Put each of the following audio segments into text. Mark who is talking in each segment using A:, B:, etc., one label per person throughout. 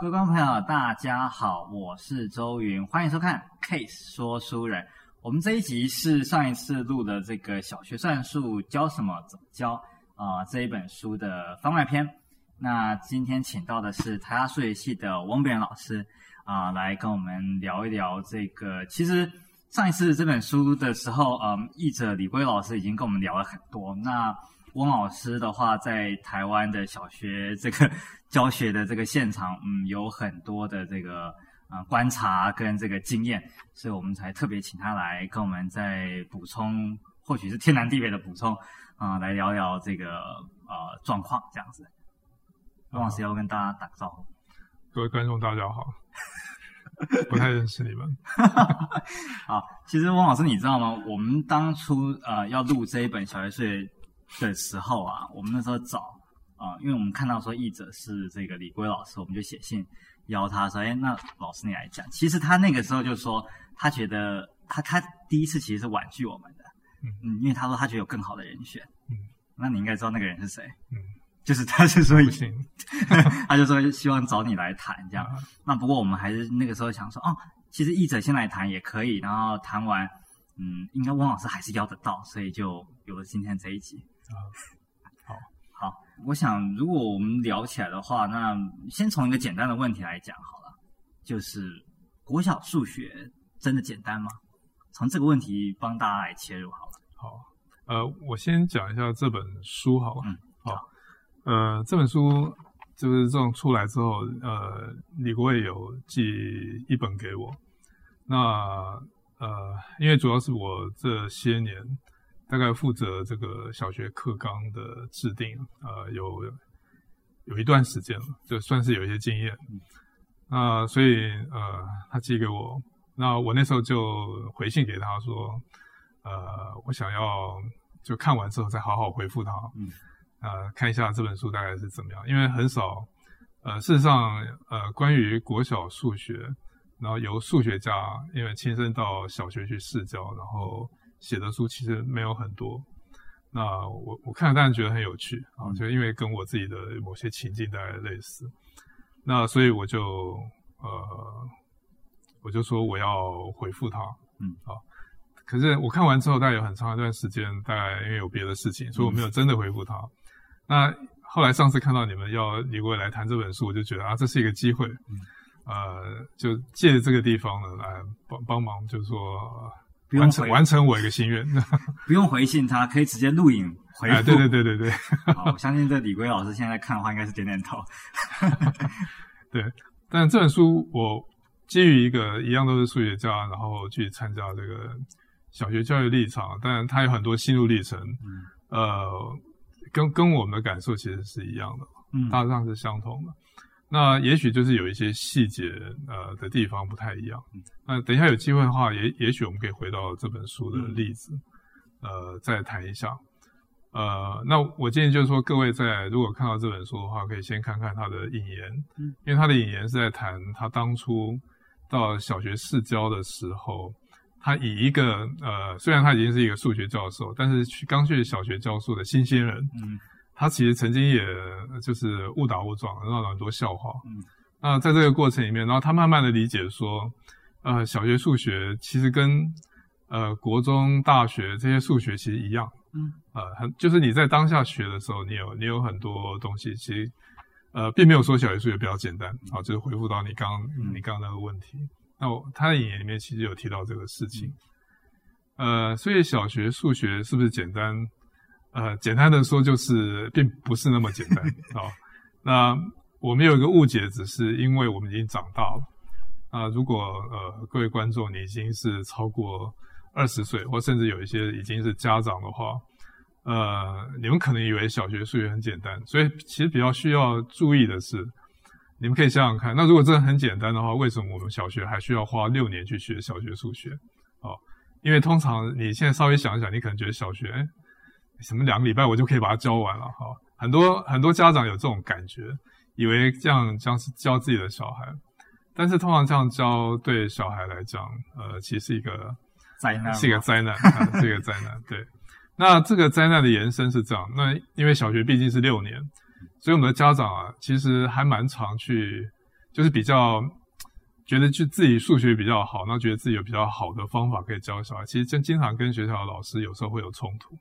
A: 各位观众朋友，大家好，我是周云，欢迎收看《Case 说书人》。我们这一集是上一次录的这个小学算术教什么怎么教啊、呃、这一本书的番外篇。那今天请到的是台大数学系的汪炳老师啊、呃，来跟我们聊一聊这个。其实上一次这本书的时候，嗯、呃，译者李圭老师已经跟我们聊了很多。那翁老师的话，在台湾的小学这个教学的这个现场，嗯，有很多的这个啊、呃、观察跟这个经验，所以我们才特别请他来跟我们再补充，或许是天南地北的补充啊、呃，来聊聊这个呃状况这样子。翁老师要跟大家打个招呼，
B: 各位观众大家好，不太认识你们。
A: 好，啊其实翁老师你知道吗？我们当初呃要录这一本小学睡。的时候啊，我们那时候找啊、呃，因为我们看到说译者是这个李圭老师，我们就写信邀他说：“哎，那老师你来讲。”其实他那个时候就说，他觉得他他第一次其实是婉拒我们的，嗯，因为他说他觉得有更好的人选，嗯，那你应该知道那个人是谁，嗯，就是他是说已经， 他就说希望找你来谈这样。嗯、那不过我们还是那个时候想说，哦，其实译者先来谈也可以，然后谈完，嗯，应该汪老师还是邀得到，所以就有了今天这一集。
B: 啊好
A: 好，我想如果我们聊起来的话，那先从一个简单的问题来讲好了，就是国小数学真的简单吗？从这个问题帮大家来切入好了。
B: 好，呃，我先讲一下这本书好了。嗯，好，好呃，这本书就是这种出来之后，呃，李国伟有寄一本给我，那呃，因为主要是我这些年。大概负责这个小学课纲的制定，呃，有有一段时间了，就算是有一些经验。那、呃、所以呃，他寄给我，那我那时候就回信给他说，呃，我想要就看完之后再好好回复他，嗯，呃，看一下这本书大概是怎么样，因为很少，呃，事实上，呃，关于国小数学，然后由数学家因为亲身到小学去试教，然后。写的书其实没有很多，那我我看了当然觉得很有趣啊，嗯、就因为跟我自己的某些情境大概类似，那所以我就呃我就说我要回复他，嗯啊，可是我看完之后大概有很长一段时间，大概因为有别的事情，所以我没有真的回复他。嗯、那后来上次看到你们要李过来谈这本书，我就觉得啊这是一个机会，嗯、呃就借这个地方呢来帮帮忙，就说。
A: 不用
B: 完成完成我一个心愿，
A: 不用回信他，可以直接录影 回复。
B: 啊、对对对对对，
A: 好，我相信这李圭老师现在看的话，应该是点点头。
B: 对，但这本书我基于一个一样都是数学家，然后去参加这个小学教育立场，当然他有很多心路历程，嗯、呃，跟跟我们的感受其实是一样的，嗯，大致上是相同的。那也许就是有一些细节呃的地方不太一样。那等一下有机会的话，也也许我们可以回到这本书的例子，嗯、呃，再谈一下。呃，那我建议就是说，各位在如果看到这本书的话，可以先看看它的引言，嗯、因为它的引言是在谈他当初到小学试教的时候，他以一个呃，虽然他已经是一个数学教授，但是去刚去小学教书的新鲜人。嗯他其实曾经也呃就是误打误撞，闹了很多笑话。嗯，那在这个过程里面，然后他慢慢的理解说，呃，小学数学其实跟呃国中、大学这些数学其实一样。嗯，呃，很就是你在当下学的时候，你有你有很多东西，其实呃并没有说小学数学比较简单。好、啊，就是回复到你刚、嗯、你刚那个问题。那他的引言里面其实有提到这个事情。嗯、呃，所以小学数学是不是简单？呃，简单的说，就是并不是那么简 单啊哦。那我们有一个误解，只是因为我们已经长大了。啊、呃，如果呃各位观众你已经是超过二十岁，或甚至有一些已经是家长的话，呃，你们可能以为小学数学很简单，所以其实比较需要注意的是，你们可以想想看，那如果真的很简单的话，为什么我们小学还需要花六年去学小学数学？哦，因为通常你现在稍微想一想，你可能觉得小学。诶什么两个礼拜我就可以把它教完了哈？很多很多家长有这种感觉，以为这样将是教自己的小孩，但是通常这样教对小孩来讲，呃，其实是一个
A: 灾难，
B: 是一个灾难， 啊、是一个灾难。对，那这个灾难的延伸是这样，那因为小学毕竟是六年，所以我们的家长啊，其实还蛮常去就是比较觉得就自己数学比较好，那觉得自己有比较好的方法可以教小孩，其实经经常跟学校的老师有时候会有冲突。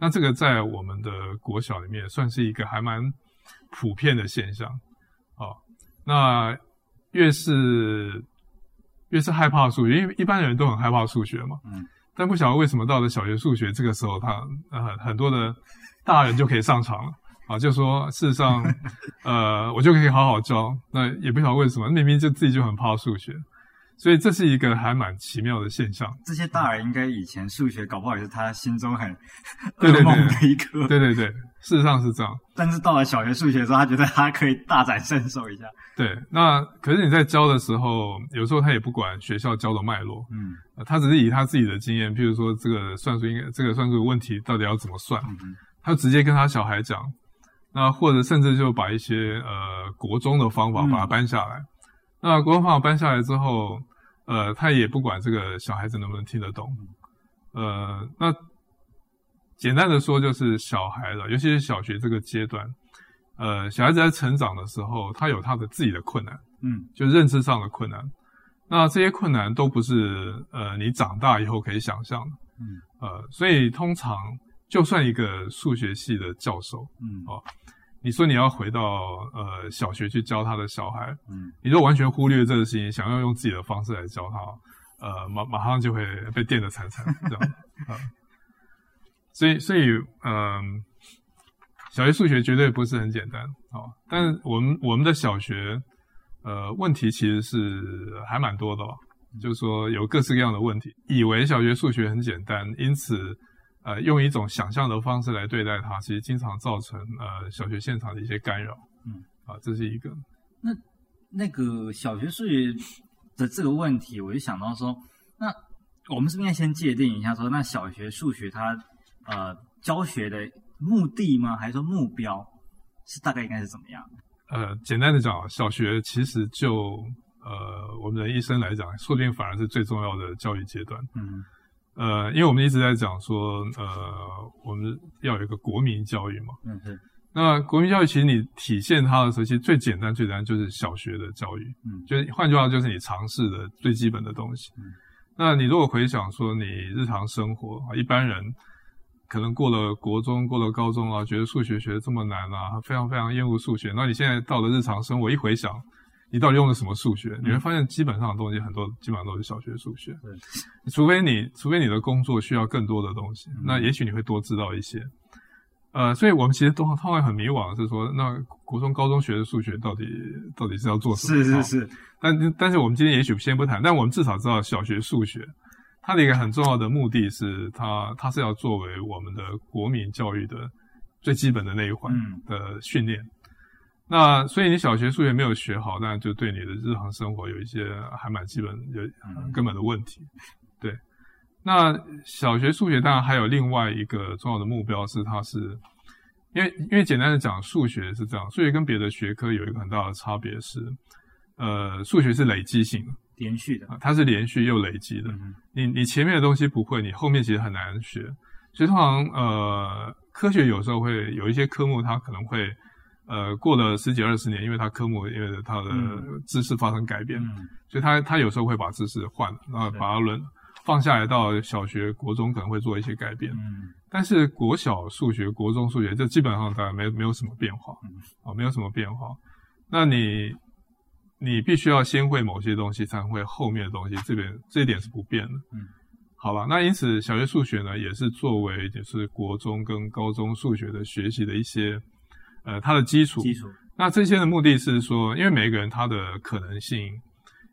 B: 那这个在我们的国小里面算是一个还蛮普遍的现象哦。那越是越是害怕数学，因为一般人都很害怕数学嘛。
C: 嗯。
B: 但不晓得为什么到了小学数学这个时候，他呃很多的大人就可以上场了啊，就说事实上，呃，我就可以好好教。那也不晓得为什么，明明就自己就很怕数学，所以这是一个还蛮奇妙的现象。
A: 这些大人应该以前数学搞不好也是他心中很
B: 对
A: 噩
B: 对对
A: 梦的一科，
B: 对对对，事实上是这样。
A: 但是到了小学数学的时候，他觉得他可以大展身手一下。
B: 对，那可是你在教的时候，有时候他也不管学校教的脉络，
A: 嗯
B: 呃他只是以他自己的经验，譬如说这个算术应该这个算术问题到底要怎么算，
A: 嗯
B: 他直接跟他小孩讲，那或者甚至就把一些呃国中的方法
A: 嗯
B: 把它搬下来。那国中方法搬下来之后，呃，他也不管这个小孩子能不能听得懂，呃，那简单的说就是小孩了，尤其是小学这个阶段，呃，小孩子在成长的时候，他有他的自己的困难。
A: 嗯
B: 就认知上的困难。那这些困难都不是呃你长大以后可以想象的，
A: 嗯
B: 呃，所以通常就算一个数学系的教授，
A: 嗯
B: 哦你说你要回到呃小学去教他的小孩，
A: 嗯，
B: 你如果完全忽略这个事情，想要用自己的方式来教他，呃，马马上就会被电得惨惨这样。啊所以，所以，嗯、小学数学绝对不是很简单啊、哦。但是我们我们的小学，呃，问题其实是还蛮多的哦，就是说有各式各样的问题。以为小学数学很简单，因此，呃，用一种想象的方式来对待它，其实经常造成呃小学现场的一些干扰。
A: 嗯，
B: 啊，这是一个。
C: 那个小学数学的这个问题，我就想到说，那我们是不是应该先界定一下说那小学数学它呃教学的目的吗？还是说目标是大概应该是怎么样？
B: 呃，简单的讲，小学其实就呃我们的一生来讲，说不定反而是最重要的教育阶段。
A: 嗯
B: 呃，因为我们一直在讲说，呃，我们要有一个国民教育嘛。
C: 嗯，是，
B: 那国民教育其实你体现它的时候，其实最简单、最简单就是小学的教育。
A: 嗯
B: 就是换句话，就是你尝试的最基本的东西。
A: 嗯
B: 那你如果回想说你日常生活，啊一般人可能过了国中、过了高中啊，觉得数学学的这么难啊，非常非常厌恶数学。那你现在到了日常生活，一回想，你到底用了什么数
A: 嗯
B: 学？你会发现，基本上的东西很多，基本上都是小学数学。除非你，除非你的工作需要更多的东西，
A: 嗯
B: 那也许你会多知道一些。呃，所以我们其实都通常很迷惘，是说那国中、高中学的数学到底到底是要做什么？
A: 是是是，
B: 但但是我们今天也许先不谈，但我们至少知道小学数学，它的一个很重要的目的是它它是要作为我们的国民教育的最基本的那一环
A: 嗯
B: 的训练。那所以你小学数学没有学好，那就对你的日常生活有一些还蛮基本有
A: 嗯
B: 根本的问题。对，那小学数学当然还有另外一个重要的目标是，它是因为因为简单的讲，数学是这样，数学跟别的学科有一个很大的差别是，呃，数学是累积性的，
C: 连续的，
B: 啊它是连续又累积的。
A: 嗯
B: 你你前面的东西不会，你后面其实很难学。所以通常呃，科学有时候会有一些科目，它可能会呃过了十几二十年，因为它科目因为它的
A: 嗯
B: 知识发生改变，
A: 嗯
B: 所以他他有时候会把知识换了，然后把它轮放下来到小学、国中可能会做一些改变，
A: 嗯
B: 但是国小数学、国中数学这基本上大概没没有什么变化，啊、
A: 嗯
B: 没有什么变化。那你你必须要先会某些东西，才会后面的东西，这边这一点是不变的。
A: 嗯，
B: 好吧，那因此小学数学呢，也是作为就是国中跟高中数学的学习的一些呃它的基础
C: 基础，
B: 那这些的目的是说，因为每个人他的可能性，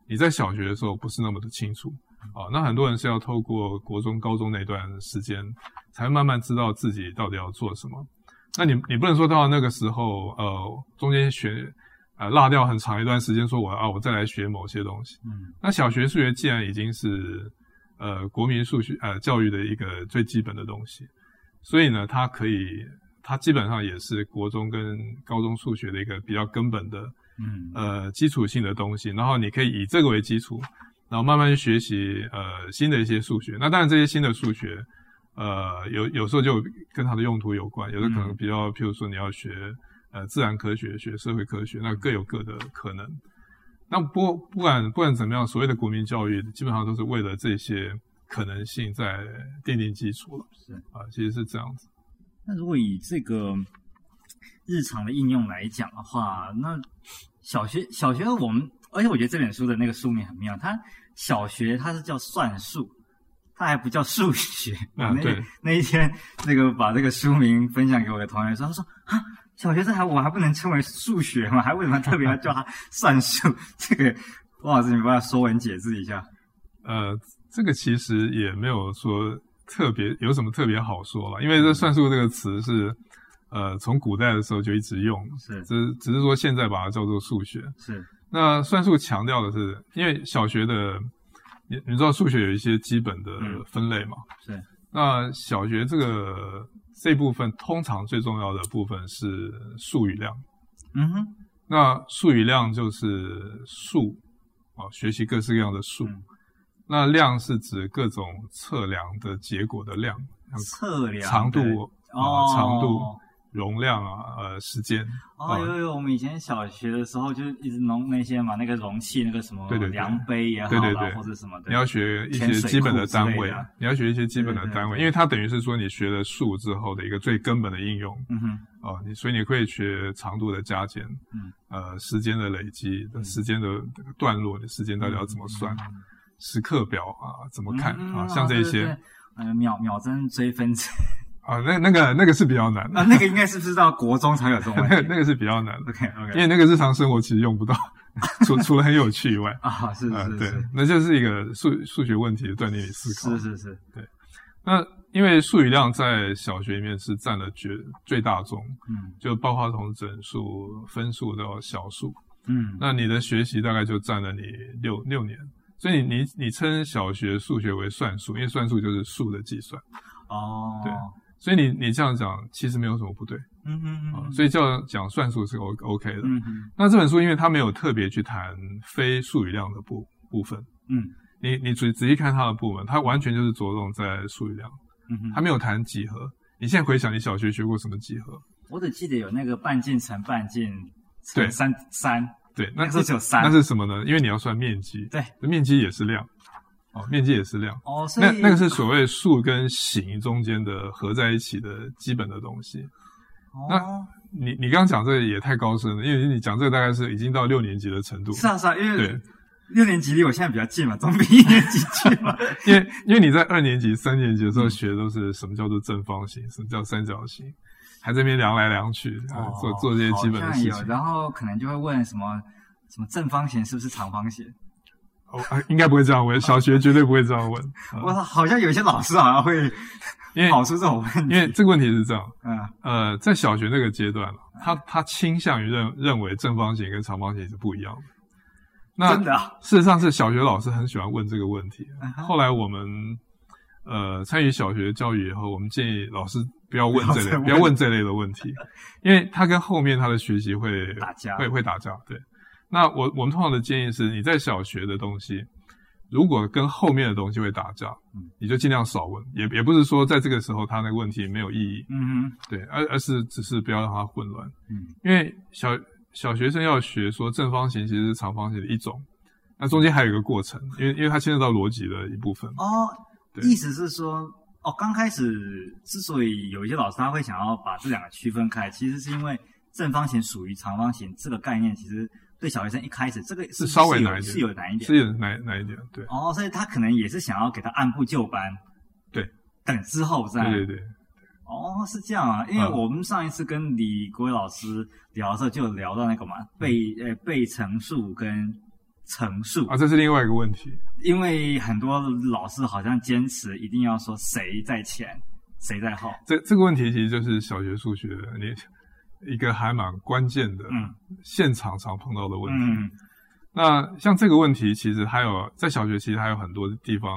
B: 你在小学的时候不是那么的清楚啊、那很多人是要透过国中、高中那段时间，才慢慢知道自己到底要做什么。那你你不能说到那个时候，呃，中间学呃落掉很长一段时间，说我啊我再来学某些东西。
A: 嗯
B: 那小学数学既然已经是呃国民数学呃教育的一个最基本的东西，所以呢，它可以它基本上也是国中跟高中数学的一个比较根本的
A: 嗯
B: 呃基础性的东西，然后你可以以这个为基础，然后慢慢去学习呃新的一些数学。那当然这些新的数学，呃有有时候就跟它的用途有关，有的可能比较，譬如说你要学呃自然科学、学社会科学，那各有各的可能。那不不管不管怎么样，所谓的国民教育，基本上都是为了这些可能性在奠定基础了。
A: 是
B: 啊，其实是这样子。
A: 那如果以这个日常的应用来讲的话，那小学小学我们，而且我觉得这本书的那个书名很妙，它小学它是叫算术，它还不叫数学。我
B: 啊
A: 那
B: 对
A: 那一天那个把这个书名分享给我的同学说，他说啊。小学这还我还不能称为数学吗？还为什么特别要叫它算术？这个王老师，你帮我说文解字一下。
B: 呃，这个其实也没有说特别有什么特别好说了，因为这算术这个词是呃从古代的时候就一直用，
A: 是
B: 只只是说现在把它叫做数学。
A: 是
B: 那算术强调的是，因为小学的，你你知道数学有一些基本的
A: 嗯
B: 分类嘛？
A: 是。
B: 那小学这个这部分，通常最重要的部分是术语量。
A: 嗯哼
B: 那术语量就是数啊，学习各式各样的数。
A: 嗯
B: 那量是指各种测量的结果的量，
A: 测量
B: 嗯长度
A: 对
B: 啊、
A: 哦
B: 长度、容量啊、呃、时间。
A: 哦，有有有，我们以前小学的时候就一直弄那些嘛，那个容器，那个什么
B: 对对对
A: 量杯也好
B: 对对
A: 啦
B: 对
A: 或者什么的。
B: 你要学一些
A: 潜水
B: 基本
A: 裤
B: 的
A: 之
B: 单
A: 类
B: 位啊
A: 的，
B: 你要学一些基本的
A: 对对
B: 单位，
A: 对
B: 因为它等于是说你学了数之后的一个最根本的应用
A: 嗯哼，
B: 啊，你所以你会学长度的加减，
A: 嗯，
B: 呃，时间的累积，
A: 嗯
B: 时间的段落，你时间到底要怎么算，时刻表啊怎么看
A: 嗯
B: 啊，像这
A: 对
B: 些，
A: 对对呃，秒秒针追分针
B: 啊，那那个那个是比较难
A: 啊，
B: 的，
A: 那个应该是不是到国中才有这种
B: 那个
A: 问题
B: 那个是比较难的，
A: ？OK
B: 因
A: OK，
B: 为那个日常生活其实用不到， 除除了很有趣以外，
A: 啊， 是
B: 啊，
A: 是
B: 对
A: 是，
B: 那就是一个数数学问题的锻炼与思考
A: 是。是是，
B: 那因为术语量在小学里面是占了绝最大宗，
A: 嗯
B: 就包括从整数、分数到小数。
A: 嗯
B: 那你的学习大概就占了你六六年，所以你你你称小学数学为算术，因为算术就是数的计算。
A: 哦，
B: 对所以你你这样讲其实没有什么不对
A: 嗯嗯
B: 啊、
A: 嗯，
B: 所以叫讲算术是 O OK 的。
A: 嗯嗯
B: 那这本书因为它没有特别去谈非术语量的部部分，
A: 嗯
B: 你你仔仔细看它的部分，它完全就是着重在术语量。
A: 嗯
B: 他
A: 哼，
B: 没有谈几何。你现在回想，你小学学过什么几何？
A: 我只记得有那个半径乘半径
B: 对
A: 乘三三，
B: 对，那
A: 那时候只有三
B: 那，是什么呢？因为你要算面积，
A: 对，
B: 面积也是量，哦，面积也是量。
A: 哦，所
B: 那
A: 以
B: 那个是所谓数跟形中间的合在一起的基本的东西。那
A: 哦
B: 你你刚刚讲这个也太高深了，因为你讲这个大概是已经到六年级的程度。
A: 是啊是啊，因为
B: 对，
A: 六年级离我现在比较近嘛，总比一年级近嘛。
B: 因为因为你在二年级、三年级的时候
A: 嗯
B: 学的都是什么叫做正方形，什么叫三角形，还在那边量来量去， 啊做做这些基本的事
A: 哦好像有
B: 情。
A: 然后可能就会问什么什么正方形是不是长方形？
B: 哦，啊应该不会这样问，小学绝对不会这样问。啊
A: 我操，好像有些老师好像会
B: 因为
A: 跑出这种问
B: 因为
A: 题。
B: 这个问题是这样，
A: 嗯，
B: 呃，在小学那个阶段嘛，啊他他倾向于认认为正方形跟长方形是不一样的。那
A: 真的啊
B: 事实上是小学老师很喜欢问这个问题。啊
A: 嗯哼
B: 后来我们呃参与小学教育以后，我们建议老师不要问这
A: 不要再
B: 类
A: 问
B: 不要问这类的问题，因为他跟后面他的学习会
A: 打架
B: 会会打架。对，那我我们通常的建议是，你在小学的东西。如果跟后面的东西会打架
A: 嗯，
B: 你就尽量少问，也也不是说在这个时候他那个问题没有意义，
A: 嗯哼
B: 对，而而是只是不要让它混乱，
A: 嗯
B: 因为小小学生要学说正方形其实是长方形的一种，那中间还有一个过程，因为因为它牵涉到逻辑的一部分。
A: 哦，
B: 对
A: 意思是说。哦，刚开始之所以有一些老师他会想要把这两个区分开，其实是因为正方形属于长方形这个概念，其实对小学生一开始这个是不
B: 是稍微
A: 是有
B: 难一点
A: 是有难一点，
B: 是有哪哪一点？对，
A: 哦，所以他可能也是想要给他按部就班，
B: 对，
A: 等之后再。
B: 对对对，
A: 哦，是这样啊，因为
B: 嗯
A: 我们上一次跟李国伟老师聊的时候，就有聊到那个嘛，被呃被乘数跟乘数，
B: 嗯啊，这是另外一个问题。
A: 因为很多老师好像坚持一定要说谁在前，谁在后。
B: 这这个问题其实就是小学数学你一个还蛮关键的，
A: 嗯
B: 现场常碰到的问题。
A: 嗯
B: 那像这个问题，其实还有在小学，其实还有很多地方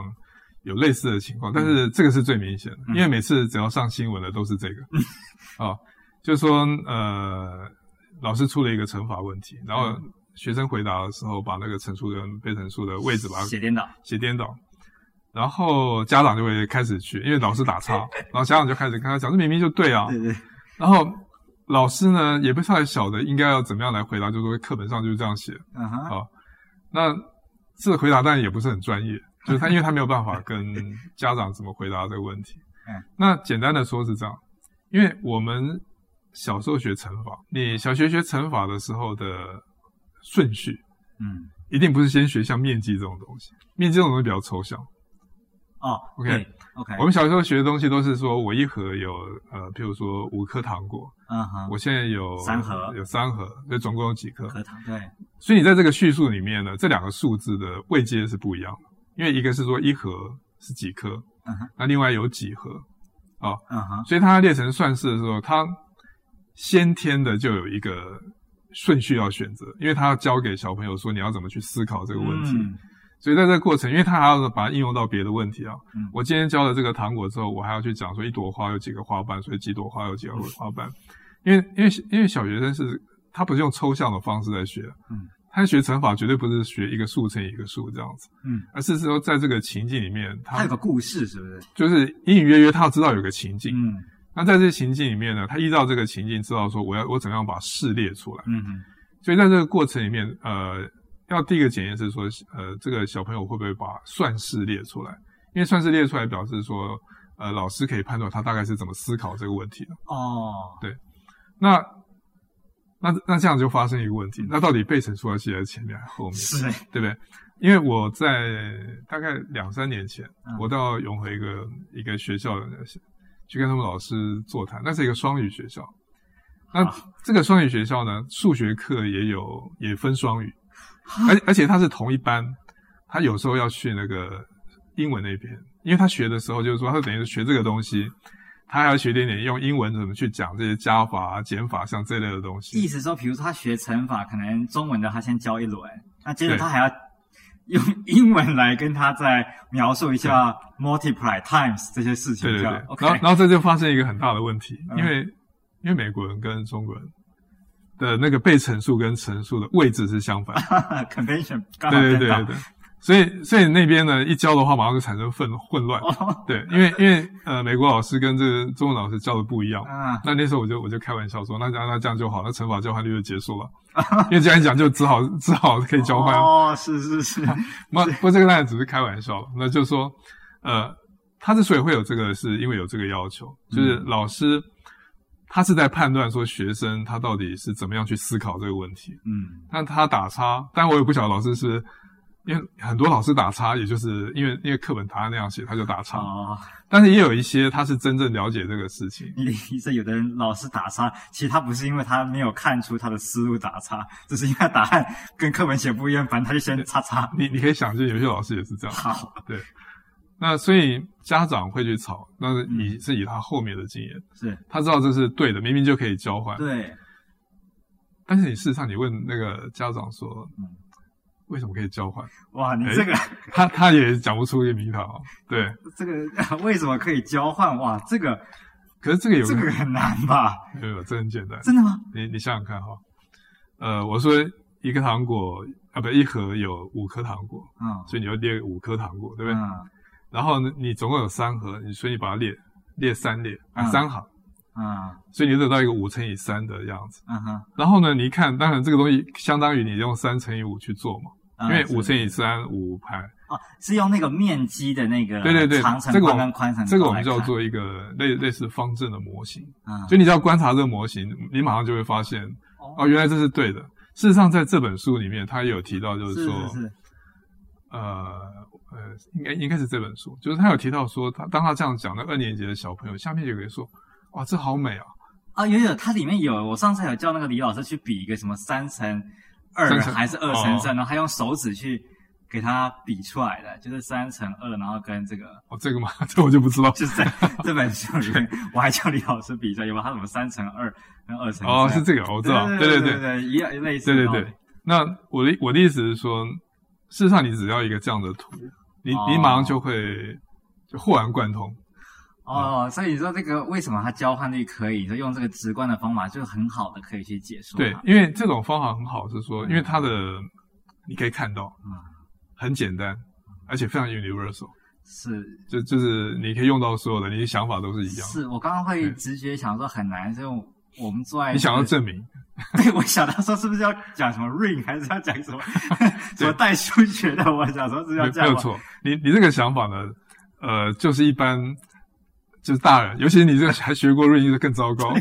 B: 有类似的情况，但是这个是最明显的，
A: 嗯
B: 因为每次只要上新闻的都是这个。 啊、就是说呃，老师出了一个乘法问题，然后
A: 嗯
B: 学生回答的时候，把那个乘数跟被乘数的位置把它啊
A: 写颠倒。
B: 写颠倒。然后家长就会开始去，因为老师打 岔，然后家长就开始跟他讲，这明明就对啊。
A: 对对，
B: 然后老师呢也不太晓得应该要怎么样来回答，就说课本上就是这样写，
A: 嗯哼，
B: 好那这个回答当然也不是很专业，就是他因为他没有办法跟家长怎么回答这 个问题。
C: 嗯
B: 那简单的说是这样，因为我们小时候学乘法，你小学学乘法的时候的顺序，
A: 嗯，
B: 一定不是先学像面积这种东西，面积这种东西比较抽象。
A: 哦
B: OK
A: 对 OK，
B: 我们小时候学的东西都是说我一盒有呃，譬如说五颗糖果，
A: 嗯哼，
B: 我现在有
A: 三盒
B: 有三盒，所以总共有几颗？
A: 课堂对，
B: 所以你在这个叙述里面呢，这两个数字的位阶是不一样的，因为一个是说一盒是几颗，
A: 嗯哼
B: 那另外有几盒，
A: 嗯哼，
B: 所以它列成算式的时候，它先天的就有一个顺序要选择，因为它要教给小朋友说你要怎么去思考这个问题。
A: 嗯
B: 所以在这个过程，因为它还要把它应用到别的问题啊。
A: 嗯
B: 我今天教了这个糖果之后，我还要去讲说一朵花有几个花瓣，所以几朵花有几个花瓣。因为因为因为小学生是他不是用抽象的方式在学，
A: 嗯，
B: 他学乘法绝对不是学一个数乘以一个数这样子，
A: 嗯，
B: 而是说在这个情境里面，
A: 它
B: 他
A: 有个故事是不是？
B: 啊就是隐隐约约他要知道有个情境，
A: 嗯
B: 那在这情境里面呢，他依照这个情境知道说我要我怎么样把事列出来。
A: 嗯哼
B: 所以在这个过程里面，呃，要第一个检验是说，呃，这个小朋友会不会把算式列出来？因为算式列出来表示说，呃，老师可以判断他大概是怎么思考这个问题的。
A: 哦，
B: 那那那这样就发生一个问题，那到底被乘数要写在前面还是后面？
A: 是
B: 对不对？因为我在大概两三年前，
A: 嗯
B: 我到永和一个一个学校去跟他们老师座谈，那是一个双语学校。那这个双语学校呢，数学课也有也分双语，而而且它是同一班，他有时候要去那个英文那边，因为他学的时候就是说，他等于是学这个东西，他还要学一点点用英文怎么去讲这些加法、啊、减法像这类的东西
A: 意。思说，比如说他学乘法，可能中文的他先教一轮，那接着
B: 对
A: 他还要用英文来跟他再描述一下 multiply times 这些事情，
B: 对
A: 这
B: 对对，
A: 样
B: 然后
A: OK，
B: 然后这就发生一个很大的问题，
A: 嗯
B: 因为因为美国人跟中国人的那个被乘数跟乘数的位置是相反，
A: convention 刚好跟
B: 对对对
A: 到
B: 对，对，所以所以那边呢一教的话，马上就产生混混乱，
A: 哦，
B: 对，因为因为呃美国老师跟这个中文老师教的不一样。
A: 啊，
B: 那那时候我就我就开玩笑说，那这样那这样就好，那乘法交换率就结 束了，因为这样一讲就只好只好可以交换了。
A: 哦，是是 是，
B: 那不过这个当然只是开玩笑了，那就是说，呃，他之所以会有这个，是因为有这个要求，就是老师、他是在判断说学生他到底是怎么样去思考这个问题。
A: 嗯，
B: 但他打叉，但我也不晓得老师是，因为很多老师打叉，也就是因为因为课本答案那样写，他就打叉。
A: 哦，
B: 但是也有一些他是真正了解这个事情，
A: 你的意思，有的人老是打叉，其实他不是因为他没有看出他的思路打叉，只是因为他答案跟课本写不一样，反正他就先叉叉，
B: 你你可以想见，有些老师也是这样。
A: 好，
B: 那所以家长会去吵，那是以、是以他后面的经验，
A: 是
B: 他知道这是对的，明明就可以交换。
A: 对，
B: 但是你事实上，你问那个家长说，
A: 嗯
B: 为什么可以交换？
A: 哇，你
B: 哎
A: 这个。
B: 他他也讲不出一个谜团哦。对，
A: 这个 为什么可以交换？哇，这个
B: 可是这个有
A: 这个很难吧？
B: 没有没有，这很简单。
A: 真的吗？
B: 你你想想看哈、呃，我说一个糖果啊，不一盒有五颗糖果，
A: 嗯，
B: 所以你要列五颗糖果，对不对？
A: 嗯
B: 然后呢，你总共有三盒，你所以你把它列列三列
A: 嗯
B: 啊、三行，
A: 嗯
B: 所以你得到一个五乘以三的样子。
A: 嗯哼，
B: 然后呢，你一看，当然这个东西相当于你用三乘以五去做嘛，
A: 嗯
B: 因为
A: 是
B: 五乘以三五排。
A: 哦，是用那个面积的那个
B: 对对对
A: 长，
B: 这
A: 乘
B: 个我
A: 方
B: 们
A: 跟宽乘
B: 这个我
A: 来
B: 们
A: 看
B: 叫做一个类类似方阵的模型。
A: 嗯
B: 就你只要观察这个模型，你马上就会发现，哦，原来这是对的。事实上，在这本书里面，他也有提到，就是
A: 是
B: 说，
A: 是是
B: 呃呃，应该应该是这本书，就是他有提到说，他当他这样讲，那二年级的小朋友下面有个人说，哇，这好美啊，
A: 啊，有有，它里面有我上次有叫那个李老师去比一个什么三乘二
B: 三乘
A: 还是二乘三，
B: 哦
A: 然后他用手指去给它比出来的，就是三乘二，然后跟这个
B: 哦，这个嘛， 这我就不知道。
A: 就是在这 本书里面，我还叫李老师比一下，有没有他什么三乘二跟二乘
B: 哦，
A: 三
B: 是这个，我知道，
A: 对
B: 对
A: 对对，一样类似
B: 对
A: 的
B: 对
A: 道理，
B: 对。那我的我的意思是说，事实上你只要一个这样的图，你你
A: 哦
B: 马上就会就豁然贯通。
A: 哦，所以你说这个为什么它交换率可以，就用这个直观的方法，就很好的可以去解说它。
B: 对，因为这种方法很好，是说，因为它的你可以看到
A: 嗯，
B: 很简单，而且非常 universal，
A: 是
B: 就就是你可以用到所有的，你的想法都是一样的。
A: 是，我刚刚会
B: 对
A: 直觉想说很难，所以我们坐在
B: 你想要
A: 这
B: 证明，
A: 对，我想到说是不是要讲什么 ring，还是要讲 什么什么代数学的？我想说是
B: 没
A: 要
B: 有
A: 这
B: 没
A: 样
B: 有
A: 吗？
B: 错，你你这个想法呢，呃，就是一般就是大人，尤其你这个还学过瑞音，就更糟糕。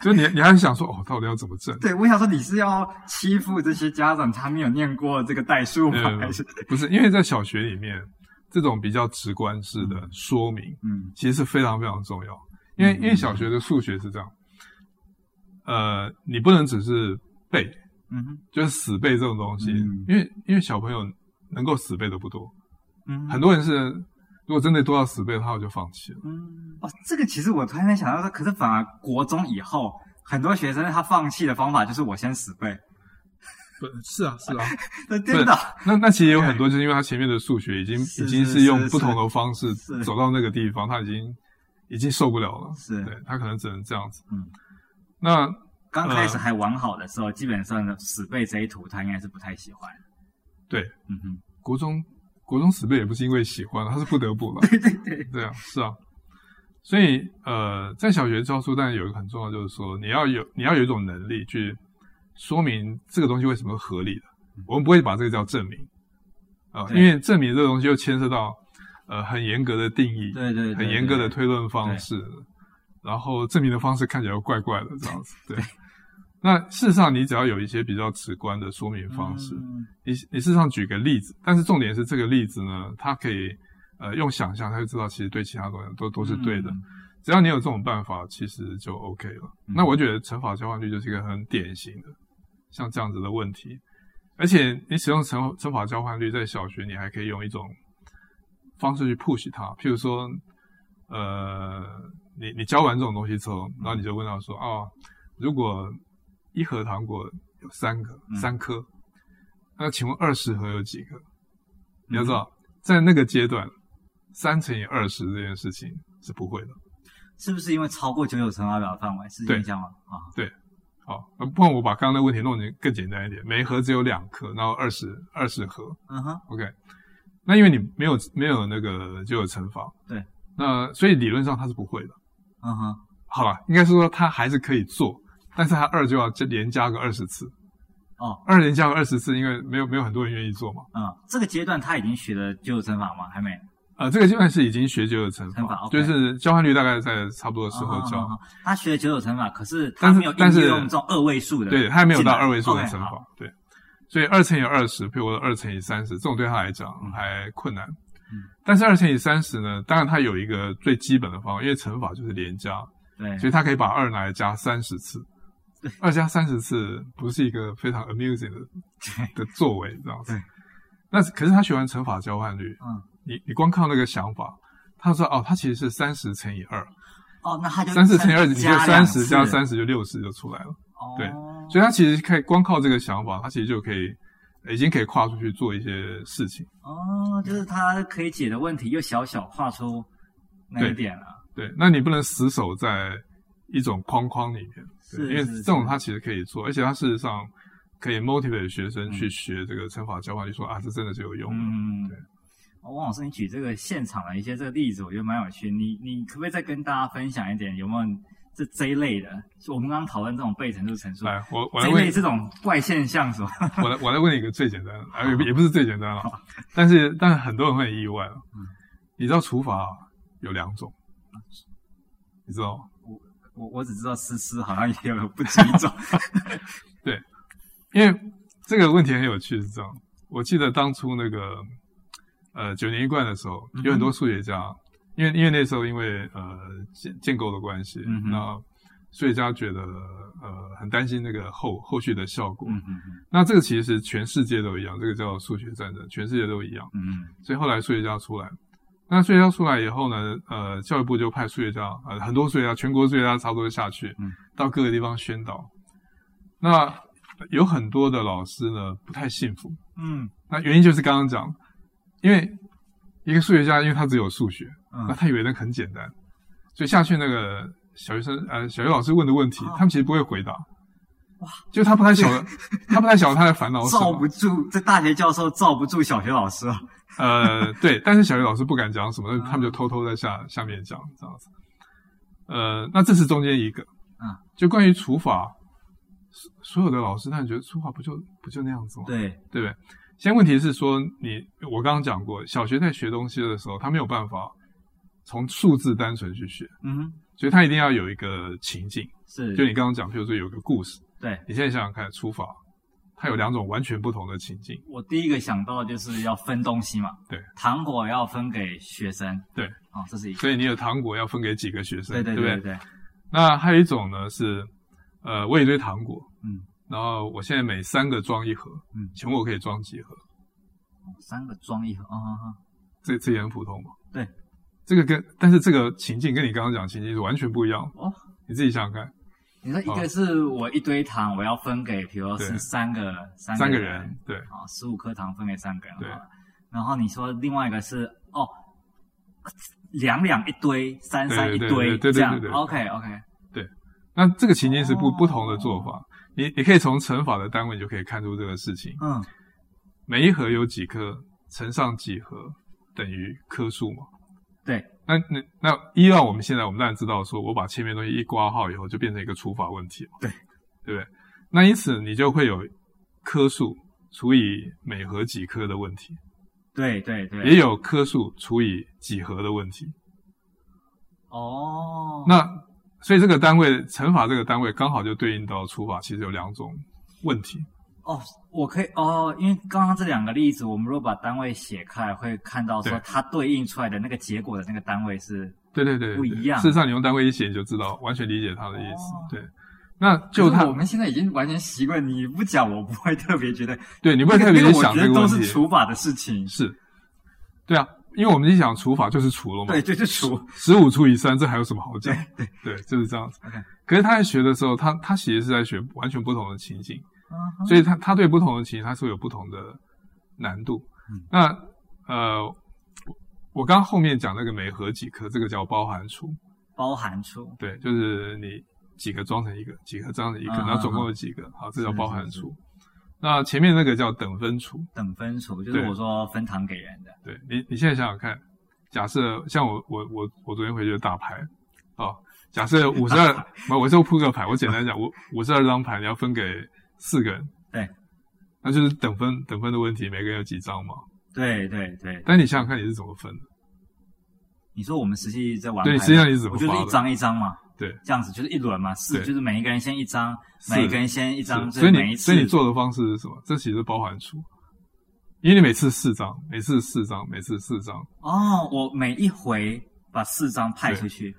B: 就是你你还想说哦，到底要怎么整？
A: 对，我想说你是要欺负这些家长，他没有念过这个代数吗？
B: 嗯
A: 还是
B: 不是，因为在小学里面，这种比较直观式的说明，
A: 嗯
B: 其实是非常非常重要。因为
A: 嗯
B: 因为小学的数学是这样，呃，你不能只是背，
A: 嗯哼
B: 就是死背这种东西，
A: 嗯
B: 因为因为小朋友能够死背的不多，
A: 嗯哼
B: 很多人是如果真的都要死背的话，我就放弃了。
A: 嗯，哦，这个其实我突然间想到说，可是反而国中以后，很多学生他放弃的方法就是我先死背，
B: 不是啊，是啊，
A: 那真的，
B: 那那其实有很多，就是因为他前面的数学已经
A: 是
B: 已经
A: 是
B: 是用
A: 是
B: 不同的方式
A: 是
B: 走到那个地方，他已经已经受不了了，
A: 是
B: 对他可能只能这样子。
A: 嗯，
B: 那
A: 刚开
B: 嗯
A: 始还玩好的时候，基本上的死背这一图他应该是不太喜欢。
B: 对
A: 嗯哼，
B: 国中国中死背也不是因为喜欢，他是不得不了。
A: 对对对，
B: 对啊，是啊。所以呃，在小学教书，但有一个很重要，就是说你要有你要有一种能力去说明这个东西为什么是合理的。我们不会把这个叫证明啊、
A: 嗯对
B: 因为证明这个东西又牵涉到呃很严格的定义，
A: 对对对
B: 很严格的推论方式，然后证明的方式看起来又怪怪的这样子。对，那事实上你只要有一些比较直观的说明方式，
A: 嗯
B: 你你事实上举个例子，但是重点是这个例子呢，它可以呃用想象，他就知道其实对其他东西都都是对的。
A: 嗯
B: 只要你有这种办法，其实就 OK 了。
A: 嗯
B: 那我觉得乘法交换律就是一个很典型的像这样子的问题，而且你使用乘乘法交换律，在小学你还可以用一种方式去 push 它，譬如说，呃，你你教完这种东西之后，然后你就问他说，哦，如果一盒糖果有三个、
A: 嗯
B: 三颗，那请问二十盒有几个？你要知道，在那个阶段，三乘以二十这件事情是不会的。
A: 是不是因为超过九九乘法表范围是
B: 对
A: 影响吗？啊，
B: 好，呃不然我把刚刚的问题弄得更简单一点，每一盒只有两颗，然后二十二十盒
A: 嗯哼，
B: ，OK。那因为你没有没有那个就有乘法，
A: 对，
B: 那所以理论上它是不会的。
A: 嗯哼，
B: 好了，应该是说它还是可以做，但是它二就要再连加个二十次，
A: 哦，
B: 二连加个二十次，因为没有没有很多人愿意做嘛。
A: 嗯，这个阶段他已经学了九九乘法吗？还没，
B: 呃，这个阶段是已经学就有乘
A: 乘法
B: 法，
A: ，OK
B: 就是交换率大概在差不多的时候
A: 嗯
B: 教，
A: 嗯嗯嗯他学了九九乘法，可是他
B: 但是
A: 没有
B: 但是
A: 应用这种二位数的进来，
B: 对，它还没有到二位数的
A: OK，
B: 乘
A: 好
B: 法，对，所以二乘以二十，譬如我二乘以三十，这种对他来讲
A: 嗯
B: 还困难。但是二乘以三十呢，当然它有一个最基本的方法，因为乘法就是连加，
A: 对，
B: 所以它可以把二拿来加三十次。二加三十次不是一个非常 amusing 的的作为，这样子
A: 对。
B: 那可是他学完乘法交换律，
A: 嗯，
B: 你你光靠那个想法，他说哦，它其实是三十乘以二，
A: 哦，那他就
B: 三十乘以二，你就
A: 加
B: 三十加
A: 两次
B: 三十就六十就出来了。
A: 哦
B: 对所以他其实可以光靠这个想法，他其实就可以已经可以跨出去做一些事情。
A: 哦，就是他可以解的问题又小小画出那
B: 对
A: 个点了，
B: 对，那你不能死守在一种框框里面，对
A: 是
B: 因为
A: 是
B: 这种他其实可以做，而且他事实上可以 motivate 学生去学这个乘法交换，就说啊，这真的是有用的。
A: 嗯
B: 对。
A: 哦王老师，你举这个现场的一些这个例子，我觉得蛮有趣。你你可不可以再跟大家分享一点，有没有这这一类的？就我们刚刚讨论这种背乘数、乘数，
B: 来，我
A: 这
B: 我来
A: 一
B: 问
A: 类这种怪现象是吧？
B: 我来我来问你一个最简单的，啊，也不也不是最简单了，但是但是很多人会很意外了。
A: 嗯
B: 你知道除法有两种，你知道吗？
A: 我我只知道思思好像也有不止一 种，
B: 因为这个问题很有趣，是这样。我记得当初那个呃九年一贯的时候，
A: 嗯
B: 有很多数学家，因为因为那时候因为呃建建构的关系，
A: 嗯哼
B: 那数学家觉得呃很担心那个后后续的效果。
A: 嗯嗯
B: 那这个其实全世界都一样，这个叫数学战争，全世界都一样。
A: 嗯
B: 所以后来数学家出来，那数学家出来以后呢，呃，教育部就派数学家，呃，很多数学家，全国数学家差不多就下去，
A: 嗯
B: 到各个地方宣导。那有很多的老师呢不太信服，
A: 嗯
B: 那原因就是刚刚讲，因为一个数学家，因为他只有数学，那
A: 嗯，
B: 他以为那个很简单，所以下去那个小学生呃小学老师问的问题，
A: 哦
B: 他们其实不会回答。就他不太晓得，他不太晓得他在烦恼 什
A: 罩
B: 么
A: 不。住这大学教授罩不住小学老师啊，
B: 呃，对，但是小学老师不敢讲什么，他们就偷偷在下下面讲这样子。呃，那这是中间一个，
A: 嗯，
B: 就关于除法，所有的老师，他觉得书法不就不就那样子吗？
A: 对，
B: 对不对？现在问题是说你，我刚刚讲过，小学在学东西的时候，他没有办法从数字单纯去学，
A: 嗯哼，
B: 所以他一定要有一个情境。
A: 是，
B: 就你刚刚讲，譬如说有个故事，
A: 对
B: 你现在想想看，书法它有两种完全不同的情境。
A: 我第一个想到就是要分东西嘛，
B: 对，
A: 糖果要分给学生，
B: 对，
A: 哦，这是一个，
B: 所以你有糖果要分给几个学生，
A: 对
B: 不哦
A: 对对，
B: 那还有一种呢是，呃，我有一堆糖果，
A: 嗯，
B: 然后我现在每三个装一盒，
A: 嗯
B: 请问我可以装几盒？
A: 三个装一盒，啊、哦哦，
B: 这这也很普通嘛。
A: 对，
B: 这个跟但是这个情境跟你刚刚讲的情境是完全不一样
A: 哦。
B: 你自己想想看，
A: 你说一个是我一堆糖，我要分给，比如说
B: 对
A: 是三个三
B: 三
A: 个
B: 个人，对
A: 啊，十五颗糖分给三个人，
B: 对
A: 好了。然后你说另外一个是哦，两两一堆，三三一
B: 对对
A: 堆，
B: 对对对
A: 这样
B: 对对对
A: OK OK，
B: 那这个情境是不、
A: 哦
B: 不同的做法。你你可以从乘法的单位你就可以看出这个事情，
A: 嗯，
B: 每一盒有几颗，乘上几何等于颗数嘛。
A: 对，
B: 那哎那那依照我们现在，我们当然知道说，我把前面东西一挂号以后，就变成一个除法问题嘛。
A: 对，
B: 对不对？那因此你就会有颗数除以每盒几颗的问题，
A: 对对对，
B: 也有颗数除以几何的问题。
A: 哦，
B: 那所以这个单位乘法这个单位刚好就对应到除法，其实有两种问题。
A: 哦，我可以哦，因为刚刚这两个例子，我们如果把单位写开来，会看到说
B: 对
A: 它对应出来的那个结果的那个单位是
B: 对对对，对
A: 不一样
B: 事实上，你用单位一写，你就知道完全理解它的意思。
A: 哦
B: 对，那就
A: 可
B: 它
A: 是我们现在已经完全习惯，你不讲我不会特别觉得，
B: 对，你
A: 你
B: 不会特别去想
A: 我
B: 这
A: 觉
B: 个
A: 得
B: 问
A: 都
B: 题。
A: 是除法的事情，
B: 是，对啊，因为我们一讲除法就是除了嘛。
A: 对，就是 除，
B: 十五除以三，这还有什么好讲？
A: 对
B: 对，就是这样子
A: OK。
B: 可是他在学的时候，他他其实是在学完全不同的情景，
A: 嗯哼
B: 所以他他对不同的情景，他是会有不同的难度。
A: 嗯
B: 那呃，我我刚后面讲那个每合几颗，这个叫包含除，
A: 包含出，
B: 对，就是你几个装成一个，几个装成一个，
A: 嗯
B: 然后总
A: 嗯
B: 共有几个，好，这叫
A: 是
B: 包含
A: 是是
B: 除。那前面那个叫等分除，
A: 等分除，就是
B: 对
A: 我说分糖给人的，
B: 对你，你现在想想看，假设像我，我，我，我昨天回去打牌，哦，假设五十二，不，我就扑克牌，我简单讲，我五十二张牌你要分给四个人，
A: 对，
B: 那就是等分等分的问题，每个人有几张嘛？
A: 对对对。
B: 但你想想看，你是怎么分的？
A: 你说我们实际在玩牌吗，
B: 对实际上你怎么
A: 我就是
B: 发的
A: 一张一张嘛，
B: 对，
A: 这样子就是一轮嘛，四
B: 对
A: 就是每一个人先一张，
B: 是
A: 每一个人先一张，
B: 是
A: 就
B: 所
A: 是
B: 以
A: 每
B: 你
A: 一
B: 所
A: 次
B: 以你做的方式是什么？这其实包含出，因为你每次四张，每次四张，每次四张，
A: 哦，我每一回把四张派出去，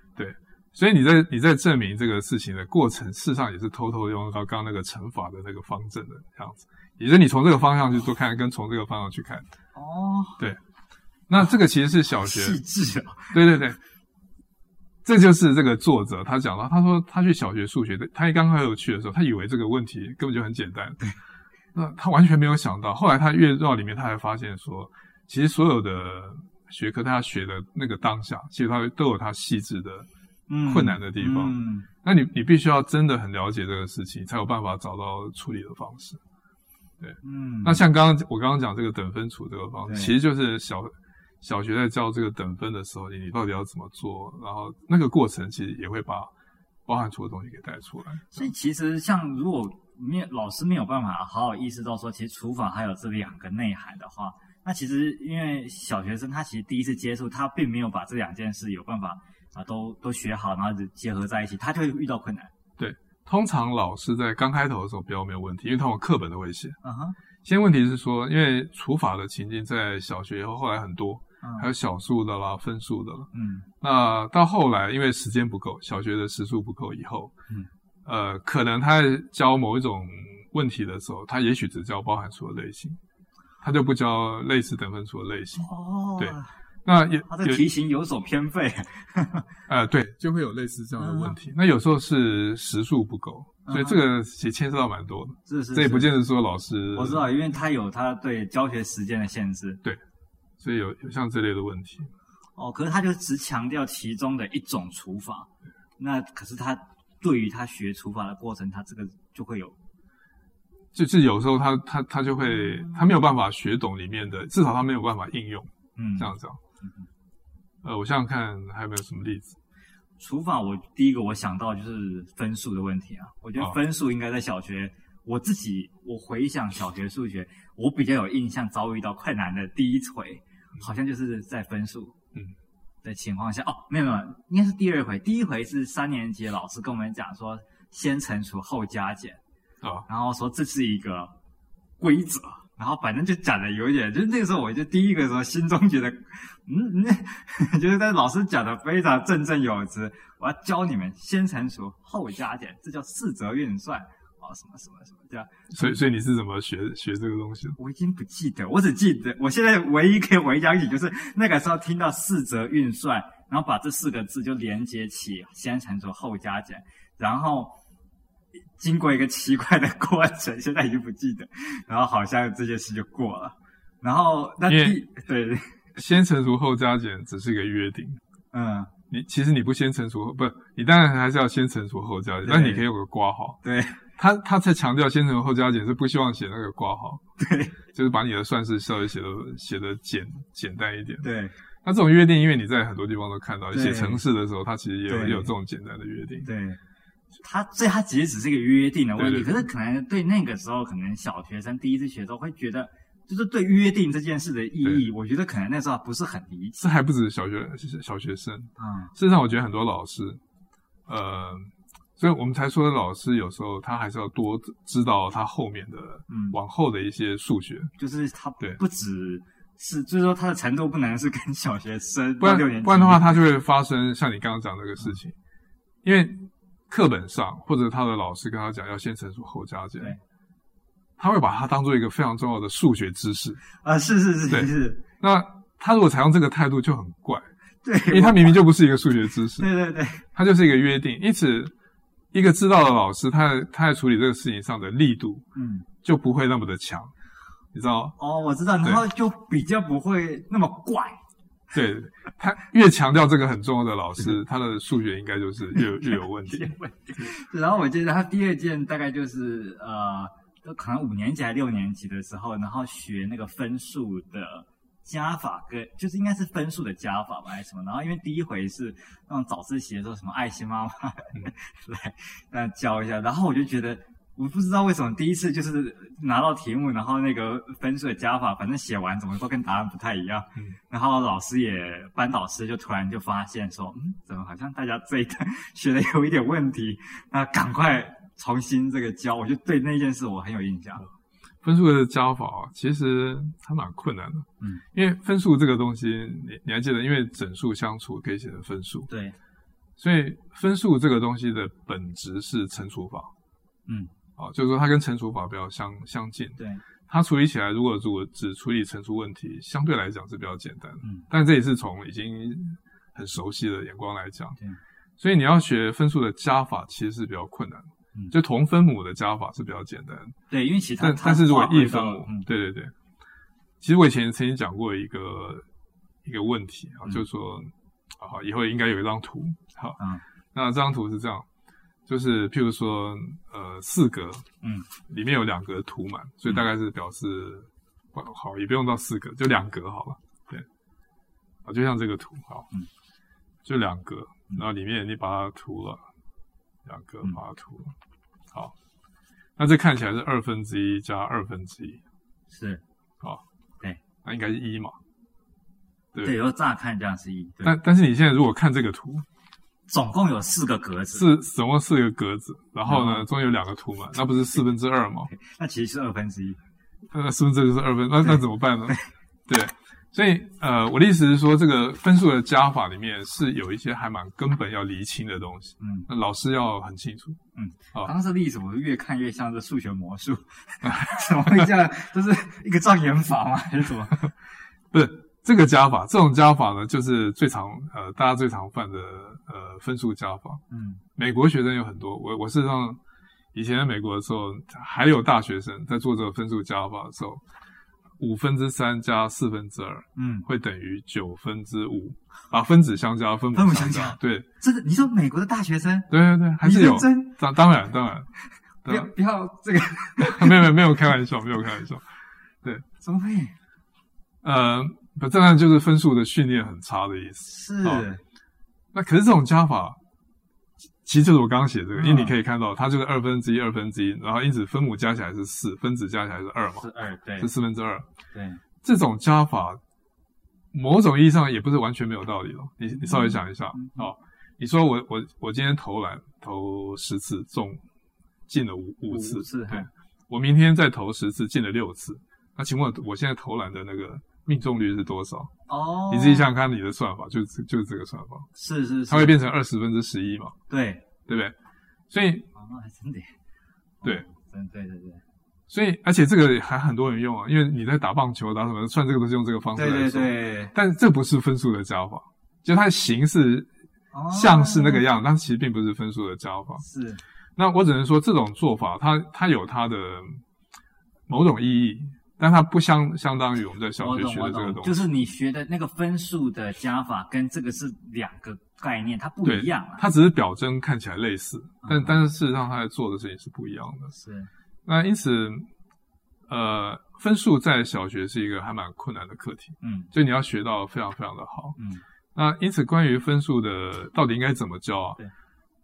B: 所以你在你在证明这个事情的过程，事实上也是偷偷用到刚刚那个乘法的那个方阵的这样子，也就是你从这个方向去做看，跟从这个方向去看。
A: 哦，
B: 那这个其实是小学，
A: 细致哦，
B: 对对对，这就是这个作者他讲到，他说他去小学数学的，他一刚开始去的时候，他以为这个问题根本就很简单，对，那他完全没有想到，后来他越绕里面，他还发现说，其实所有的学科他学的那个当下，其实他都有他细致的
A: 嗯，
B: 困难的地方。
A: 嗯，
B: 那你你必须要真的很了解这个事情，才有办法找到处理的方式。
A: 嗯
B: 那像刚刚我刚刚讲这个等分处这个方式，
A: 对
B: 其实就是小小学在教这个等分的时候，你你到底要怎么做，然后那个过程其实也会把包含出的东西给带出来。
A: 所以其实像如果没有老师没有办法好好意识到说，其实除法还有这两个内涵的话，那其实因为小学生他其实第一次接触，他并没有把这两件事有办法啊都都学好，然后结合在一起，他就会遇到困难。
B: 通常老师在刚开头的时候比较没有问题，因为他们课本都会写。
A: 嗯哼，
B: 现在问题是说，因为除法的情境在小学以后后来很多，还有
A: 嗯
B: 小数的啦、分数的啦。
A: 嗯
B: 那到后来，因为时间不够，小学的时数不够以后，
A: 嗯，
B: 呃，可能他在教某一种问题的时候，他也许只教包含数的类型，他就不教类似等分数的类型。
A: 哦
B: 呃对那也
A: 他的题型有所偏废。
B: 呃，对，就会有类似这样的问
A: 啊
B: 题。那有时候是时数不够，所以这个也牵涉到蛮多的。
A: 是是，
B: 这也不
A: 是
B: 见得说老师
A: 我知道，因为他有他对教学时间的限制
B: 所以有有像这类的问题。
A: 哦，可是他就只强调其中的一种除法，那可是他对于他学除法的过程，他这个就会有
B: 就是有时候他他他就会他没有办法学懂里面的，至少他没有办法应用
A: 嗯
B: 哦这样讲。呃，我想想看还有没有什么例子。
A: 除法我第一个我想到就是分数的问题啊，我觉得分数应该在小学，我自己我回想小学数学，我比较有印象遭遇到困难的第一回，好像就是在分数
B: 嗯
A: 的情况下，哦，没有没有，应该是第二回，第一回是三年级的老师跟我们讲说，先乘除后加减，
B: 啊，
A: 然后说这是一个规则，然后反正就讲的有一点，就是那个时候我就第一个时候心中觉得，嗯，嗯 就是但是老师讲的非常振振有词，我要教你们先乘除后加减，这叫四则运算哦，什么什么什么这样，
B: 所以所以你是怎么学学这个东西的？
A: 我已经不记得，我只记得我现在唯一可以回想起就是那个时候听到四则运算，然后把这四个字就连接起，先乘除后加减，然后经过一个奇怪的过程，现在已经不记得，然后好像这件事就过了。然后那
B: 因为
A: 第对，
B: 先乘除后加减只是一个约定，
A: 嗯，
B: 你其实你不先乘除，不，你当然还是要先乘除后加减，
A: 对
B: 但你可以有个括号。
A: 对
B: 他他在强调先乘除后加减是不希望写那个括号，对，就是把你的算式稍微写的写的简简单一点。
A: 对
B: 那这种约定，因为你在很多地方都看到，
A: 对
B: 写程式的时候，它其实也有
A: 对
B: 也有这种简单的约定。
A: 对，他所以他其实只是一个约定的问题，
B: 对对
A: 可是可能对那个时候，可能小学生第一次学的时候会觉得，就是对约定这件事的意义，我觉得可能那时候不是很理解
B: 这还不止小学小学生，
A: 啊、
B: 事实上我觉得很多老师，呃，所以我们才说老师有时候他还是要多知道他后面的
A: 嗯
B: 往后的一些数学，
A: 就是他不
B: 对
A: 不只是，就是说他的程度不能是跟小学生
B: 不
A: 到六年
B: 然
A: 级嗯
B: 不然的话，它就会发生像你刚刚讲这个事情，因为课本上或者他的老师跟他讲要先乘除后加减
A: 对，
B: 他会把它当做一个非常重要的数学知识。
A: 啊，是是是
B: 对
A: 是是，
B: 那他如果采用这个态度就很怪，
A: 对，
B: 因为他明明就不是一个数学知识
A: 我，对对对
B: 它就是一个约定。因此，一个知道的老师，他在他在处理这个事情上的力度
A: 嗯。
B: 就不会那么的强，你知道吗？
A: 哦，我知道，然后就比较不会那么怪，
B: 对他越强调这个很重要的老 师，他的数学应该就是越有越有问题。
A: 然后我记得他第二件大概就是呃，都可能五年级还六年级的时候，然后学那个分数的加法跟就是应该是分数的加法吧还是什么。然后因为第一回是那种早自习的时候，什么爱心妈妈 来那教一下，然后我就觉得。我不知道为什么第一次就是拿到题目，然后那个分数的加法，反正写完怎么都跟答案不太一样。
B: 嗯
A: 然后老师也班导师就突然就发现说，嗯，怎么好像大家这一段学的 有一点问题？那啊赶快重新这个教，我就对那件事我很有印象。
B: 分数的加法啊，其实还蛮困难的。
A: 嗯，
B: 因为分数这个东西，你你还记得，因为整数相除可以写成分数，
A: 对，
B: 所以分数这个东西的本质是乘除法。
A: 嗯，
B: 啊，就是说它跟乘除法比较相相近。
A: 对，
B: 它处理起来，如果如果只处理乘除问题，相对来讲是比较简单的。
A: 嗯，
B: 但这也是从已经很熟悉的眼光来讲。
A: 对，
B: 所以你要学分数的加法，其实是比较困难的。
A: 嗯
B: 就同分母的加法是比较简单的。
A: 对，因为其他
B: 但
A: 他
B: 但是如果
A: 划回
B: 一分
A: 到
B: 母，
A: 嗯，
B: 对对对，其实我以前曾经讲过一个一个问题啊，
A: 嗯
B: 就是说啊，以后应该有一张图，好，
A: 嗯
B: 那这张图是这样，就是譬如说呃四格，
A: 嗯，
B: 里面有两格涂满，所以大概是表示、不好，也不用到四格，就两格好了，对，啊，就像这个图，好，
A: 嗯，
B: 就两格，然后里面你把它涂了，两格
A: 嗯
B: 把它涂了，好。那这看起来是二分之一加二分之一，
A: 是
B: 那应该是一嘛？对
A: 对，又乍看这样是一，对，
B: 但但是你现在如果看这个图，
A: 总共有四个格子，
B: 是总共四个格子，然后呢，中间有两个图嘛，那不是四分之二吗？
A: 那其实是二分之一，
B: 那四分之二就是二分，那那怎么办呢？对，所以呃，我的意思是说，这个分数的加法里面是有一些还蛮根本要厘清的东西，
A: 嗯。
B: 那老师要很清楚。好
A: 当时例子我越看越像是数学魔术， 怎么会这样？这是一个障眼法吗？还是什么？
B: 不是这个加法，这种加法呢，就是最常呃大家最常犯的呃分数加法。
A: 嗯
B: 美国学生有很多，我我事实上以前在美国的时候，还有大学生在做这个分数加法的时候，五分之三加四分之二
A: 嗯，
B: 会等于九分之五，把分子相加，分母
A: 分母
B: 相
A: 相加
B: 对
A: 这个你说美国的大学生，
B: 对对对，还是
A: 你
B: 有
A: 认，真
B: 当当然当然，
A: 不
B: 当
A: 要不要这个
B: 然 没有没有没有开玩笑，没有开玩笑，
A: 怎么会
B: 呃，不，当然就是分数的训练很差的意思。
A: 是？
B: 好那可是这种加法，其实就是我刚刚写这
A: 嗯
B: 个，因为你可以看到它就是二分之一、二分之一，然后因子分母加起来是四，分子加起来是二嘛，
A: 是二对
B: 是四分之二。
A: 对，
B: 这种加法，某种意义上也不是完全没有道理哦。你你稍微想一下，
A: 嗯
B: 哦，你说我我我今天投篮投十次中，进了五五次，
A: 次
B: 对，我明天再投十次进了六次，那请问我现在投篮的那个命中率是多少？
A: 哦，
B: 你自己想想看，你的算法就是就是这个算法，
A: 是是
B: 它会
A: 是，
B: 变成二十分之十一嘛，
A: 对，
B: 对不对？所以
A: 哦，那还真得，
B: 对
A: 哦，真对对对，
B: 所以而且这个还很多人用啊，因为你在打棒球打什么，算这个都是用这个方式来
A: 对
B: 算。
A: 对对，哦
B: 但这不是分数的加法，就它的形式
A: 哦
B: 像是那个样，但其实并不是分数的加法。
A: 是，
B: 那我只能说这种做法，它它有它的某种意义，但它不相相当于我们在小
A: 我
B: 学
A: 懂
B: 学
A: 我
B: 的这个
A: 懂，
B: 东
A: 就
B: 西。
A: 是你学的那个分数的加法跟这个是两个概念，它不
B: 对
A: 一样啊，
B: 它只是表征看起来类似，但
A: 嗯
B: 但是事实上它在做的事情是不一样的。
A: 是
B: 那因此，呃，分数在小学是一个还蛮困难的课题，
A: 嗯
B: 就你要学到非常非常的好。
A: 嗯
B: 那因此，关于分数的到底应该怎么教啊
A: 对？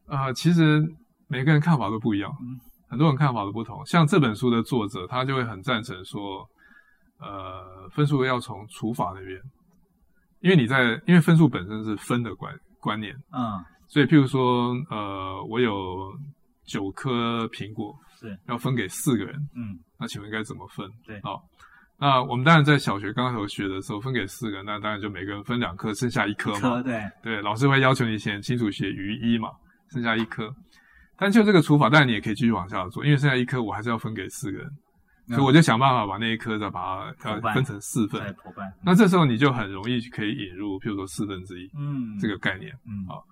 B: 啊、其实每个人看法都不一样，
A: 嗯
B: 很多人看法都不同。像这本书的作者，他就会很赞成说，呃，分数要从除法那边，因为你在，因为分数本身是分的观观念，
A: 嗯
B: 所以譬如说，呃，我有九颗苹果，
A: 是
B: 要分给四个人，
A: 嗯
B: 那请问应该怎么分？
A: 对
B: 好、那我们当然在小学刚开始学的时候，分给四个，那当然就每个人分两颗，剩下一颗嘛。
A: 科对
B: 对，老师会要求你写清楚写余一嘛，剩下一颗。但就这个除法，当然你也可以继续往下做，因为剩下一颗我还是要分给四个人，所以我就想办法把那一颗再把它
A: 伙
B: 呃
A: 伴
B: 分成四
A: 对
B: 份。
A: 伙伴，
B: 那这时候你就很容易可以引入，譬如说四分之一
A: 嗯
B: 这个概念。
A: 嗯
B: 好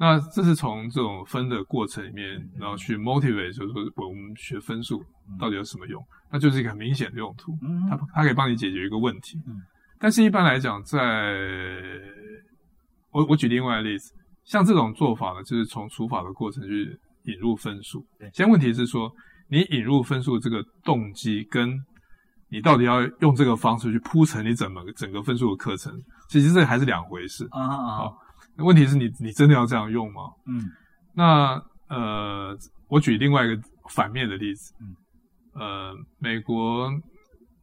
B: 那这是从这种分的过程里面
A: 嗯，
B: 然后去 motivate，就是说我们学分数
A: 嗯
B: 到底有什么用？那就是一个很明显的用途。
A: 嗯
B: 它它可以帮你解决一个问题。
A: 嗯
B: 但是一般来讲，在我我举另外的例子，像这种做法呢，就是从除法的过程去引入分数
A: 对。
B: 现在问题是说，你引入分数这个动机跟你到底要用这个方式去铺陈你整个整个分数的课程，其实这还是两回事。
A: 啊啊啊
B: 好那问题是你你真的要这样用吗？
A: 嗯
B: 那呃，我举另外一个反面的例子，
A: 嗯
B: 呃，美国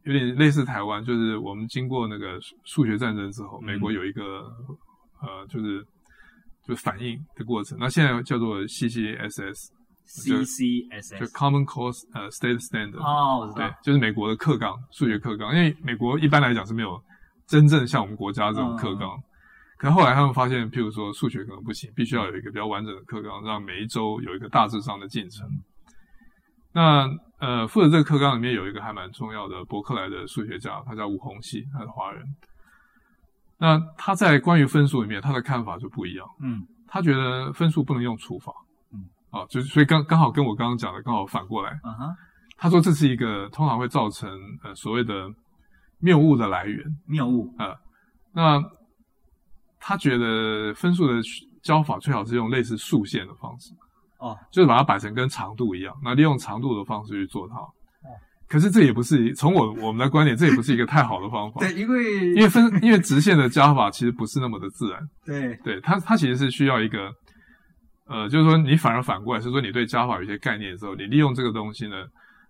B: 有点类似台湾，就是我们经过那个数数学战争之后，
A: 嗯
B: 美国有一个、呃，就是就是反应的过程。那现在叫做 CCSS，就
A: ，C C S
B: 就
A: S
B: Common Core 呃 State Standard，、
A: 哦我知
B: 对
A: 道，，
B: 就是美国的课纲，数学课纲。因为美国一般来讲是没有真正像我们国家这种课纲，可后来他们发现，譬如说数学可能不行，必须要有一个比较完整的课纲，让每一周有一个大致上的进程。那呃，负责这个课纲里面有一个还蛮重要的伯克莱的数学家，他叫吴洪熙，他是华人。那他在关于分数里面，他的看法就不一样。
A: 嗯
B: 他觉得分数不能用除法，
A: 嗯，
B: 啊，就是所以刚刚好跟我刚刚讲的刚好反过来，
A: 啊哈，
B: 他说这是一个通常会造成呃所谓的谬误的来源。
A: 谬误
B: 那他觉得分数的教法最好是用类似竖线的方式，
A: 哦
B: 就是把它摆成跟长度一样，那利用长度的方式去做它。可是这也不是从我我们的观点，这也不是一个太好的方法。
A: 对，，因为
B: 因为分因为直线的加法其实不是那么的自然，
A: 对
B: 对它它其实是需要一个，呃，就是说你反而反过来是说你对加法有一些概念的时候，你利用这个东西呢，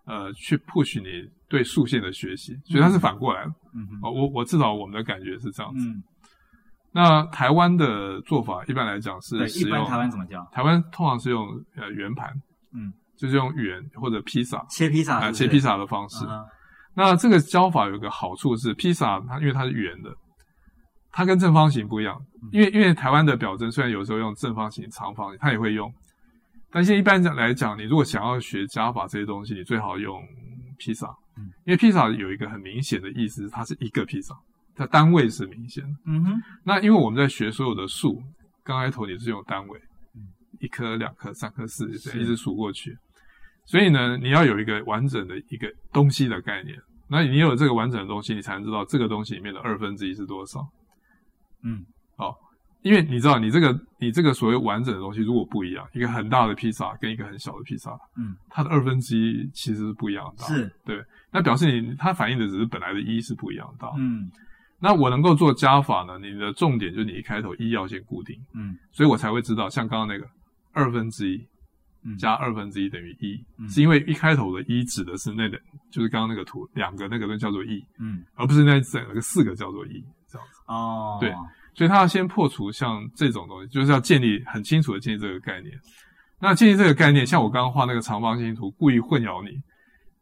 B: 呃，去 push 你对竖线的学习，所以它是反过来的。
A: 嗯哼
B: 哦，我我至少我们的感觉是这样子。
A: 嗯
B: 那台湾的做法一般来讲是
A: 对，
B: 使
A: 一
B: 用
A: 般台湾怎么叫
B: 台湾通常是用呃圆盘，
A: 嗯，
B: 就是用圆或者披萨
A: 切披萨是
B: 啊
A: 不
B: 切
A: 是
B: 披萨的方式。
A: 啊哈
B: 那这个教法有个好处是，披萨它因为它是圆的，它跟正方形不一样。因为因为台湾的表征虽然有时候用正方形、长方形，它也会用，但是一般来讲，你如果想要学加法这些东西，你最好用披萨
A: 嗯，
B: 因为披萨有一个很明显的意思，它是一个披萨，它单位是明显的。
A: 嗯哼
B: 那因为我们在学所有的数，刚开头你是用单位
A: 嗯，
B: 一颗、两颗、三颗、四，这
A: 是
B: 样一直数过去。所以呢，你要有一个完整的一个东西的概念。那你有这个完整的东西，你才能知道这个东西里面的二分之一是多少。
A: 嗯，
B: 好，因为你知道，你这个你这个所谓完整的东西如果不一样，一个很大的披萨跟一个很小的披萨，
A: 嗯，
B: 它的二分之一其实是不一样的大。
A: 是
B: 那表示你它反映的只是本来的一是不一样的大。
A: 嗯
B: 那我能够做加法呢？你的重点就是你一开头一要先固定，
A: 嗯
B: 所以我才会知道，像刚刚那个二分之一
A: 嗯
B: 加二分之一等于一、
A: 嗯
B: 是因为一开头的一指的是那两，就是刚刚那个图两个那个都叫做一，
A: 嗯
B: 而不是那整个四个叫做一这样子。
A: 哦，
B: 对所以它要先破除像这种东西，就是要建立很清楚的建立这个概念。那建立这个概念，像我刚刚画那个长方形图，故意混淆你，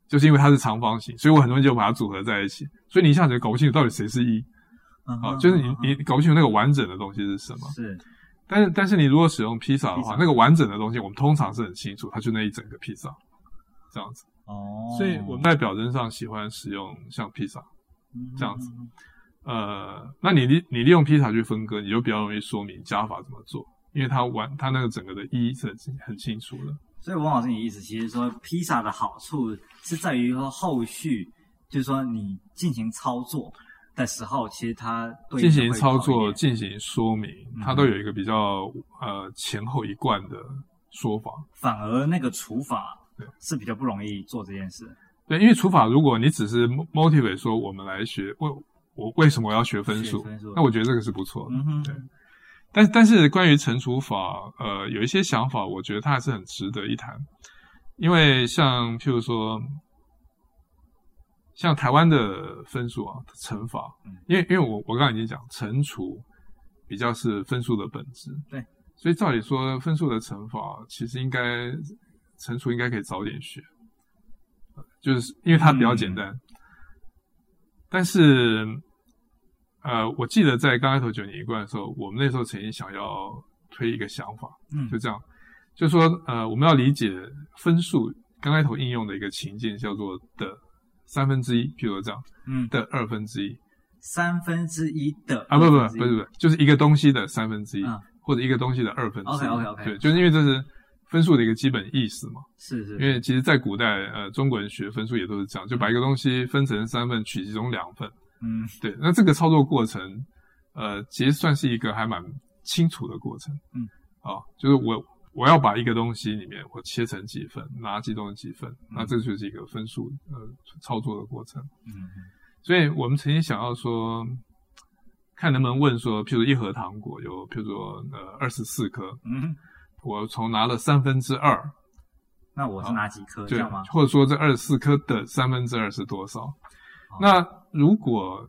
B: 就是因为它是长方形，所以我很容易就把它组合在一起，所以你一下子就搞不清楚到底谁是一
A: 嗯
B: 啊，
A: 哼
B: 就是你
A: 嗯哼
B: 你搞不清楚那个完整的东西是什么。
A: 是
B: 但是但是你如果使用披萨的话，
A: 披萨
B: 那个完整的东西我们通常是很清楚，它就那一整个披萨这样子。
A: 哦，
B: 所以我们在表征上喜欢使用像披萨，这样子
A: 嗯，
B: 呃，那你利你利用披萨去分割，你就比较容易说明加法怎么做，因为它完它那个整个的一是很清很清楚的。
A: 所以王老师，你的意思其实说，披萨的好处是在于说后续，就是说你进行操作的时候，其实它对应
B: 进
A: 的
B: 行
A: 会嗯
B: 操
A: 好
B: 作、
A: 一点
B: 进行说明，它都有一个比较呃前后一贯的说法。
A: 反而那个除法
B: 对
A: 是比较不容易做这件事。
B: 对，因为除法，如果你只是 mo- motivate 说我们来学为我为什么我要学分数
A: 学分数，
B: 那我觉得这个是不错的。
A: 嗯哼，
B: 对但但是关于乘除法，呃，有一些想法，我觉得它还是很值得一谈，因为像譬如说，像台湾的分数啊，乘法
A: 嗯，
B: 因为因为我我刚刚已经讲乘除比较是分数的本质，
A: 对，
B: 所以照理说分数的乘法其实应该乘除应该可以早点学，就是因为它比较
A: 嗯
B: 简单，但是呃，我记得在刚开头九年一贯的时候，我们那时候曾经想要推一个想法，
A: 嗯
B: 就这样，就说呃，我们要理解分数刚开头应用的一个情境叫做的三分之一，譬如说这样
A: 嗯，
B: 的二分之一
A: 三分之一的
B: 啊，不不
A: 二分之一
B: 不是不是，就是一个东西的三分之一
A: 嗯
B: 或者一个东西的二分之一
A: OK，OK，OK
B: 对，就是因为这是分数的一个基本意思嘛。
A: 是是
B: 因为其实，在古代，呃，中国人学分数也都是这样，就把一个东西分成三份，取其中两份。
A: 嗯
B: 对，那这个操作过程，呃，其实算是一个还蛮清楚的过程。
A: 嗯，
B: 啊，就是我我要把一个东西里面我切成几份，拿几种几份，那这就是一个分数呃操作的过程。
A: 嗯
B: 所以我们曾经想要说，看能不能问说，譬如一盒糖果有，譬如说呃二十四颗，
A: 嗯，
B: 我从拿了三分之二，
A: 那我是哪几颗这
B: 对
A: 样吗，？
B: 或者说这二十四颗的三分之二是多少？
A: 哦
B: 那如果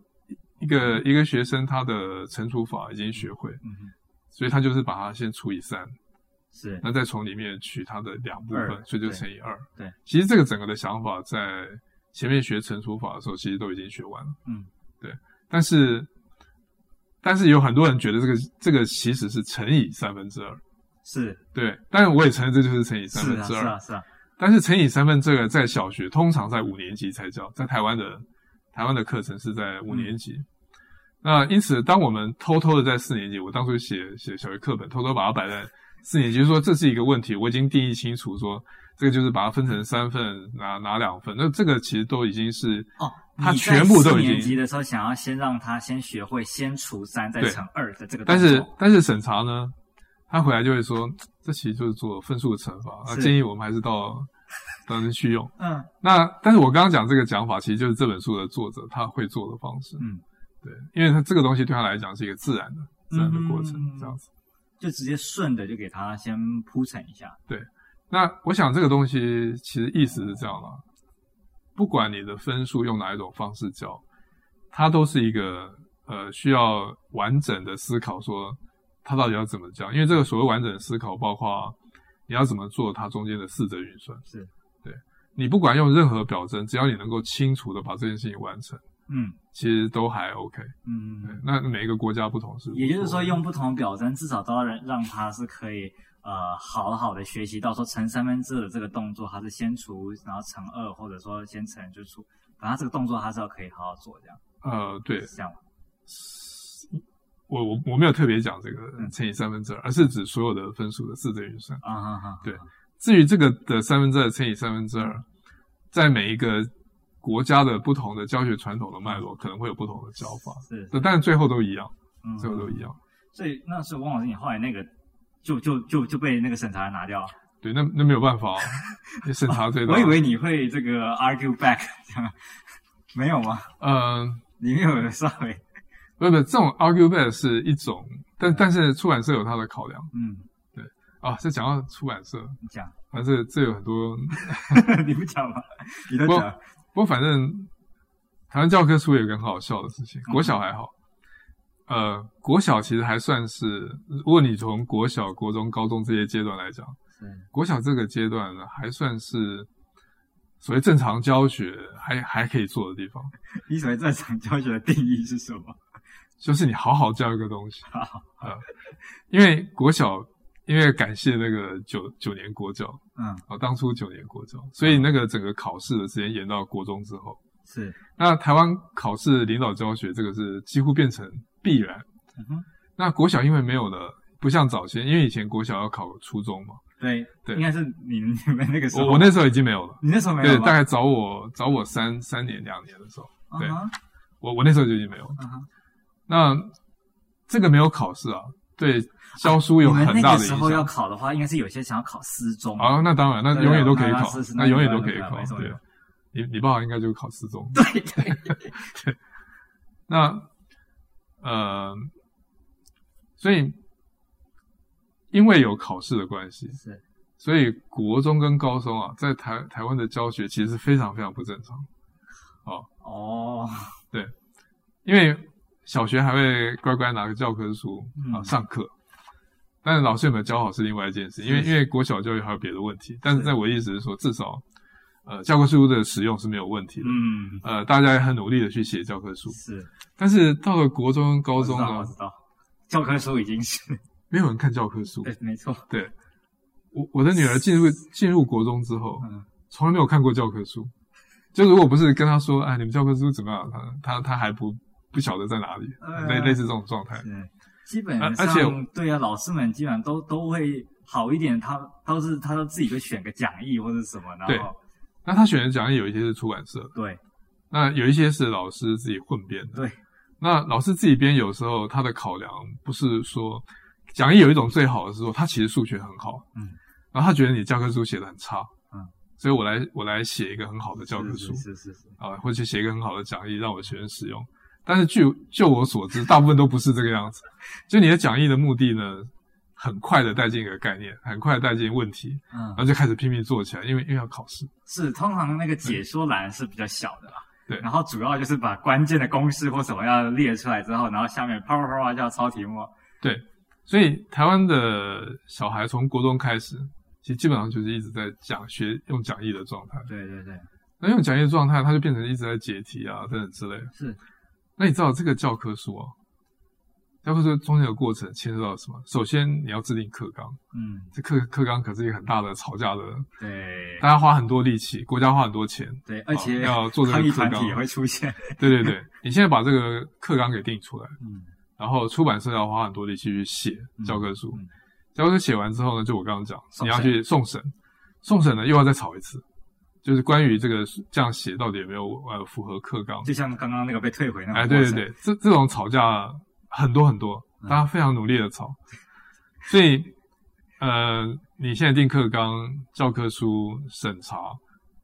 B: 一个一个学生他的乘除法已经学会，
A: 嗯哼，
B: 所以他就是把它先除以三，
A: 是
B: 那再从里面取它的两部分
A: 二，
B: 所以就乘以二。
A: 对，
B: 其实这个整个的想法在前面学乘除法的时候，其实都已经学完了。
A: 嗯，
B: 对。但是，但是有很多人觉得这个这个其实是乘以三分之二。
A: 是
B: 对，但是我也承认这就是乘以三
A: 是
B: 分
A: 啊
B: 之
A: 是
B: 二。
A: 啊是啊，
B: 但是乘以三分这个在小学通常在五年级才教，在台湾的台湾的课程是在五年级。那因此，当我们偷偷的在四年级，我当初写写小学课本，偷偷把它摆在四年级，就是说这是一个问题，我已经定义清楚说，这个就是把它分成三份，拿拿两份。那这个其实都已经是
A: 哦，
B: 它
A: 你
B: 全部都
A: 在四
B: 已
A: 年级
B: 经，
A: 的时候，想要先让他先学会先除三再
B: 对
A: 乘二的这个动
B: 但
A: 作，
B: 是但是审查呢，他回来就会说，这其实就是做分数的惩罚，那
A: 是
B: 建议我们还是到到那去用。
A: 嗯
B: 那但是我刚刚讲这个讲法，其实就是这本书的作者他会做的方式。
A: 嗯，
B: 对，因为他这个东西对他来讲是一个自然的、自然的过程，
A: 嗯
B: 这样子。
A: 就直接顺着就给他先铺陈一下，
B: 那我想这个东西其实意思是这样啦，不管你的分数用哪一种方式教，它都是一个呃需要完整的思考，说它到底要怎么教。因为这个所谓完整的思考，包括你要怎么做它中间的四则运算。
A: 是，
B: 对，你不管用任何表征，只要你能够清楚的把这件事情完成。
A: 嗯
B: 其实都还 OK。对
A: 嗯，，
B: 那每一个国家不同是，
A: 也就是说，用不同的表征，至少都要让让他是可以呃好好的学习到说乘三分之二的这个动作，他是先除然后乘二，或者说先乘就除，反正这个动作他是要可以好好做这样，
B: 呃，对
A: 是这样吗
B: 我我我没有特别讲这个
A: 嗯
B: 乘以三分之二，而是指所有的分数的四则运算。
A: 啊哈哈，
B: 对至于这个的三分之二乘以三分之
A: 嗯
B: 二，在每一个国家的不同的教学传统的脉络，可能会有不同的教法，
A: 是，
B: 但但最后都一样，
A: 嗯
B: 最后都一样。
A: 所以那时候汪老师，你后来那个就就就就被那个审查拿掉了，
B: 对，那那没有办法、 哦，你审查最大。
A: 我以为你会这个 argue back，这 样没有吗？
B: 呃，
A: 里面有稍微，
B: 不不，这种 argue back 是一种，但但是出版社有它的考量。
A: 嗯
B: 啊，这讲到出版社，
A: 你讲，
B: 啊，这这有很多，
A: 你不讲吗？你都
B: 不过
A: 讲，
B: 不过反正台湾教科书有一个很好笑的事情，国小还好，呃，国小其实还算是，如果你从国小、国中、高中这些阶段来讲，
A: 是
B: 国小这个阶段呢，还算是所谓正常教学还还可以做的地方，
A: 你所谓正常教学的定义是什么？
B: 就是你好好教一个东西
A: 好
B: 呃，因为国小，因为感谢那个九九年国教，
A: 嗯，
B: 哦，当初九年国教，所以那个整个考试的时间延到国中之后，
A: 是，
B: 那台湾考试领导教学这个是几乎变成必然。
A: 嗯哼，
B: 那国小因为没有了，不像早先，因为以前国小要考初中嘛，
A: 对，
B: 对
A: 应该是你你们那个时候，
B: 我我那时候已经没有了，
A: 你那时啊候没
B: 对
A: 有，吗
B: 大概早我早我三三年两年的时候，对
A: 嗯哼
B: 我我那时候就已经没有了。
A: 嗯哼
B: 那这个没有考试啊，对教书有
A: 你们
B: 很
A: 那
B: 大
A: 个
B: 的
A: 时
B: 影响。
A: 候要考的话，应该是有些想要考私中，
B: 啊，那当然，那永远都可以考
A: 对对，
B: 那
A: 那
B: 永远都可以
A: 那
B: 考
A: 没。错
B: 对
A: 没错，
B: 你你爸爸应该 就是考四中。
A: 对对，
B: 那呃，所以因为有考试的关系，
A: 是
B: 所以国中跟高中啊，在台台湾的教学其实是非常非常不正常。
A: 哦，
B: 因为小学还会乖乖拿个教科书啊、
A: 嗯
B: 上课，但是老师有没有教好是另外一件事，因为
A: 是
B: 因为国小教育还有别的问题。但是
A: 是
B: 在我的意思是说，至少呃教科书的使用是没有问题的。
A: 嗯，
B: 呃，大家也很努力的去写教科书，
A: 是
B: 但是到了国中、高中
A: 我知道，我
B: 呢，
A: 知道，教科书已经是，
B: 没有人看教科书。
A: 对，没错，
B: 我我的女 儿进入进入国中之后，
A: 嗯，
B: 从来没有看过教科书。就如果不是跟她说，哎，你们教科书怎么样？她她她还不不晓得在哪里，
A: 呃
B: 类类似这种状态。
A: 是，基本
B: 啊
A: 上，
B: 而且
A: 对啊，老师们基本上都都会好一点，他他都是他都自己会选个讲义或者什么，
B: 对
A: 然后
B: 那她选的讲义有一些是出版社的，
A: 对
B: 那有一些是老师自己混编的。
A: 对，
B: 那老师自己编，有时候他的考量不是说讲义有一种最好的是说他其实数学很好，
A: 嗯，
B: 然后他觉得你教科书写的很差，
A: 嗯，
B: 所以我来我来写一个很好的教科书
A: 是是是是，
B: 啊，或者写一个很好的讲义让我学生使用。但是据就我所知，大部分都不是这个样子。就你的讲义的目的呢，很快的带进一个概念，很快地带进问题，
A: 嗯
B: 然，后就开始拼命做起来，因为因为要考试。
A: 是通常那个解说栏是比较小的啦。
B: 对
A: 然后主要就是把关键的公式或什么要列出来之后，然后下面啪啪啪啪就要抄题目。
B: 对，所以台湾的小孩从国中开始，其实基本上就是一直在讲学用讲义的状态。
A: 对对对，
B: 那用讲义的状态，他就变成一直在解题啊等等之类的。
A: 是
B: 那你知道这个教科书啊，教科书中间的过程牵涉到什么？首先你要制定课纲，
A: 嗯，
B: 这课课纲可是一个很大的吵架的，
A: 对
B: 大家花很多力气，国家花很多钱。
A: 对，而且
B: 哦要做这个
A: 抗议
B: 课纲
A: 团体也会出现。
B: 对对 对，你现在把这个课纲给定出来，
A: 嗯，
B: 然后出版社要花很多力气去写教科书，
A: 嗯嗯
B: 教科书写完之后呢，就我刚刚讲，
A: 送
B: 你
A: 审
B: 要去送审，送审呢又要再吵一次，就是关于这个这样写到底有没有呃符合课纲？
A: 就像刚刚那个被退回那个
B: 哎，对
A: 过
B: 对
A: 程
B: 对，这这种吵架很多很多，
A: 嗯
B: 大家非常努力的吵，所以呃，你现在定课纲、教科书审查，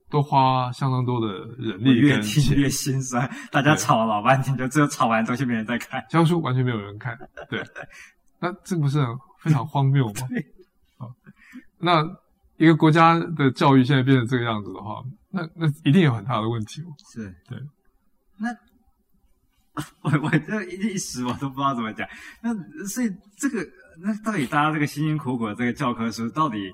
B: 都花相当多的人
A: 我
B: 力
A: 越
B: 跟
A: 听
B: 钱，
A: 越心酸，大家
B: 对
A: 吵了老半天，就最后吵完之后就没人再看。
B: 教科书完全没有人看， 对，那这不是很非常荒谬吗？啊，那一个国家的教育现在变成这个样子的话，那那一定有很大的问题哦。
A: 是，
B: 对。
A: 那我我这一时我都不知道怎么讲。那所以这个那到底大家这个辛辛苦苦的这个教科书，到底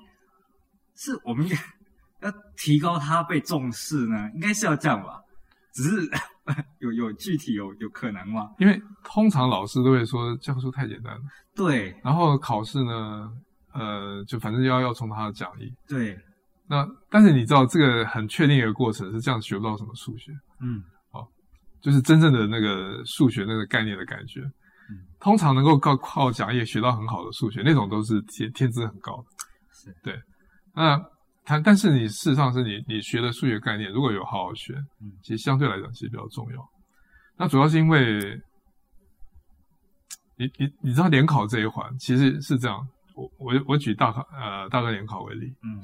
A: 是我们应该要提高它被重视呢？应该是要这样吧？只是 有有具体有有可能吗？
B: 因为通常老师都会说教科书太简单了，
A: 对
B: 然后考试呢，呃，就反正要要从他的讲义。
A: 对，
B: 那但是你知道这个很确定一个过程是这样学不到什么数学，
A: 嗯，
B: 就是真正的那个数学那个概念的感觉。
A: 嗯
B: 通常能够靠靠讲义学到很好的数学，那种都是天天资很高的。
A: 是
B: 对，那它但是你事实上是你你学的数学概念，如果有好好学，
A: 嗯
B: 其实相对来讲其实比较重要。那主要是因为，你你你知道联考这一环其实是这样，我我我举大考呃大专联考为例，
A: 嗯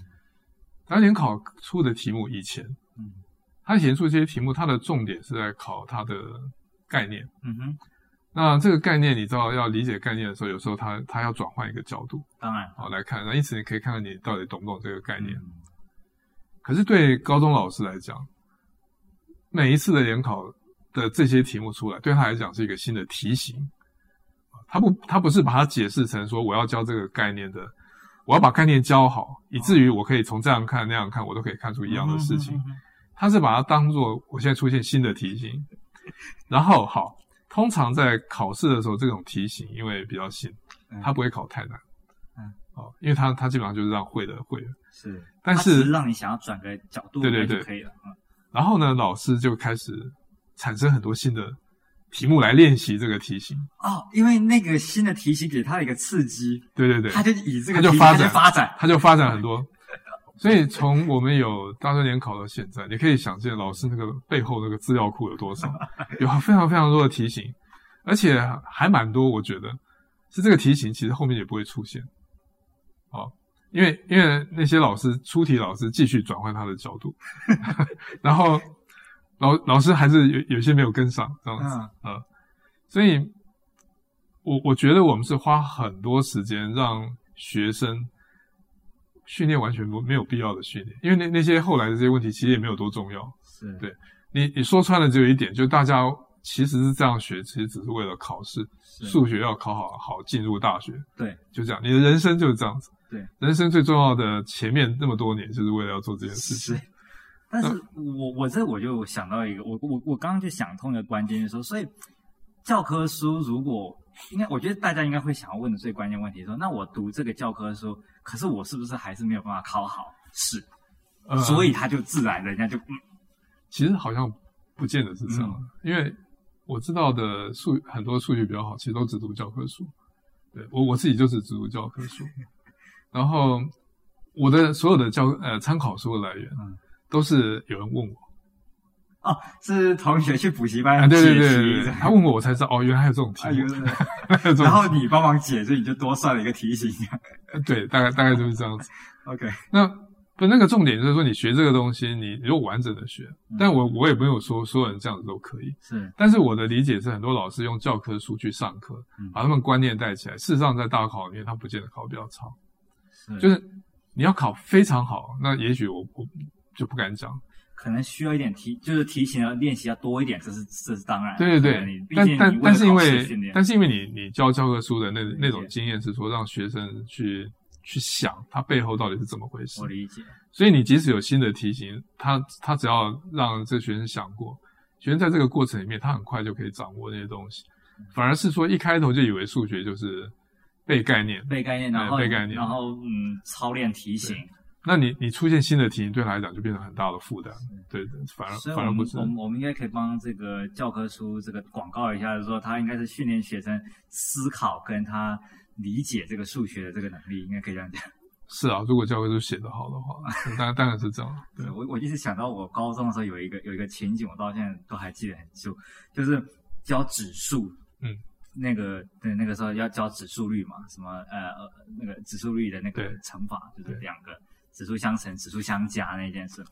B: 大专联考出的题目以前，
A: 嗯
B: 它以前出这些题目，它的重点是在考它的概念。
A: 嗯哼，
B: 那这个概念，你知道要理解概念的时候，有时候它它要转换一个角度，
A: 当然，
B: 好来看。那因此你可以看看你到底懂不懂这个概
A: 嗯
B: 念。可是对高中老师来讲，每一次的联考的这些题目出来，对他来讲是一个新的题型。他不，他不是把它解释成说我要教这个概念的，我要把概念教好，以至于我可以从这样看那样看，我都可以看出一样的事
A: 嗯
B: 情。他是把它当做我现在出现新的题型，然后好，通常在考试的时候，这种题型因为比较新，他不会考太难。
A: 嗯，
B: 哦，因为他他基本上就是让会的会的。
A: 是，
B: 但
A: 它只
B: 是
A: 是让你想要转个角度，
B: 对对对
A: 就可以了。嗯
B: 然后呢，老师就开始产生很多新的题目来练习这个题型。
A: 哦，因为那个新的题型给他一个刺激，
B: 对对对，
A: 他就以这个
B: 他就
A: 题
B: 发
A: 他就
B: 展
A: 发展，
B: 他就发展很多。所以从我们有大专联考到现在，你可以想见老师那个背后那个资料库有多少，有非常非常多的题型，而且还蛮多。我觉得是这个题型其实后面也不会出现，哦，因为因为那些老师出题老师继续转换他的角度， 然后老老师还是有有些没有跟上这样子。
A: 嗯，
B: 所以，我我觉得我们是花很多时间让学生训练完全不没有必要的训练，因为那那些后来的这些问题其实也没有多重要。
A: 是
B: 对你你说穿了只有一点，就是大家其实是这样学，其实只是为了考试，
A: 是
B: 数学要考好好进入大学，
A: 对，
B: 就这样。你的人生就是这样子。
A: 对，
B: 人生最重要的前面那么多年就是为了要做这件事情
A: 是。。但是
B: 嗯
A: 我我这我就想到一个，我我我刚刚就想通一个关键，就是说，所以教科书如果应该，我觉得大家应该会想要问的最关键问题是说，那我读这个教科书，可是我是不是还是没有办法考好试？
B: 呃
A: 所以他就自然人家就嗯
B: 其实好像不见得是这样，因为我知道的数很多数学比较好，其实都只读教科书。对我我自己就是只读教科 书，然后我的所有的教呃参考书的来源，
A: 嗯
B: 都是有人问我，
A: 哦，是同学去补习班
B: 啊对对
A: 哎解
B: 对
A: 题
B: 对
A: 这
B: 对，
A: 样
B: 他问我我才知道哦，原来还有这种题
A: 哎
B: 目
A: 呦，，
B: 还有这种
A: 然后
B: 题
A: 你帮忙解，所以你就多算了一个题 型。这样
B: 目 对，大概大概就是 这样子。
A: OK，
B: 那不那个重点就是说，你学这个东西，你如果完整的学，
A: 嗯
B: 但我我也没有说所有人这样子都可以，
A: 是
B: 但是我的理解是，很多老师用教科书去上课，
A: 嗯
B: 把他们观念带起来。事实上，在大考里面，他不见得考比较差，
A: 是，
B: 就是你要考非常好，那也许我我就不敢讲。
A: 可能需要一点提，就是提醒要练习要多一点，这是 这是当然。
B: 对
A: 可
B: 对
A: 哎能你
B: 对，
A: 毕
B: 但
A: 竟你
B: 但
A: 为
B: 但
A: 了
B: 是因
A: 考试
B: 为
A: 训练
B: 但是因为你你教教科书的那那种
A: 理解
B: 经验是说，让学生去去想它背后到底是怎么回事
A: 我。理解，
B: 所以你即使有新的题型，他他只要让这学生想过，学生在这个过程里面，他很快就可以掌握那些东西。反而是说一开头就以为数学就是背概念，
A: 背概念，然
B: 对
A: 后
B: 背概念
A: 然后嗯，操练题型。
B: 那你你出现新的题型，对他来讲就变成很大的负担。对，对反而
A: 所以
B: 反
A: 我
B: 而不
A: 们
B: 是
A: 我。们我们应该可以帮这个教科书这个广告一下，就是说它应该是训练学生思考跟他理解这个数学的这个能力，应该可以这样讲。
B: 是啊，如果教科书写得好的话， 当然当然是这样。对
A: 对，我我一直想到我高中的时候有一个有一个情景，我到现在都还记得很清楚，就是教指数，
B: 嗯，
A: 那个对那个时候要教指数率嘛，什么呃呃那个指数率的那个
B: 对
A: 乘法，就是
B: 对
A: 两个指数相乘、指数相加那件事。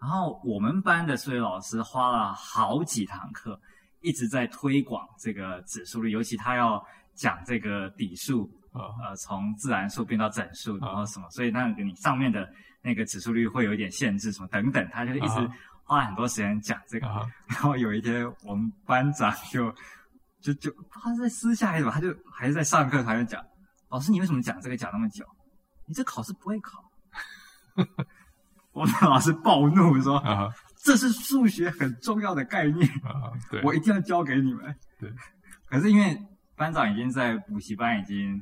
A: 然后我们班的数学老师花了好几堂课，一直在推广这个指数率，尤其他要讲这个底数，
B: 啊，
A: 呃，从自然数变到整数，
B: 啊
A: 然后什么，所以那个你上面的那个指数率会有一点限制，什么等等，他就一直
B: 啊
A: 花很多时间讲这个。
B: 啊
A: 然后有一天，我们班长就就就他在私下还是什么，他就还是在上课，他就讲，老师你为什么讲这个讲那么久？你这考试不会 考。我们老师暴怒说
B: 啊：“
A: 这是数学很重要的概念。”
B: 啊！对，
A: 我一定要交给你们。
B: 对，
A: 可是因为班长已经在补习班已经。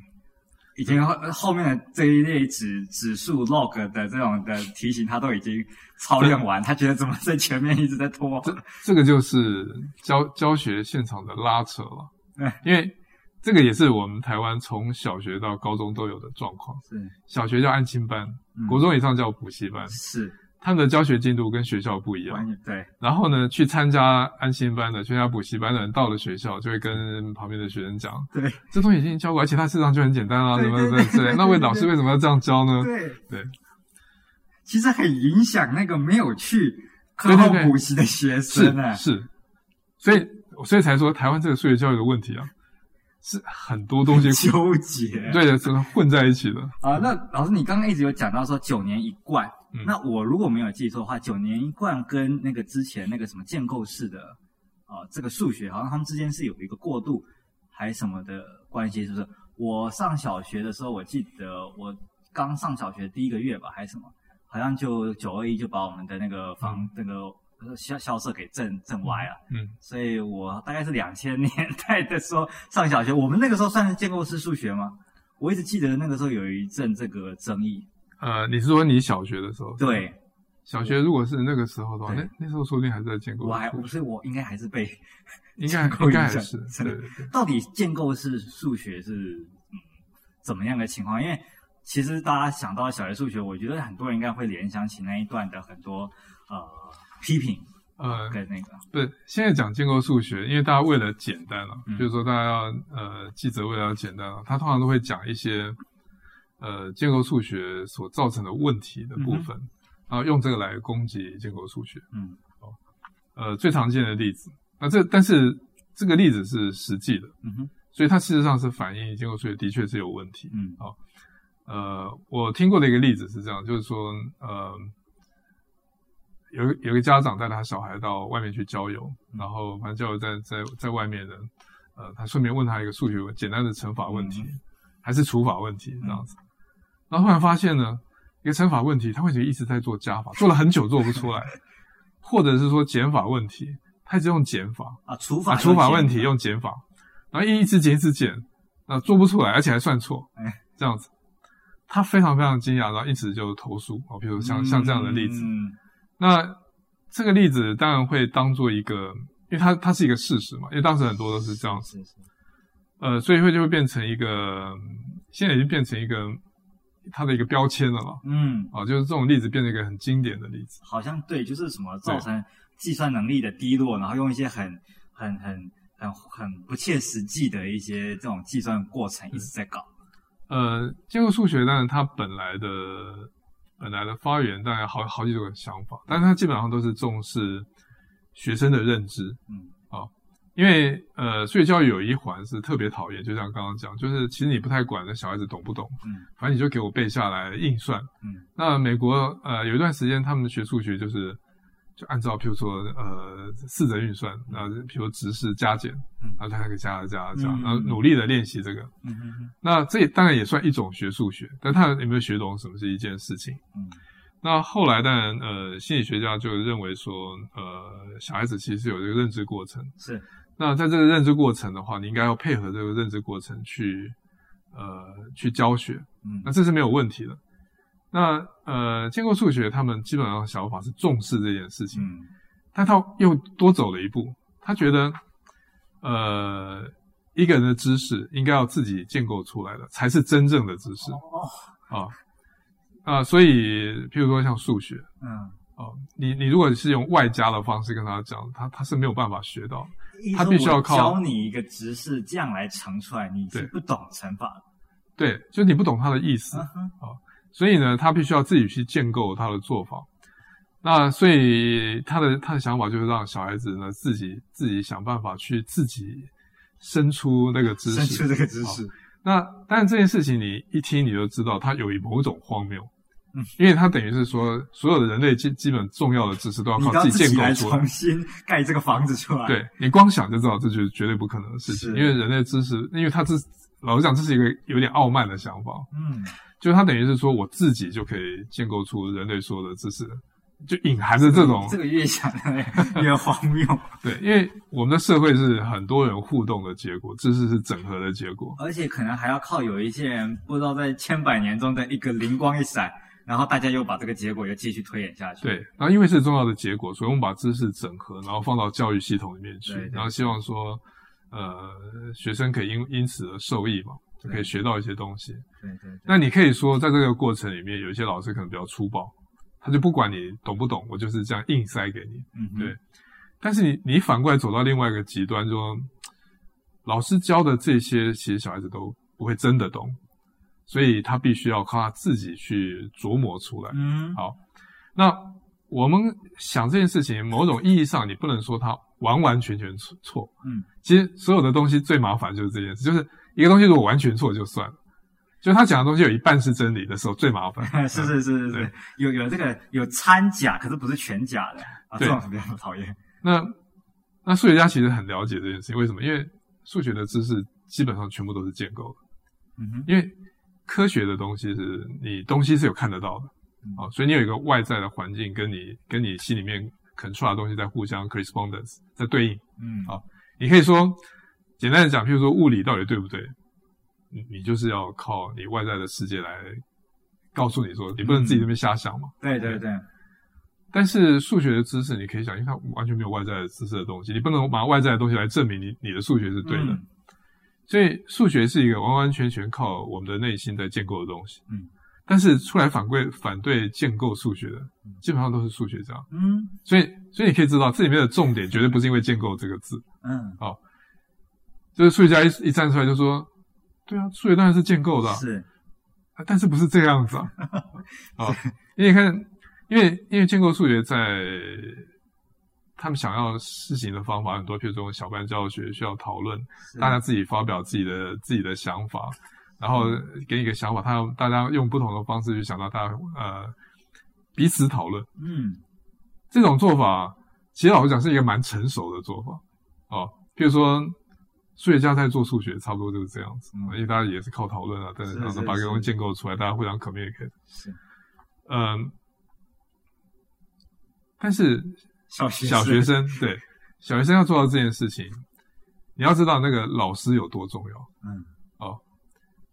A: 已经后后面的这一类指指数 log 的这种的题型，他都已经操练完，他觉得怎么在前面一直在拖？
B: 这这个就是教教学现场的拉扯了
A: 对，
B: 因为这个也是我们台湾从小学到高中都有的状况。
A: 是
B: 小学叫安亲班，
A: 嗯
B: 国中以上叫补习班，
A: 是
B: 他们的教学进度跟学校不一
A: 完
B: 样。
A: 全对
B: 然后呢，去参加安心班的、去参加补习班的人，到了学校就会跟旁边的学生讲，
A: 对
B: 这东西已经教过，而且它事实上就很简单啊，
A: 对
B: 什么什
A: 对
B: 么
A: 对
B: 之类
A: 对。
B: 那位老师为什么要这样教呢？
A: 对
B: 嗯对，
A: 其实很影响那个没有去课
B: 对对
A: 后
B: 对
A: 补习的学生呢、
B: 是是，所以所以才说台湾这个数学教育的问题啊，是很多 东西
D: 纠结。
B: 对的，是混在一起的。
A: 啊，那老师，你刚刚一直有讲到说九年一贯，
B: 嗯
A: 那我如果没有记错的话，九年一贯跟那个之前那个什么建构式的，啊、这个数学好像他们之间是有一个过渡还什么的关系，是不是？我上小学的时候，我记得我刚上小学第一个月吧，还是什么，好像就九二一就把我们的那个房、那个校校舍给震震歪了。
B: 嗯，
A: 所以我大概是两千年代的时候上小学，我们那个时候算是建构式数学吗？我一直记得那个时候有一阵这个争议。
B: 呃，你是说你小学的时候？，
A: 对，
B: 小学如果是那个时候的话，
A: 对
B: 那那时候说不定还在建构
A: 我还
B: 数学，
A: 所以我应该还是被
B: 应该
A: 建构
B: 应该
A: 影
B: 还
A: 响
B: 是
A: 真
B: 对
A: 的
B: 对 对。
A: 到底建构式数学是嗯怎么样的情况？因为其实大家想到小学数学，我觉得很多人应该会联想起那一段的很多呃批评
B: 呃，
A: 跟那个
B: 对，现在讲建构数学，因为大家为了简单了、
A: 嗯
B: 就是说大家要呃记者为了要简单啊，他通常都会讲一些呃建构数学所造成的问题的部分，然后用这个来攻击建构数学。
A: 嗯，
B: 哦，呃，最常见的例子，那这但是这个例子是实际的，
A: 嗯哼
B: 所以它事实上是反映建构数学的确是有问题。
A: 嗯
B: 呃，我听过的一个例子是这样，就是说，呃，有有个家长带他小孩到外面去郊游，然后反正郊游在在在外面的，呃，他顺便问他一个数学问简单的乘法问题，还是除法问题这样子，然后突然发现呢，一个乘法问题，他为什么一直在做加法，做了很久做不出来，或者是说减法问题，他一直用减法，
A: 啊除法
B: 啊，
A: 用
B: 除法问题
A: 减
B: 用减法，然后一直减一直减，啊，做不出来，而且还算错，这样子，他非常非常惊讶，然后一直就投诉啊，比如像像这样的例子，
A: 嗯
B: 那这个例子当然会当做一个，因为它它是一个事实嘛，因为当时很多都是这样子，
A: 是是
B: 呃，所以会就会变成一个，现在已经变成一个它的一个标签了嘛，
A: 嗯。
B: 啊，就是这种例子变成一个很经典的例子，
A: 好像对，就是什么造成计算能力的低落，然后用一些很、很、很、很、很不切实际的一些这种计算过程一直在搞。
B: 呃，建构数学当然它本来的本来的发源当然好好几种想法，但是它基本上都是重视学生的认知，
A: 嗯，
B: 哦，因为呃，所以教育有一环是特别讨厌，就像刚刚讲，就是其实你不太管那小孩子懂不懂，
A: 嗯，
B: 反正你就给我背下来硬算，
A: 嗯，
B: 那美国呃有一段时间他们学数学就是。就按照譬如说，呃，四则运算，然后譬如直式加减，
A: 嗯
B: 然后它可以加加加，
A: 嗯
B: 然后努力的练习这个，
A: 嗯嗯
B: 那这也当然也算一种学数学，但他有没有学懂什么是一件事情？
A: 嗯
B: 那后来当然，呃，心理学家就认为说，呃，小孩子其实有这个认知过程。
A: 是
B: 那在这个认知过程的话，你应该要配合这个认知过程去，呃，去教学。
A: 嗯
B: 那这是没有问题的。那呃，建构数学他们基本上想法是重视这件事情，
A: 嗯
B: 但他又多走了一步，他觉得，呃，一个人的知识应该要自己建构出来的，才是真正的知识
A: 哦
B: 啊啊！所以，譬如说像数学
A: 嗯，
B: 啊，你你如果是用外加的方式跟他讲，他他是没有办法学到的。
A: 一
B: 他
A: 说
B: 必须要
A: 我
B: 靠
A: 教你一个直式，这样来乘出来，你是
B: 对
A: 不懂乘法的。
B: 对，就你不懂他的意思，
A: 嗯哼
B: 所以呢，他必须要自己去建构他的做法。那所以他的他的想法就是让小孩子呢自己自己想办法去自己生出那个知识，
A: 伸出这个知识，
B: 那但是这件事情你一听你就知道它有一某种荒谬，
A: 嗯
B: 因为它等于是说所有的人类基基本重要的知识都要
A: 你
B: 靠
A: 要
B: 自
A: 自
B: 己建
A: 己来
B: 构出来
A: 重。新盖这个房子出来。，
B: 对你光想就知道这就是绝对不可能的事情，
A: 是
B: 因为人类知识，因为它这老实讲这是一个有点傲慢的想法，
A: 嗯
B: 就是它等于是说我自己就可以建构出人类所有的知识，就隐含着这种
A: 这个越想越荒谬，
B: 对，因为我们的社会是很多人互动的结果，知识是整合的结果。
A: 而且可能还要靠有一些人不知道在千百年中的一个灵光一闪，然后大家又把这个结果又继续推演下去。
B: 对，，然后因为是重要的结果，所以我们把知识整合，然后放到教育系统里面去，
A: 对对
B: 然后希望说，呃，学生可以因因此而受益嘛，就可以学到一些东西。
A: 对对对
B: 那你可以说，在这个过程里面，有一些老师可能比较粗暴，他就不管你懂不懂，我就是这样硬塞给你。
A: 嗯哼
B: 对但是你你反过来走到另外一个极端，说老师教的这些，其实小孩子都不会真的懂，所以他必须要靠他自己去琢磨出来。
A: 嗯，
B: 好，那我们想这件事情，某种意义上你不能说它完完全全错错。
A: 嗯，
B: 其实所有的东西最麻烦就是这件事，就是一个东西如果完全错就算了，就他讲的东西有一半是真理的时候最麻烦。
A: 是是是是是
B: 对，
A: 有有这个有掺假，可是不是全假的啊，这
B: 对
A: 种比较讨厌。
B: 那那数学家其实很了解这件事情，为什么？因为数学的知识基本上全部都是建构的。
A: 嗯哼，
B: 因为科学的东西是你东西是有看得到的，
A: 嗯
B: 啊，所以你有一个外在的环境跟你跟你心里面 control 的东西在互相 correspondence 在对应。
A: 嗯，
B: 好你可以说，简单的讲，譬如说物理到底对不对，你你就是要靠你外在的世界来告诉你说，你不能
A: 嗯
B: 自己这边瞎想嘛。
A: 对对对，
B: 但是数学的知识你可以想，因为它完全没有外在的知识的东西，你不能拿外在的东西来证明你你的数学是对的。
A: 嗯
B: 所以数学是一个完完全全靠我们的内心在建构的东西。
A: 嗯，
B: 但是出来反对反对建构数学的，基本上都是数学家。
A: 嗯
B: 所以，所以你可以知道，这里面的重点绝对不是因为“建构”这个字，
A: 嗯，
B: 就是数学家一一站出来就说：“对啊，数学当然是建构的、啊，
A: 是，
B: 啊但是不是这个样 子啊？”啊、因为你看，因为因为建构数学在他们想要施行的方法很多，譬如说小班教学需要讨论，
A: 是
B: 大家自己发表自己的自己的想法，然后
A: 嗯
B: 给你一个想法，他用大家用不同的方式去想到大家呃彼此讨论。
A: 嗯
B: 这种做法，其实老实讲是一个蛮成熟的做法哦。比如说数学家在做数学，差不多就是这样子，
A: 嗯
B: 因为大家也是靠讨论啊，但是
A: 是
B: 然后
A: 是
B: 把一个
A: 是
B: 东西建构出来，大家互相 communicate。
A: 是，
B: 嗯，但是
A: 小学
B: 小学生对小学生要做到这件事情，你要知道那个老师有多重要。
A: 嗯
B: 哦，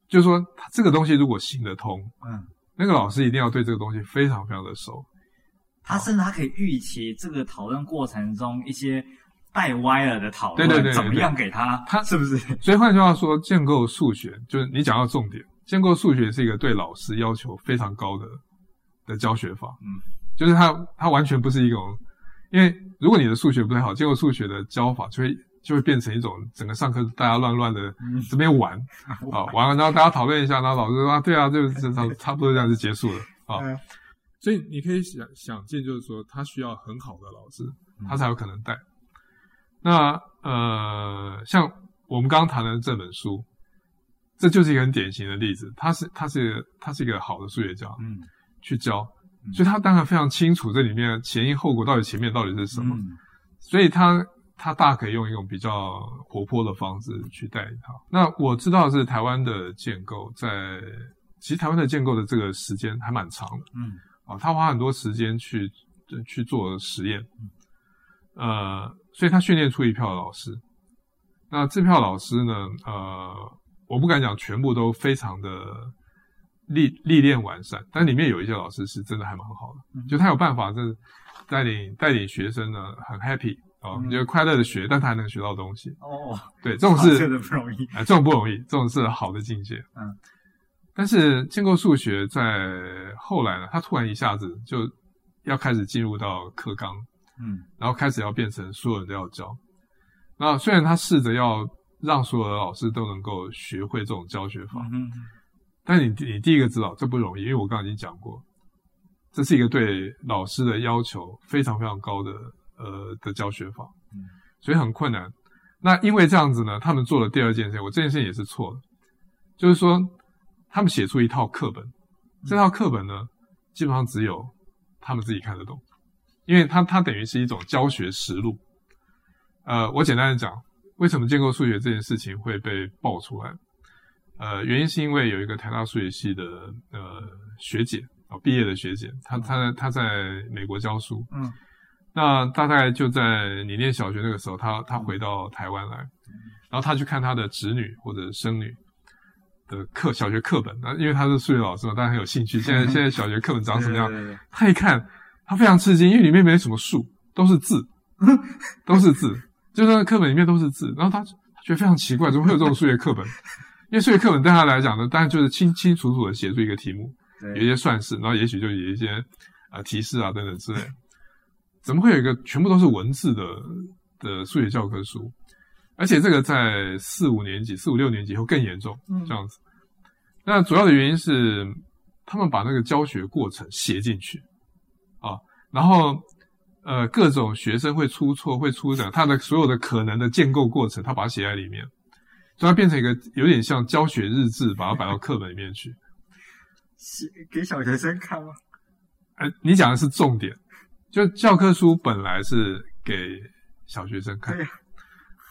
B: 就是说他这个东西如果行得通，
A: 嗯，
B: 那个老师一定要对这个东西非常非常的熟。
A: 他甚至他可以预期这个讨论过程中一些带歪了的讨论，
B: 对对对对
A: 怎么样给他，
B: 他
A: 是不 是？
B: 所以换句话说，建构数学就是你讲到重点，建构数学是一个对老师要求非常高的的教学法。
A: 嗯，
B: 就是它它完全不是一种，因为如果你的数学不太好，建构数学的教法就会就会变成一种整个上课大家乱乱的
A: 嗯
B: 这边玩。啊，完了，然后大家讨论一下，然后老师说啊，对啊，就是这差差不多这样就结束了啊。
A: 嗯
B: 所以你可以想想见，就是说他需要很好的老师，
A: 嗯
B: 他才有可能带。那呃，像我们刚刚谈的这本书，这就是一个很典型的例子。他是他是他是一个好的数学家
A: 嗯，
B: 去教，所以他当然非常清楚这里面前因后果到底前面到底是什么，
A: 嗯
B: 所以他他大可以用一种比较活泼的方式去带领他。那我知道的是台湾的建构在，其实台湾的建构的这个时间还蛮长的
A: 嗯
B: 啊，他花很多时间去去做实验，呃，所以他训练出一票老师。那这票老师呢，呃，我不敢讲全部都非常的历历练完善，但里面有一些老师是真的还蛮好的，
A: 嗯
B: 就他有办法，就是带领带领学生呢很 happy 啊、
A: 嗯
B: 就快乐的学，但他还能学到东西。
A: 哦，
B: 对，这种
A: 啊
B: 是
A: 这个不容易。
B: 啊、这种不容易，这种是好的境界。
A: 嗯，
B: 但是建构数学在后来呢，它突然一下子就要开始进入到课纲，
A: 嗯
B: 然后开始要变成所有人都要教。那虽然他试着要让所有的老师都能够学会这种教学法，
A: 嗯哼
B: 但你你第一个知道这不容易，因为我刚刚已经讲过，这是一个对老师的要求非常非常高的呃的教学法
A: 嗯，
B: 所以很困难。那因为这样子呢，他们做了第二件事情，我这件事情也是错的，就是说他们写出一套课本，这套课本呢基本上只有他们自己看得懂，因为它它等于是一种教学实录。呃，我简单的讲，为什么建构数学这件事情会被爆出来？呃，原因是因为有一个台大数学系的呃学姐哦，毕业的学姐，她她她在美国教书，
A: 嗯
B: 那大概就在你念小学那个时候，她她回到台湾来，然后她去看她的侄女或者生女的课小学课本，那因为她是数学老师嘛，当然很有兴趣。现在现在小学课本长什么样
A: 对？对对对
B: 她一看，她非常吃惊，因为里面没什么数，都是字， 都是字，就是那个课本里面都是字。然后她她觉得非常奇怪，怎么会有这种数学课本？因为数学课本对她来讲呢，当然就是清清楚楚的写出一个题目，
A: 对
B: 有一些算式，然后也许就有一些啊、呃提示啊等等之类。怎么会有一个全部都是文字的的数学教科书？而且这个在四五年级、四五六年级以后更严重，
A: 嗯
B: 这样子。那主要的原因是他们把那个教学过程写进去啊，然后呃各种学生会出错、会出的，他的所有的可能的建构过程，他把它写在里面，所以它变成一个有点像教学日志，把它摆到课本里面去。
A: 写给小学生看吗？
B: 哎、呃，你讲的是重点，就教科书本来是给小学生看。
A: 对呀、啊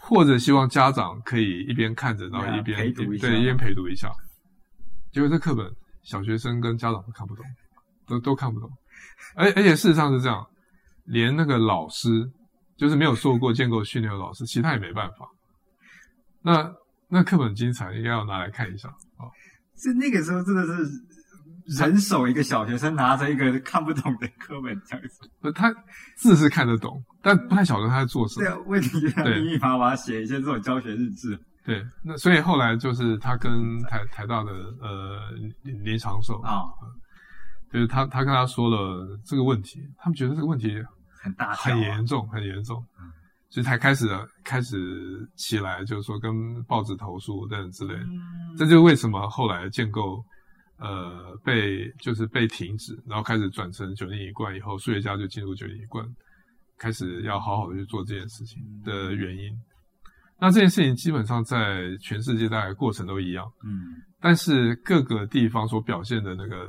B: 或者希望家长可以一边看着，然后一边、
A: 对啊陪读一下
B: 对一边陪读一下。结果这课本小学生跟家长都看不懂，都都看不懂。而而且事实上是这样，连那个老师，就是没有受过建构训练的老师，其实他也没办法。那那课本精彩，应该要拿来看一下啊。
A: 就那个时候真的是人手一个小学生拿着一个看不懂的课本这样子。
B: 不，他字是看得懂，但不太晓得他在做什么
A: 对。啊，问题让
B: 对
A: 密密麻麻写一些这种教学日志。
B: 对，那所以后来就是他跟台台大的呃林林长寿
A: 啊、
B: 就是他他跟他说了这个问题，他们觉得这个问题
A: 很大条啊嗯
B: 很严重，很严重，所以才开始开始起来，就是说跟报纸投诉等等之类的。
A: 嗯
B: 这就是为什么后来建构呃被就是被停止，然后开始转成九年一贯以后，数学家就进入九年一贯，开始要好好的去做这件事情的原因。那这件事情基本上在全世界大概过程都一样，
A: 嗯，
B: 但是各个地方所表现的那个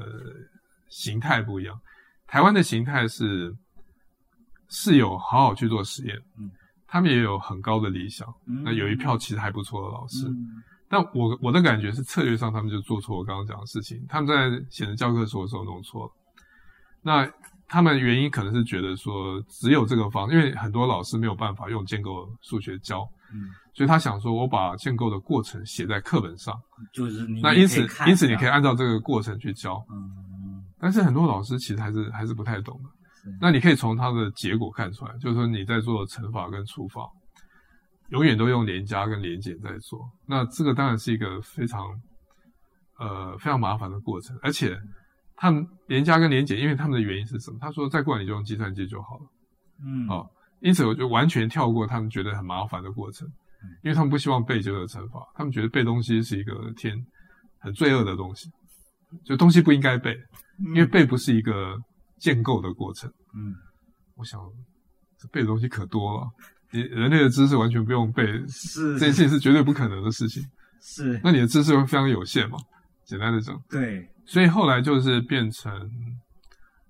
B: 形态不一样。台湾的形态是是有好好去做实验，
A: 嗯
B: 他们也有很高的理想，
A: 嗯
B: 那有一票其实还不错的老师，
A: 嗯
B: 但我我的感觉是策略上他们就做错我刚刚讲的事情，他们在写成教科书的时候弄错了。那他们原因可能是觉得说只有这个方，因为很多老师没有办法用建构数学教，
A: 嗯，
B: 所以他想说我把建构的过程写在课本上，
A: 就是你
B: 那
A: 也
B: 因
A: 可以
B: 此
A: 看
B: 因此你
A: 啊
B: 可以按照这个过程去教。
A: 嗯，
B: 但是很多老师其实还是还是不太懂的
A: 是。
B: 那你可以从他的结果看出来，就是说你在做乘法跟除法，永远都用连加跟连减在做。那这个当然是一个非常呃非常麻烦的过程，而且他们连加跟连减，因为他们的原因是什么？他说再过来你就用计算机就好了。
A: 嗯，
B: 哦因此，我就完全跳过他们觉得很麻烦的过程，因为他们不希望背这个惩罚，他们觉得背东西是一个天很罪恶的东西，就东西不应该背。
A: 因
B: 因为背不是一个建构的过程。
A: 嗯，
B: 我想这背的东西可多了，你人类的知识完全不用背，
A: 是
B: 这件事情是绝对不可能的事情。
A: 是，
B: 那你的知识会非常有限嘛？简单的讲，
A: 对，
B: 所以后来就是变成，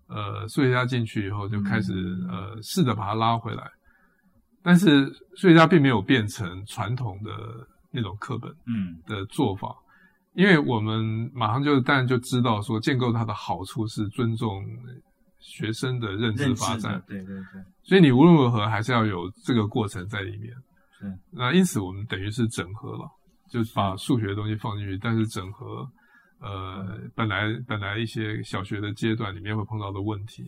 B: 呃，数学家进去以后就开始、
A: 嗯
B: 呃试着把它拉回来，但是数学家并没有变成传统的那种课本。
A: 嗯
B: 的做法，因为我们马上就当然就知道说建构它的好处是尊重学生的认知
A: 认
B: 发
A: 识的
B: 展，
A: 对对对，
B: 所以你无论如何还是要有这个过程在里面。
A: 是，
B: 那因此我们等于是整合了，就是把数学的东西放进去，但是整合呃本来本来一些小学的阶段里面会碰到的问题，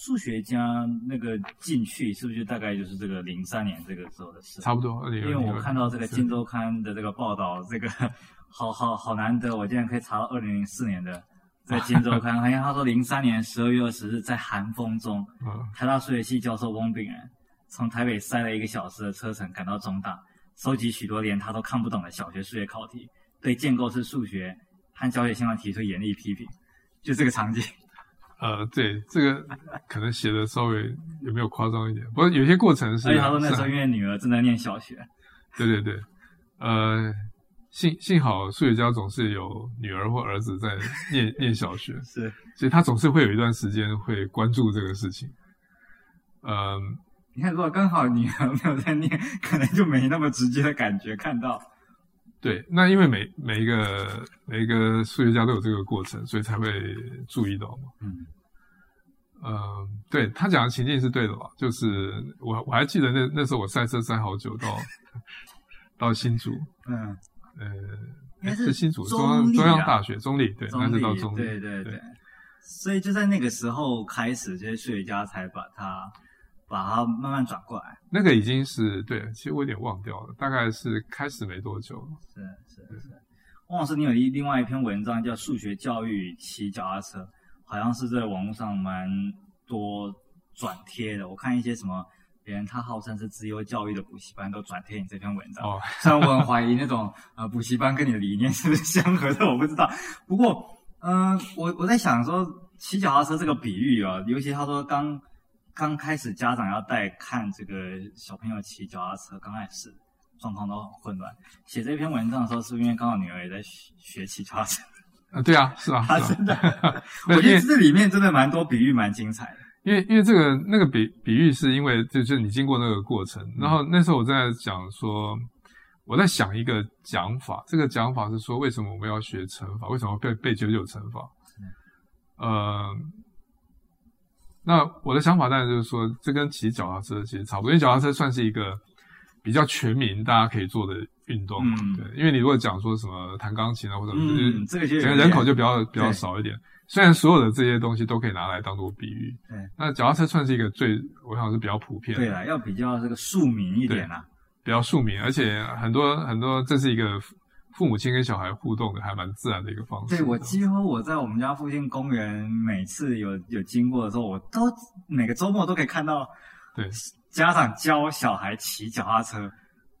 A: 数学家那个进去是不是就大概就是这个零三年这个时候的事？
B: 差不多。因
A: 因为我看到这个《金周刊》的这个报道，这个 好好好难得，我竟然可以查到二零零四年 的在《金周刊》，好像他说零三年十二月二十日在寒风中，
B: 啊
A: 台大数学系教授翁炳然从台北塞了一个小时的车程赶到中大，收集许多连他都看不懂的小学数学考题，对建构式数学和教学现象提出严厉批评。就这个场景，
B: 呃对这个可能写的稍微有没有夸张一点，不过有些过程是
A: 而且哎他说那
B: 是
A: 时候因为女儿正在念小学，
B: 对对对，呃，幸幸好数学家总是有女儿或儿子在念 念小学，
A: 是
B: 所以他 总是会有一段时间会关注这个事情。嗯，
A: 你看，如果刚好女儿没有在念，可能就没那么直接的感觉看到。
B: 对，那因为每每一个每一个数学家都有这个过程，所以才会注意到嘛。
A: 嗯
B: 嗯，对他讲的情境是对的吧？就是我我还记得那那时候我赛车赛好久 到到新竹，
A: 嗯，
B: 呃，
A: 应该
B: 诶
A: 是
B: 新竹中
A: 中
B: 央
A: 立
B: 中央
A: 啊
B: 大学中立，对，那是到中立，
A: 对对对，所以就在那个时候开始，这些数学家才把它把它慢慢转过来。
B: 那个已经是对，其实我有点忘掉了，大概是开始没多久了。
A: 是是是。汪老师，你有一另外一篇文章叫《数学教育骑脚踏车》，好像是在网络上蛮多转贴的。我看一些什么别人他号称是自由教育的补习班都转贴你这篇文章。
B: 哦，
A: 虽然我很怀疑那种呃补习班跟你的理念是不是相合的，我不知道。不呃过，嗯、我我在想说骑脚踏车这个比喻啊，尤其他说刚刚开始家长要带看这个小朋友骑脚踏车，刚开始状况都很混乱。写这篇文章的时候，是因为刚好女儿也在学学骑脚踏车，
B: 啊，对啊，是啊，
A: 她
B: 是啊
A: 真的，
B: 对
A: 我觉
B: 因为
A: 得这里面真的蛮多比喻，蛮精 彩的。
B: 因为因为这个那个比比喻是因为就是你经过那个过程，然后那时候我在讲说，我在想一个讲法，这个讲法是说为什么我们要学乘法，为什么被被九九乘法？
A: 嗯
B: 呃，那我的想法当然就是说，这跟骑脚踏车其实差不多，因为脚踏车算是一个比较全民大家可以做的运动嘛，
A: 嗯
B: 对，因为你如果讲说什么弹钢琴啊或者就是
A: 嗯，这个就有
B: 整个
A: 点
B: 人口就比较比较
A: 对
B: 少一点。虽然所有的这些东西都可以拿来当做比喻，
A: 对，
B: 那脚踏车算是一个最，我想是比较普遍的、
A: 对啊了，要比较这个庶民一点啊啦。
B: 比较庶民，而且很多很多，这是一个父父母亲跟小孩互动的还蛮自然的一个方式。
A: 对我几乎我在我们家附近公园，每次有有经过的时候，我都每个周末都可以看到
B: 对
A: 家长教小孩骑脚踏车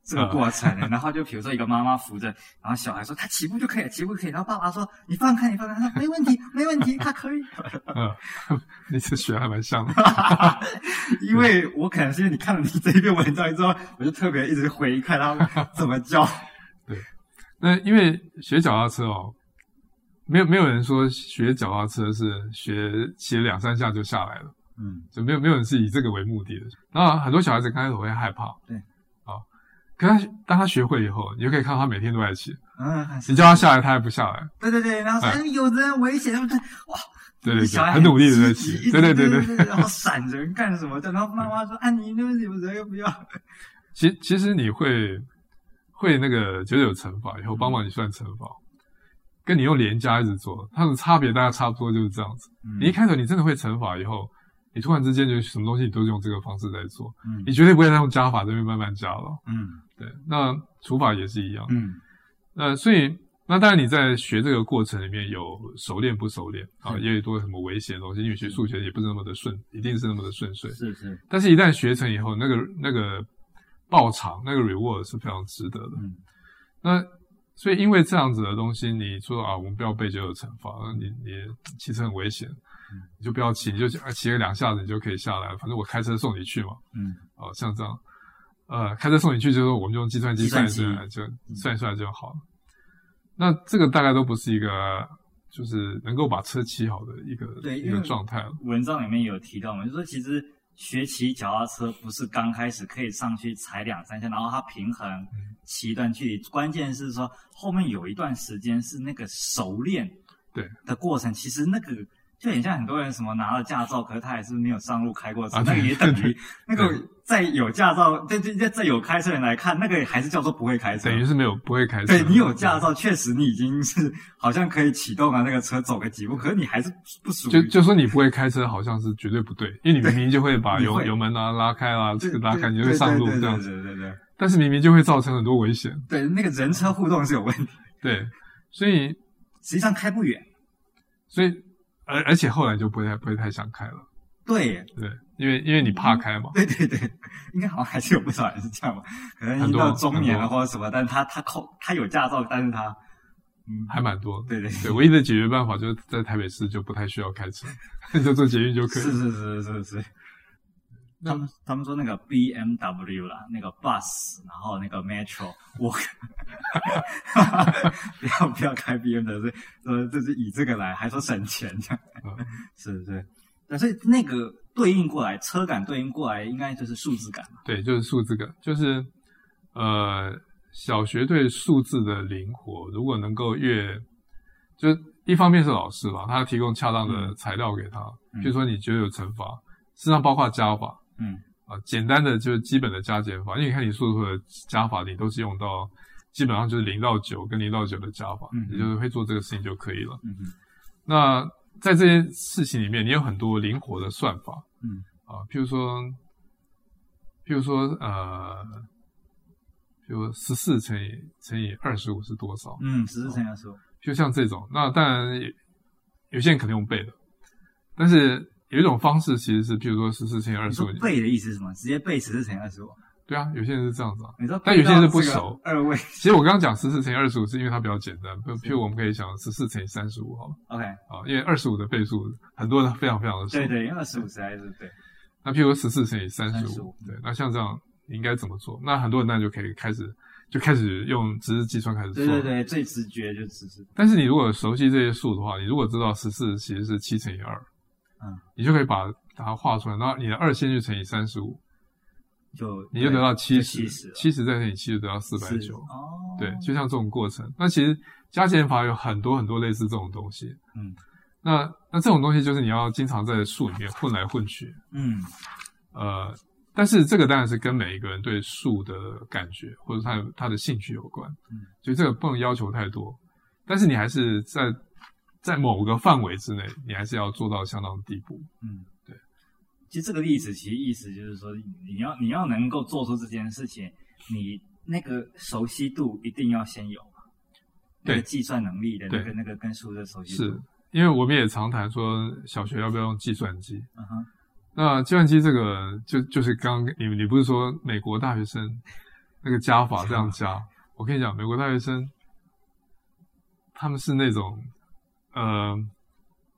A: 这个过程。然后就比如说一个妈妈扶着，然后小孩说他起步就可以，起步就可以。然后爸爸说你放开，你放开，他说没问题，没问题，他可以。
B: 嗯， 你这学得还蛮像的。
A: 因为我可能是因为你看了你这一篇文章之后，我就特别一直回看他们怎么教。
B: 那因为学脚踏车哦，没有没有人说学脚踏车是学骑两三下就下来了。
A: 嗯，
B: 就没有没有人是以这个为目的的。那很多小孩子刚开始会害怕，
A: 对，
B: 啊、可他当他学会以后，你就可以看到他每天都在骑，
A: 嗯，
B: 你叫他下来，他还不下来，
A: 对对对，然后说、
B: 哎
A: 哎有人危险，对不对？哇，
B: 对对
A: 小
B: 对，
A: 孩
B: 很努力的在
A: 积
B: 骑，
A: 极
B: 对对对
A: 对
B: 对。
A: 然后闪人干什么的？然后妈妈说：“啊，你那你们人又不要。
B: 其其实你会会那个九九乘法以后，帮忙你算乘法，跟你用连加一直做，它的差别大概差不多就是这样子。
A: 嗯”
B: 你一开头你真的会乘法以后，你突然之间就什么东西你都用这个方式在做，
A: 嗯
B: 你绝对不会再用加法这边慢慢加了。
A: 嗯
B: 对，那除法也是一样。
A: 嗯
B: 那呃所以，那当然你在学这个过程里面有熟练不熟练啊，
A: 是
B: 也有多什么危险的东西，因为学数学也不是那么的顺，一定是那么的顺遂。
A: 是是
B: 但是，一旦学成以后，那个那个爆场那个 reward 是非常值得的。
A: 嗯
B: 那所以，因为这样子的东西，你说啊，我们不要被九九惩罚，那你你骑车很危险，你就不要骑，你就啊骑个两下子你就可以下来，反正我开车送你去嘛。
A: 嗯
B: 哦，像这样，呃，开车送你去就是我们就用计算机
A: 计
B: 算
A: 算
B: 一算，就
A: 嗯
B: 算一算就好了。那这个大概都不是一个就是能够把车骑好的一个
A: 对
B: 一
A: 因
B: 个
A: 为
B: 状态了。
A: 文章里面有提到嘛，就说其实学骑脚踏车不是刚开始可以上去踩两三下，然后它平衡骑一段距离，关键是说后面有一段时间是那个熟练
B: 对
A: 的过程，其实那个。就很像很多人什么拿了驾照，可是他还是没有上路开过车，
B: 啊
A: 那个
B: 对
A: 也 等
B: 对
A: 于那个在有驾照，对对对，在有开车人来看，那个还是叫做不会开车。
B: 等于是没有不会开车，
A: 对你有驾照，确实你已经是好像可以启动了那个车走个几步，可是你还是不属于。
B: 就就说你不会开车，好像是绝对不对，因为你明明就会把
A: 你
B: 油
A: 会
B: 油门啊拉开啦、这
A: 对
B: 个拉开，
A: 对
B: 你就会上路
A: 对对
B: 这样子，
A: 对对对对
B: 但是明明就会造成很多危险。
A: 对，对那个人车互动是有问题，
B: 对，所以
A: 实际上开不远。
B: 所以而而且后来就不会太不会太想开了，
A: 对
B: 对，因为因为你
A: 嗯
B: 怕开嘛，
A: 对对对，应该好像还是有不少人是这样吧，可能已
B: 很
A: 经
B: 多
A: 到中年了
B: 很多
A: 或者什么，但他他扣他有驾照，但是他嗯，
B: 还蛮多的。
A: 对对对
B: 对，唯一的解决办法就是在台北市就不太需要开车， 就坐捷运就可以
A: 是。是是是是。他们他们说那个 B M W 啦，那个 bus，然后那个 metro，我 不要不要开 B M W，说就是以这个来，还说省钱这样，
B: 嗯
A: 是不是？那所以那个对应过来，车感对应过来，应该就是数字感嘛。
B: 对，就是数字感，就是呃，小学对数字的灵活，如果能够越，就是一方面是老师吧，他提供恰当的
A: 嗯
B: 材料给他，
A: 嗯
B: 比如说你觉得有乘法，实际上包括加法
A: 嗯
B: 啊、简单的就是基本的加减法，因为你看你所有的加法，你都是用到基本上就是零到九跟零到九的加法，
A: 嗯
B: 你就是会做这个事情就可以了。
A: 嗯哼
B: 那在这些事情里面，你有很多灵活的算法
A: 嗯
B: 啊，譬如说，譬如说呃，譬如十四乘以乘以二十五是多少？
A: 嗯，十四乘以二十五，
B: 就像这种，那当然也有些人可能用背的，但是有一种方式其实是，譬如说十四乘以二
A: 你
B: 十
A: 说
B: 五，
A: 背的意思是什么？直接背十四乘以二十五。
B: 对啊，有些人是这样子啊。
A: 你说背
B: 但有些人
A: 到
B: 是不
A: 这个
B: 熟
A: 二位
B: 其实我刚刚讲十四乘以二十五是因为它比较简单，譬如我们可以想十四乘以三十五好了
A: ，OK，
B: 啊，因为二十五的倍数很多人非常非常的熟。
A: 对对，因为二十五实在是对，
B: 那譬如十四乘以三十
A: 35
B: 五，对，那像这样你应该怎么做？那很多人那就可以开始就开始用直式计算开始做。
A: 对对。对，最直觉就只是
B: 但是你如果熟悉这些数的话，你如果知道十四其实是七乘以二，
A: 嗯，
B: 你就可以把它画出来，然后你的二先去乘以三十五，
A: 就
B: 你就得到七
A: 七
B: 十
A: 十，了
B: 七十再乘以七就得到四百九，
A: 哦，
B: 对，就像这种过程。那其实加减法有很多很多类似这种东西，
A: 嗯
B: 那那这种东西就是你要经常在数里面混来混去，
A: 嗯
B: 呃，但是这个当然是跟每一个人对数的感觉或者他的他的兴趣有关，
A: 嗯
B: 所以这个不能要求太多，但是你还是在在某个范围之内，你还是要做到相当的地步。
A: 嗯，
B: 对。
A: 其实这个例子其实意思就是说，你要你要能够做出这件事情，你那个熟悉度一定要先有嘛，那
B: 对
A: 个计算能力的那个
B: 对
A: 那个跟数的熟悉度，
B: 是因为我们也常谈说小学要不要用计算机，
A: 嗯哼，
B: 那计算机这个就就是刚你你不是说美国大学生那个加法这样加？我跟你讲，美国大学生他们是那种呃，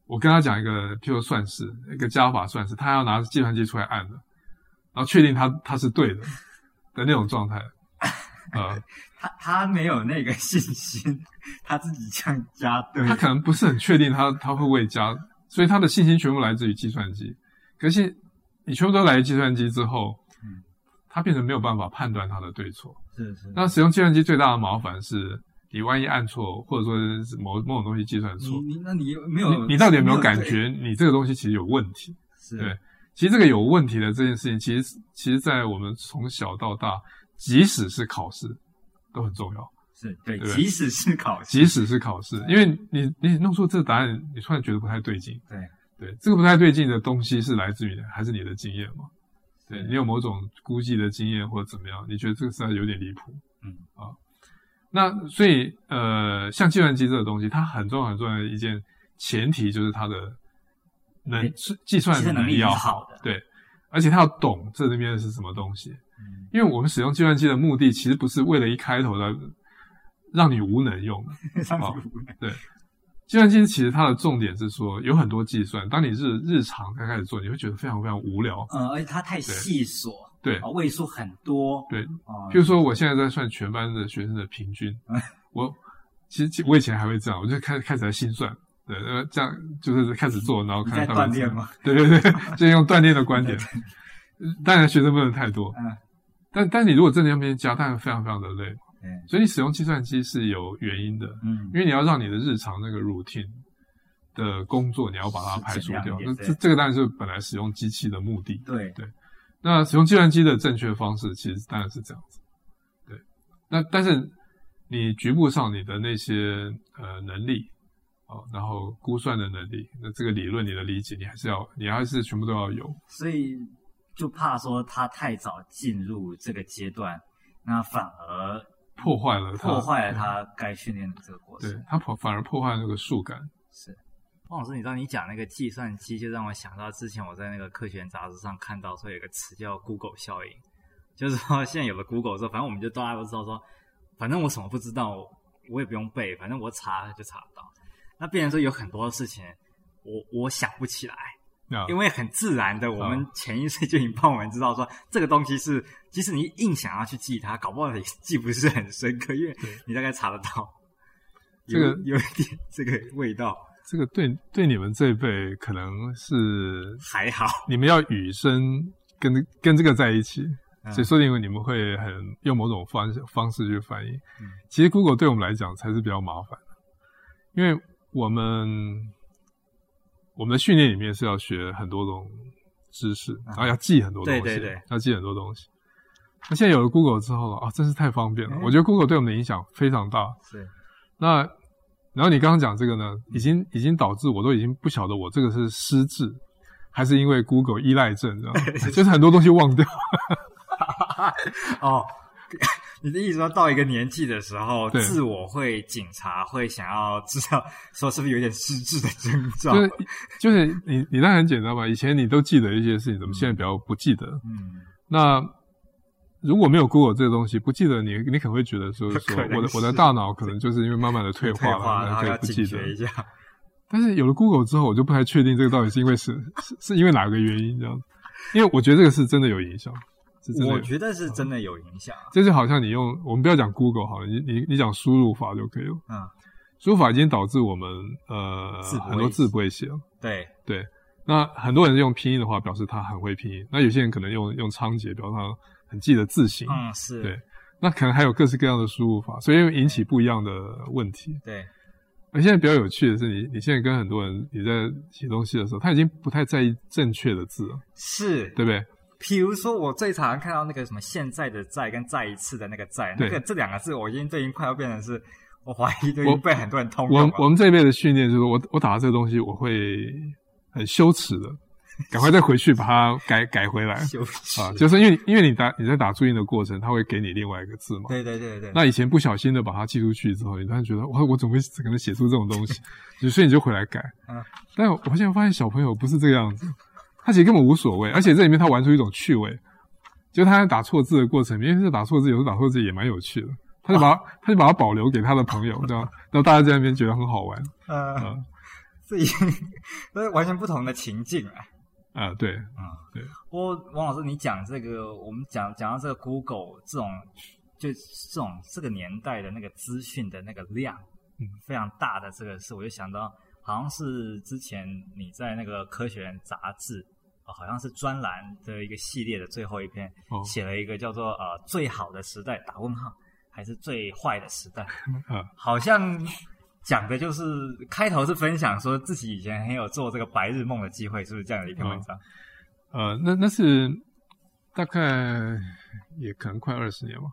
B: 我跟他讲一个，譬如算式，一个加法算式，他要拿计算机出来按的，然后确定他他是对的的那种状态。呃，
A: 他他没有那个信心，他自己这样加对
B: 他，可能不是很确定他他会不会加，所以他的信心全部来自于计算机。可是你全部都来自计算机之后
A: 嗯，
B: 他变成没有办法判断他的对错。
A: 是是，
B: 那使用计算机最大的麻烦是，你万一按错，或者说是某某种东西计算
A: 你
B: 错，
A: 你那你没
B: 你
A: 有
B: 你到底有没有感
A: 对？
B: 觉你这个东西其实有问题？
A: 是
B: 对其实这个有问题的这件事情，其实其实，在我们从小到大，即使是考试都很重要，
A: 是对，
B: 对
A: 即使是考试，
B: 即使是考试，因为你你弄出这个答案，你突然觉得不太对劲。
A: 对
B: 对，这个不太对劲的东西是来自于还是你的经验嘛？对你有某种估计的经验或者怎么样，你觉得这个实在有点离谱，
A: 嗯
B: 啊，那所以呃，像计算机这个东西，它很重要很重要的一件前提就是它的能
A: 对
B: 计算
A: 哎计算能力
B: 力要
A: 是好的
B: 对，而且它要懂这里面是什么东西，
A: 嗯
B: 因为我们使用计算机的目的其实不是为了一开头的让你无能用，
A: 上次
B: 哦计算机其实它的重点是说，有很多计算，当你日日常刚开始做，你会觉得非常非常无聊。
A: 嗯，而且它太细琐，
B: 对
A: 啊，位数很多，
B: 对，
A: 哦
B: 譬如说我现在在算全班的学生的平均，
A: 哎
B: 我其实我以前还会这样，我就开开始来心算，对，呃，这样就是开始做，然后
A: 你
B: 看
A: 在
B: 他们
A: 锻炼吗？
B: 对对 对，就是用锻炼的观点。当然学生不能太多，
A: 嗯
B: 但但你如果真的要边加，当然非常非常的累嘛
A: 对
B: 所以你使用计算机是有原因的，
A: 嗯
B: 因为你要让你的日常那个 routine 的工作，你要把它排除
A: 是这
B: 掉
A: 样。
B: 那
A: 也对
B: 这这个当然是本来使用机器的目的。
A: 对，
B: 那使用计算机的正确方式，其实当然是这样子。对，那但是你局部上你的那些呃能力哦，然后估算的能力，那这个理论你的理解，你还是要，你还是全部都要有。
A: 所以就怕说他太早进入这个阶段，那反而
B: 破坏了它，
A: 破坏了他该训练的这个过
B: 对
A: 程。
B: 它破反而破坏那个树感。
A: 是，
C: 汪老师，你知道你讲那个计算机，就让我想到之前我在那个科学杂志上看到说有一个词叫 “Google 效应”，就是说现在有了 Google 之后，反正我们就大家都知道说，反正我什么不知道，我也不用背，反正我查就查得到。那变成说有很多事情我我想不起来，
B: 那
C: 因为很自然的，我们
B: 嗯
C: 潜意识就已经帮我们知道说，这个东西是，即使你硬想要去记它，搞不好也记不是很深刻，因为你大概查得到。
B: 这个
C: 有有一点这个味道
B: 这个对对你们这一辈可能是
C: 还好，
B: 你们要与生跟跟这个在一起，
C: 嗯
B: 所以说因为你们会很用某种方方式去翻译。
A: 嗯
B: 其实 Google 对我们来讲才是比较麻烦的，因为我们我们的训练里面是要学很多种知识，然后要记很多东西，
C: 嗯对对对
B: 要记很多东西。那现在有了 Google 之后啊，真是太方便了。
A: 哎
B: 我觉得 Google 对我们的影响非常大。
A: 是，
B: 那然后你刚刚讲这个呢，已经已经导致我都已经不晓得我这个是失智，还是因为 Google 依赖 症，这样就是很多东西忘掉。
C: 哦，你的意思说到一个年纪的时候，
B: 对
C: 自我会警察会想要知道说是不是有点失智的征兆
B: 就？是就是你你那很简单嘛，以前你都记得一些事情，怎么现在比较不记得？
A: 嗯，
B: 那如果没有 Google 这个东西，不记得你，你可能会觉得说
C: 可
B: 说
C: 能
B: 我的
C: 是
B: 我的大脑可能就是因为慢慢的退
C: 退
B: 化
C: 化，然
B: 了，然后
C: 后
B: 就
C: 要
B: 不记
C: 警
B: 得。
C: 觉一下。
B: 但是有了 Google 之后，我就不太确定这个到底是因为是是是因为哪个原因这样。因为我觉得这个是真的有影响，是真的有
A: 我觉得是真的有影响啊。
B: 这就好像你用我们不要讲 Google 好了，你你你讲输入法就可以了。
A: 嗯，
B: 输入法已经导致我们呃
A: 字不会
B: 很多字不会写了。
A: 对，
B: 对，那很多人用拼音的话，表示他很会拼音；那有些人可能用用仓颉，表示他很记得字形。
A: 嗯，是，
B: 对那可能还有各式各样的输入法，所以会引起不一样的问题。
A: 对，
B: 而现在比较有趣的是你，你现在跟很多人你在写东西的时候，他已经不太在意正确的字了，
A: 是。
B: 对不对？
A: 比如说，我最常看到那个什么“现在的在”跟“再一次”的那个“在”，那
B: 对
A: 个这两个字，我已经最近快要变成是，我怀疑都已
B: 我
A: 经被很多人通
B: 我
A: 用
B: 们我
A: 了。
B: 们这一辈的训练就是我我打这个东西，我会很羞耻 的，赶快再回去把它改改回来
A: 羞耻
B: 啊！就是因为因为你打你在打注音的过程，它会给你另外一个字嘛。
A: 对对对对，
B: 那以前不小心的把它寄出去之后，你当然觉得哇，我怎么会可能写出这种东西？你所以你就回来改。
A: 嗯
B: 但我现在发现小朋友不是这个样子，他其实根本无所谓，而且这里面他玩出一种趣味，就是他在打错字的过程，因为是打错字，有时候打错字也蛮有趣的。他就把它他就把它保留给他的朋友，这样，然后大家在那边觉得很好玩
A: 呃
B: 嗯，
A: 这已经这是完全不同的情境啊。
B: 啊、对，
A: 不过王老师，你讲这个，我们讲讲到这个 Google 这种，就这种这个年代的那个资讯的那个量，
B: 嗯
A: 非常大的这个事，我就想到，好像是之前你在那个《科学人》杂志，呃好像是专栏的一个系列的最后一篇，
B: 哦，
A: 写了一个叫做呃最好的时代打问号，还是最坏的时代，
B: 啊，
A: 好像。讲的就是开头是分享说自己以前很有做这个白日梦的机会，是不是这样的一篇文章？
B: 呃，那那是大概也可能快二十年吧。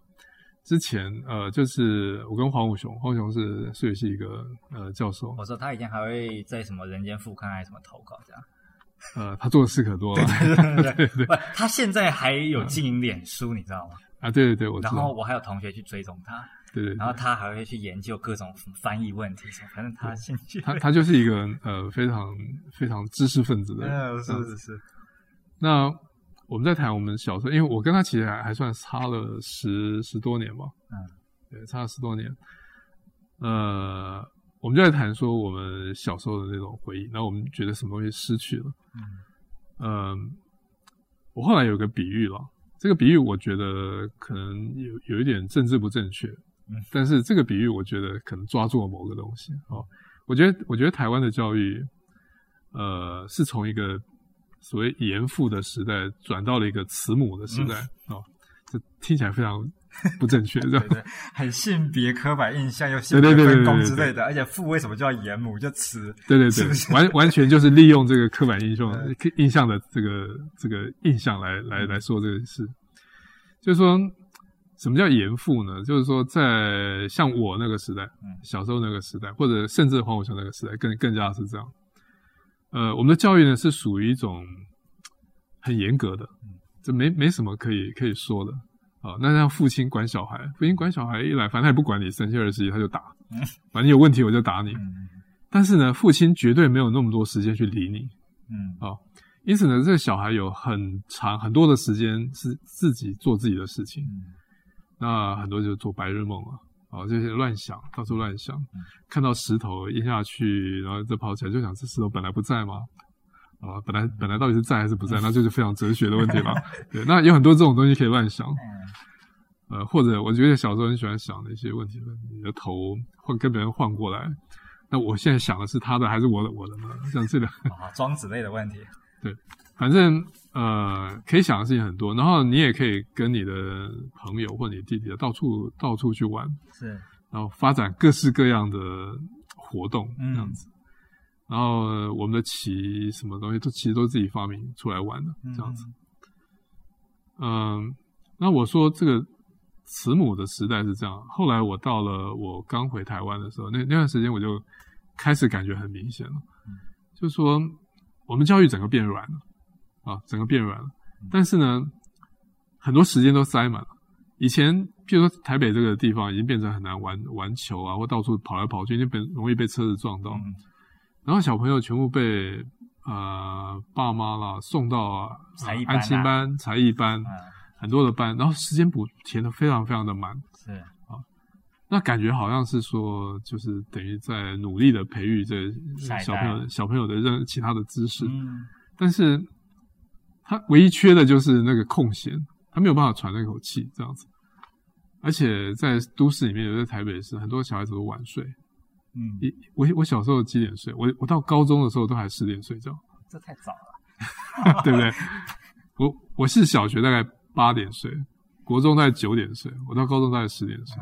B: 之前呃，就是我跟黄武雄，黄武雄是数学系一个呃教授，
A: 我说他以前还会在什么人间副刊还是什么投稿这样，
B: 呃，他做的事可多了
A: 对对，不，他现在还有经营脸书，你知道吗？
B: 啊，对对对，我知
A: 然后
B: 道，
A: 我还有同学去追踪他，
B: 对对
A: 然后
B: 对，
A: 他还会去研究各种翻译问题什么，反正他兴 趣。
B: 他他就是一个呃非常非常知识分子的人。
A: 嗯，是是是，
B: 那我们在谈我们小时候，因为我跟他其实还还算差了十十多年吧，
A: 嗯，
B: 对，差了十多年。呃，我们就在谈说我们小时候的那种回忆，然后我们觉得什么东西失去了。
A: 嗯
B: 嗯，我后来有个比喻了，这个比喻我觉得可能有有一点政治不正确，
A: 嗯
B: 但是这个比喻我觉得可能抓住了某个东西哦。我觉得，我觉得台湾的教育，呃，是从一个所谓严父的时代转到了一个慈母的时代、哦，这听起来非常不正确，这样
A: 对对，很性别刻板印象，又性别
B: 对对
A: 分
B: 对对对
A: 工
B: 对
A: 之
B: 对
A: 类的，而且父为什么叫严母就慈？
B: 对对对，
A: 是不是
B: 完完全就是利用这个刻板印象
A: 嗯
B: 印象的这个这个印象来来来说这个事。就是说，什么叫严父呢？就是说，在像我那个时代，
A: 嗯
B: 小时候那个时代，或者甚至黄武雄那个时代，更更加是这样。呃，我们的教育呢是属于一种很严格的，
A: 嗯
B: 这没没什么可以可以说的啊。那让父亲管小孩，父亲管小孩一来，反正他也不管你三七二十一，他就打，反正有问题我就打你。
A: 嗯
B: 但是呢，父亲绝对没有那么多时间去理你，
A: 嗯
B: 因此呢，这个小孩有很长很多的时间是自己做自己的事情。
A: 嗯
B: 那很多就做白日梦啊，啊，这些乱想，到处乱想，看到石头扔下去，然后再跑起来，就想这石头本来不在吗？啊，本来本来到底是在还是不在？那就是非常哲学的问题了。对，那有很多这种东西可以乱想。
A: 嗯
B: 呃，或者我觉得小时候很喜欢想的一些问题，你的头换跟别人换过来，那我现在想的是他的还是我的我的呢？像这两，
A: 啊，庄子类的问题，
B: 反正呃，可以想的事情很多，然后你也可以跟你的朋友或你弟弟到处到处去玩，
A: 是
B: 然后发展各式各样的活动
A: 嗯
B: 这样子。然后呃我们的棋什么东西都其实都自己发明出来玩的这样子。嗯，那我说这个慈母的时代是这样。后来我到了我刚回台湾的时候，那那段时间我就开始感觉很明显了，
A: 嗯
B: 就是说我们教育整个变软了啊，整个变软了。
A: 嗯
B: 但是呢，很多时间都塞满了。以前，譬如说台北这个地方已经变成很难玩玩球啊，或到处跑来跑去，因为被容易被车子撞到。
A: 嗯
B: 然后小朋友全部被呃爸妈啦送到、啊
A: 才艺班啊
B: 安亲班、才艺班、
A: 嗯
B: 很多的班，然后时间补填的非常非常的满，
A: 是
B: 那感觉好像是说，就是等于在努力的培育这
A: 下一代
B: 小朋友小朋友的任其他的知识，
A: 嗯
B: 但是他唯一缺的就是那个空闲，他没有办法喘那口气这样子。而且在都市里面，尤其在台北市，很多小孩子都晚睡。
A: 嗯，
B: 一我我小时候几点睡？我我到高中的时候都还十点睡觉，
A: 这太早了。
B: 对不对？我我是小学大概八点睡，国中大概九点睡，我到高中大概十点睡，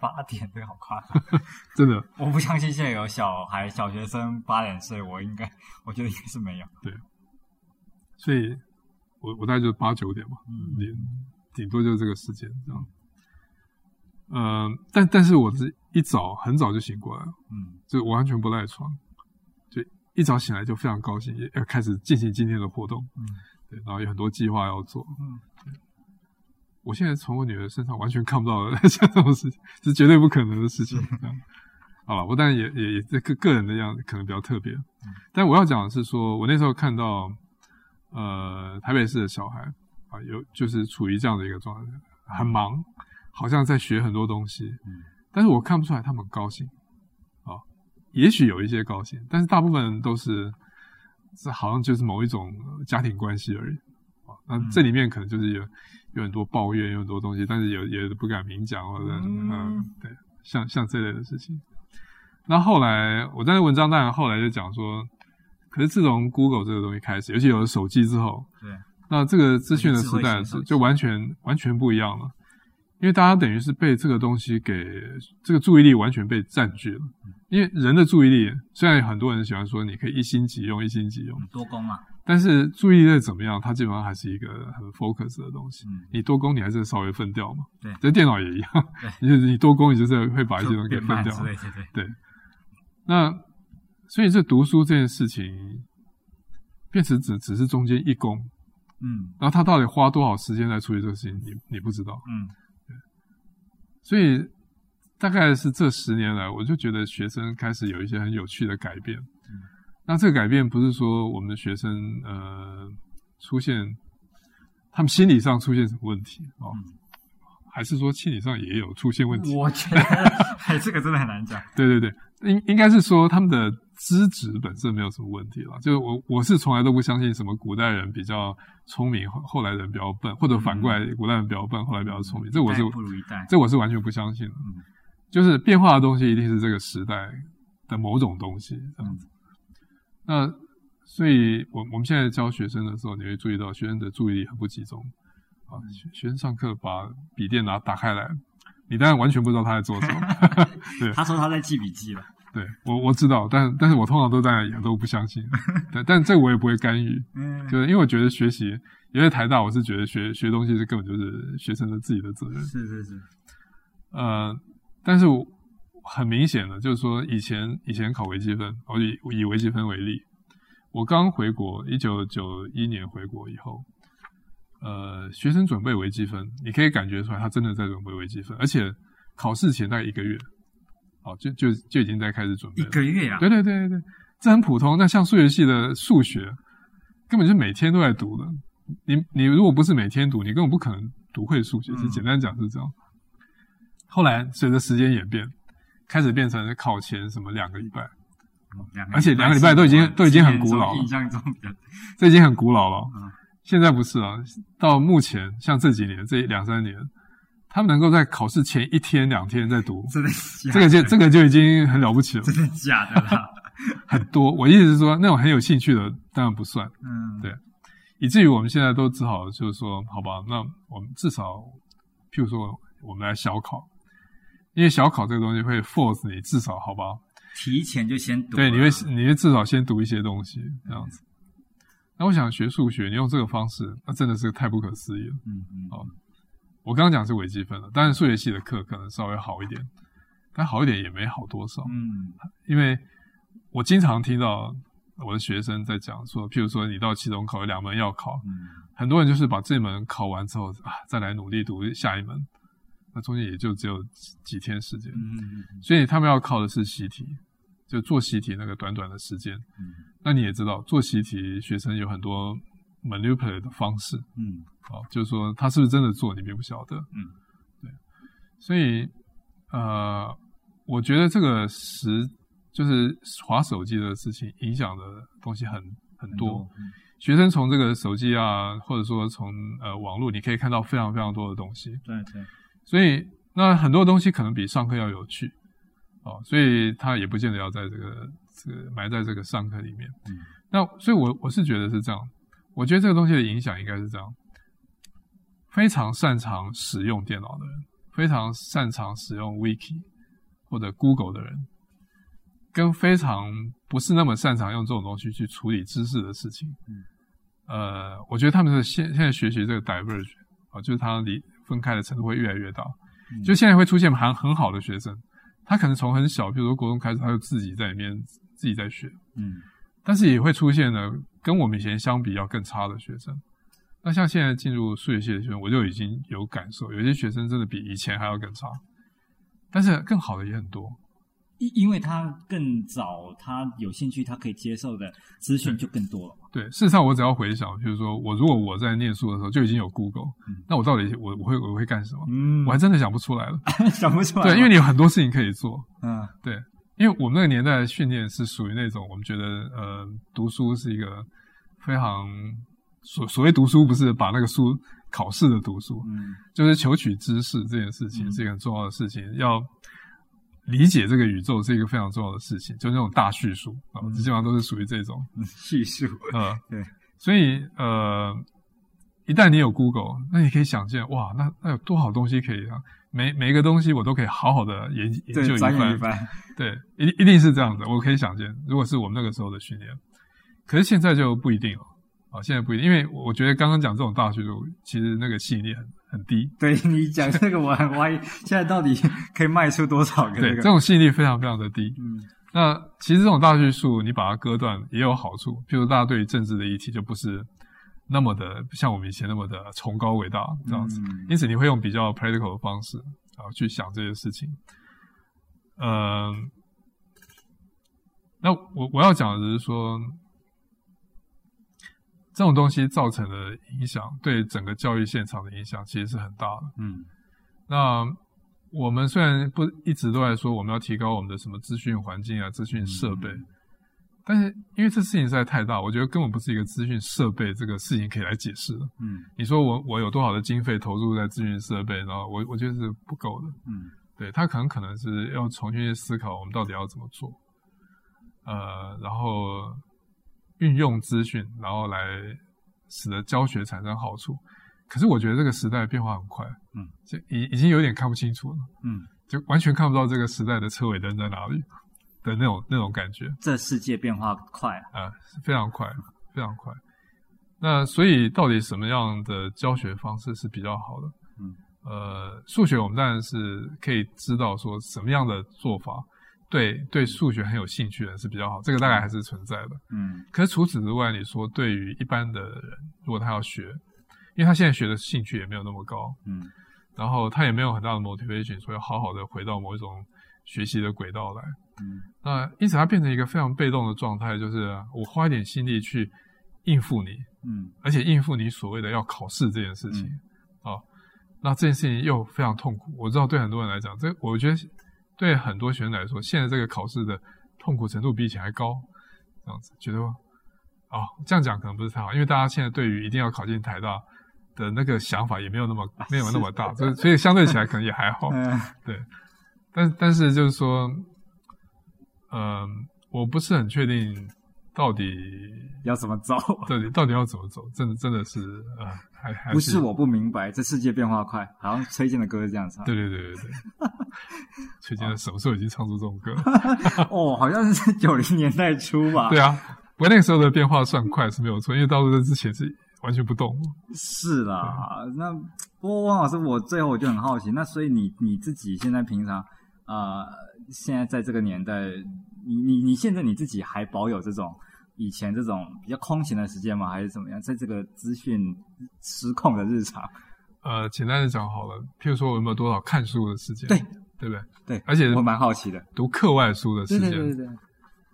A: 八八点这个好夸张，
B: 真的。
A: 我不相信现在有小孩小学生八点睡，我应该我觉得应该是没有。
B: 所以我我大概就是八九点吧，
A: 嗯
B: 顶顶多就是这个时间这样。呃，但但是我是一早很早就醒过来了，
A: 嗯
B: 就我完全不赖床，就一早醒来就非常高兴，也呃要开始进行今天的活动，
A: 嗯
B: 对，然后有很多计划要做。
A: 嗯，
B: 我现在从我女儿身上完全看不到像 这种事情，是绝对不可能的事情。这样好了，我当然也也也这个个人的样子可能比较特别，但我要讲的是说，我那时候看到呃台北市的小孩啊，有就是处于这样的一个状态，很忙，好像在学很多东西，
A: 嗯
B: 但是我看不出来他们高兴啊，也许有一些高兴，但是大部分人都是这好像就是某一种呃家庭关系而已啊。那
A: 嗯
B: 这里面可能就是有有很多抱怨，有很多东西，但是有也不敢明讲或者
A: 嗯
B: 嗯、对，像像这类的事情。那后来我在文章当然后来就讲说，可是自从 Google 这个东西开始，尤其有了手机之后，
A: 对，嗯
B: 那这个资讯的时代
A: 智慧型手
B: 就
A: 机
B: 就完全完全不一样了，因为大家等于是被这个东西给这个注意力完全被占据了。因为人的注意力，虽然很多人喜欢说你可以一心即用、一心即用，
A: 多功啊嘛，
B: 但是注意力再怎么样，它基本上还是一个很 focus 的东西。
A: 嗯
B: 你多攻，你还是稍微分掉嘛。
A: 对
B: 在电脑也一样， 你就是你多攻，你就是会把一些东西给
A: 变
B: 分
A: 慢
B: 掉
A: 之。类，对对，
B: 那所以这读书这件事情，变成只只是中间一攻，
A: 嗯
B: 然后他到底花多少时间来处理这个事情，你你不知道。
A: 嗯
B: 所以大概是这十年来，我就觉得学生开始有一些很有趣的改变。
A: 嗯
B: 那这个改变不是说我们的学生呃出现他们心理上出现什么问题哦，
A: 嗯
B: 还是说心理上也有出现问题？
A: 我觉得 哎，这个真的很难讲。
B: 对对对，应应该是说他们的资质本身没有什么问题了。就是我我是从来都不相信什么古代人比较聪明，后后来人比较笨，或者反过来古代人比较笨，后来比较聪明。这我是
A: 嗯一代不如一代
B: 这我是完全不相信的。
A: 嗯
B: 就是变化的东西一定是这个时代的某种东西这样子。
A: 嗯
B: 那所以，我我们现在教学生的时候，你会注意到学生的注意力很不集中啊。
A: 嗯
B: 学学生上课把笔电拿打开来，你当然完全不知道他在做什 么。
A: 他说他在记笔记了，
B: 对我我知道，但但是我通常都当然也都不 相信，对，但这我也不会干预，
A: 嗯，
B: 就是因为我觉得学习，因为台大我是觉得学学东西是根本就是学生的自己的责任，
A: 是是是，
B: 呃，但是我很明显的就是说，以前以前考微积分，我以我以微积分为例，我刚回国，一九九一年回国以后，呃，学生准备微积分，你可以感觉出来他真的在准备微积分，而且考试前大概一个月，哦，就就就已经在开始准备
A: 一
B: 了。
A: 个月啊，
B: 对对对对对，这很普通。那像数学系的数学，根本就每天都在读的。你你如果不是每天读，你根本不可能读会数学。
A: 嗯
B: 其实简单讲是这样。后来随着时间演变，开始变成考前什么两个礼拜，
A: 嗯两
B: 而且两个礼拜都已经
A: 是我
B: 都已经很古老了
A: 印象中比较，
B: 这已经很古老了。
A: 嗯
B: 现在不是啊，到目前像这几年这两三年，他们能够在考试前一天两天 在读，
A: 真的假的？
B: 这个就这个就已经很了不起了。
A: 真的假的 啦？
B: 很多，我意思是说，那种很有兴趣的当然不算。
A: 嗯，
B: 对以至于我们现在都只好就是说，好吧，那我们至少，譬如说，我们来小考，因为小考这个东西会 force 你至少，好吧，
A: 提前就先读了，
B: 对，你会你会至少先读一些东西这样子。那我想学数学，你用这个方式，那真的是太不可思议了。
A: 嗯嗯
B: 好我刚刚讲是微积分了，当然数学系的课可能稍微好一点，但好一点也没好多少。
A: 嗯
B: 因为我经常听到我的学生在讲说，譬如说你到期中考有两门要考，
A: 嗯，
B: 很多人就是把这门考完之后啊，再来努力读下一门，那中间也就只有几几天时间，
A: 嗯
B: 所以他们要靠的是习题，就做习题那个短短的时间。
A: 嗯
B: 那你也知道，做习题学生有很多 manipulate 的方式，
A: 嗯
B: 哦，就是说他是不是真的做，你并不晓得。
A: 嗯，
B: 对，所以呃，我觉得这个时就是划手机的事情影响的东西很很多，
A: 很多嗯
B: 学生从这个手机啊，或者说从呃网络，你可以看到非常非常多的东西。
A: 对对，
B: 所以那很多东西可能比上课要有趣，哦，所以他也不见得要在这个这个埋在这个上课里面。
A: 嗯
B: 那所以我，我是觉得是这样，我觉得这个东西的影响应该是这样：非常擅长使用电脑的人，非常擅长使用 Wiki 或者 Google 的人，跟非常不是那么擅长用这种东西去处理知识的事情，
A: 嗯
B: 呃，我觉得他们的现现在学习这个 diverge 啊，就是它离分开的程度会越来越大。
A: 嗯
B: 就现在会出现很很好的学生，他可能从很小，比如说国中开始，他就自己在里面自己在学，
A: 嗯
B: 但是也会出现呢，跟我们以前相比要更差的学生。那像现在进入数学系的学生，我就已经有感受，有些学生真的比以前还要更差，但是更好的也很多。
A: 因因为他更早，他有兴趣，他可以接受的资讯就更多了嘛。
B: 对，事实上我只要回想，就是说我如果我在念书的时候就已经有 Google，、
A: 嗯
B: 那我到底我我会我会干什么？
A: 嗯啊
B: 我还真的想不出来了。
A: 想不出来嘛。
B: 对，因为你有很多事情可以做。
A: 嗯
B: 对，因为我们那个年代的训练是属于那种我们觉得呃，读书是一个非常所所谓读书，不是把那个书考试的读书，
A: 嗯
B: 就是求取知识这件事情
A: 嗯
B: 是一个很重要的事情，要理解这个宇宙是一个非常重要的事情，就那种大叙述啊，
A: 嗯
B: 基本上都是属于这种。
A: 嗯，叙述
B: 嗯，
A: 对。
B: 所以呃，一旦你有 Google，那你可以想见，哇，那那有多少东西可以啊？每每一个东西我都可以好好的研研究
A: 对
B: 一
A: 专
B: 番，
A: 业一番。
B: 对，一定一定是这样的，我可以想见，如果是我们那个时候的训练，可是现在就不一定了啊，现在不一定，因为我觉得刚刚讲这种大学的，其实那个吸引力很很低，
A: 对你讲这个，我很怀疑现在到底可以卖出多少个
B: 对，
A: 这
B: 这
A: 个？
B: 种吸引力非常非常的低。
A: 嗯
B: 那其实这种大叙述，你把它割断也有好处，譬如大家对于政治的议题就不是那么的像我们以前那么的崇高伟大这样子，
A: 嗯
B: 因此你会用比较 practical 的方式啊去想这些事情。嗯，那我我要讲的只是说，这种东西造成的影响对整个教育现场的影响其实是很大的。
A: 嗯
B: 那我们虽然不一直都在说我们要提高我们的什么资讯环境啊、资讯设备，但是因为这事情实在太大，我觉得根本不是一个资讯设备这个事情可以来解释的。
A: 嗯
B: 你说我我有多少的经费投入在资讯设备，然后我我觉得是不够的。
A: 嗯
B: 对他可能可能是要重新去思考我们到底要怎么做，呃，然后运用资讯，然后来使得教学产生好处。可是我觉得这个时代变化很快，
A: 嗯，
B: 就已已经有点看不清楚了，
A: 嗯，
B: 就完全看不到这个时代的车尾灯在哪里的那种那种感觉。
A: 这世界变化快啊，
B: 啊，非常快，非常快。那所以到底什么样的教学方式是比较好的？
A: 嗯，
B: 呃，数学我们当然是可以知道说什么样的做法对对数学很有兴趣的人是比较好，这个大概还是存在的。
A: 嗯
B: 可是除此之外，你说对于一般的人，如果他要学，因为他现在学的兴趣也没有那么高，
A: 嗯
B: 然后他也没有很大的 motivation，说要好好的回到某一种学习的轨道来。
A: 嗯
B: 那呃因此它变成一个非常被动的状态，就是呃我花一点心力去应付你，
A: 嗯
B: 而且应付你所谓的要考试这件事情
A: 嗯
B: 啊、那这件事情又非常痛苦。我知道对很多人来讲，这我觉得对很多学生来说，现在这个考试的痛苦程度比以前还高，这样子觉得啊、这样讲可能不是太好，因为大家现在对于一定要考进台大的那个想法也没有那么没有那么大，所以所以相对起来可能也还好。
A: 嗯
B: 但但是就是说，嗯、我不是很确定到底
A: 要怎么走？
B: 到底到底要怎么走，真的真的是呃，还还
A: 不是，我不明白，这世界变化快，好像崔健的歌是这样唱。
B: 对对对 对对，崔健什么时候已经唱出这种歌？
A: 哦，好像是九零年代初吧？
B: 对啊，不过那个时候的变化算快是没有错，因为到这之前是完全不动。
A: 是啦，
B: 嗯
A: 那不过汪老师，我最后我就很好奇，那所以你你自己现在平常呃，现在在这个年代，你你你现在你自己还保有这种以前这种比较空闲的时间吗？还是怎么样？在这个资讯失控的日常，
B: 呃，简单的讲好了，譬如说我有没有多少看书的时间？
A: 对
B: 对不对？
A: 对
B: 而且
A: 我蛮好奇的。
B: 读课外书的时
A: 对
B: 间，
A: 对对对对，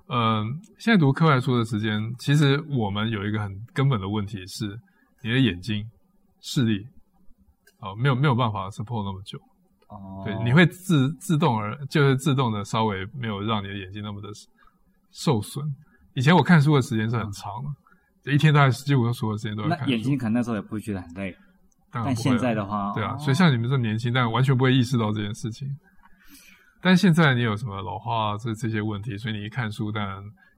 B: 呃，现在读课外书的时间，其实我们有一个很根本的问题是，你的眼睛视力，哦，没有没有办法 support 那么久，
A: 哦，
B: 对，你会自自动而就是自动的稍微没有让你的眼睛那么的受损。以前我看书的时间是很长的，一天大概几乎所有时间都在
A: 那
B: 看
A: 眼
B: 书
A: 睛，可能那时候也不会觉得很累，但
B: 当然不会
A: 现
B: 了
A: 在的话，
B: 对啊，
A: 哦
B: 所以像你们这么年轻，但完全不会意识到这件事情。但现在你有什么老化这这些问题，所以你一看书，但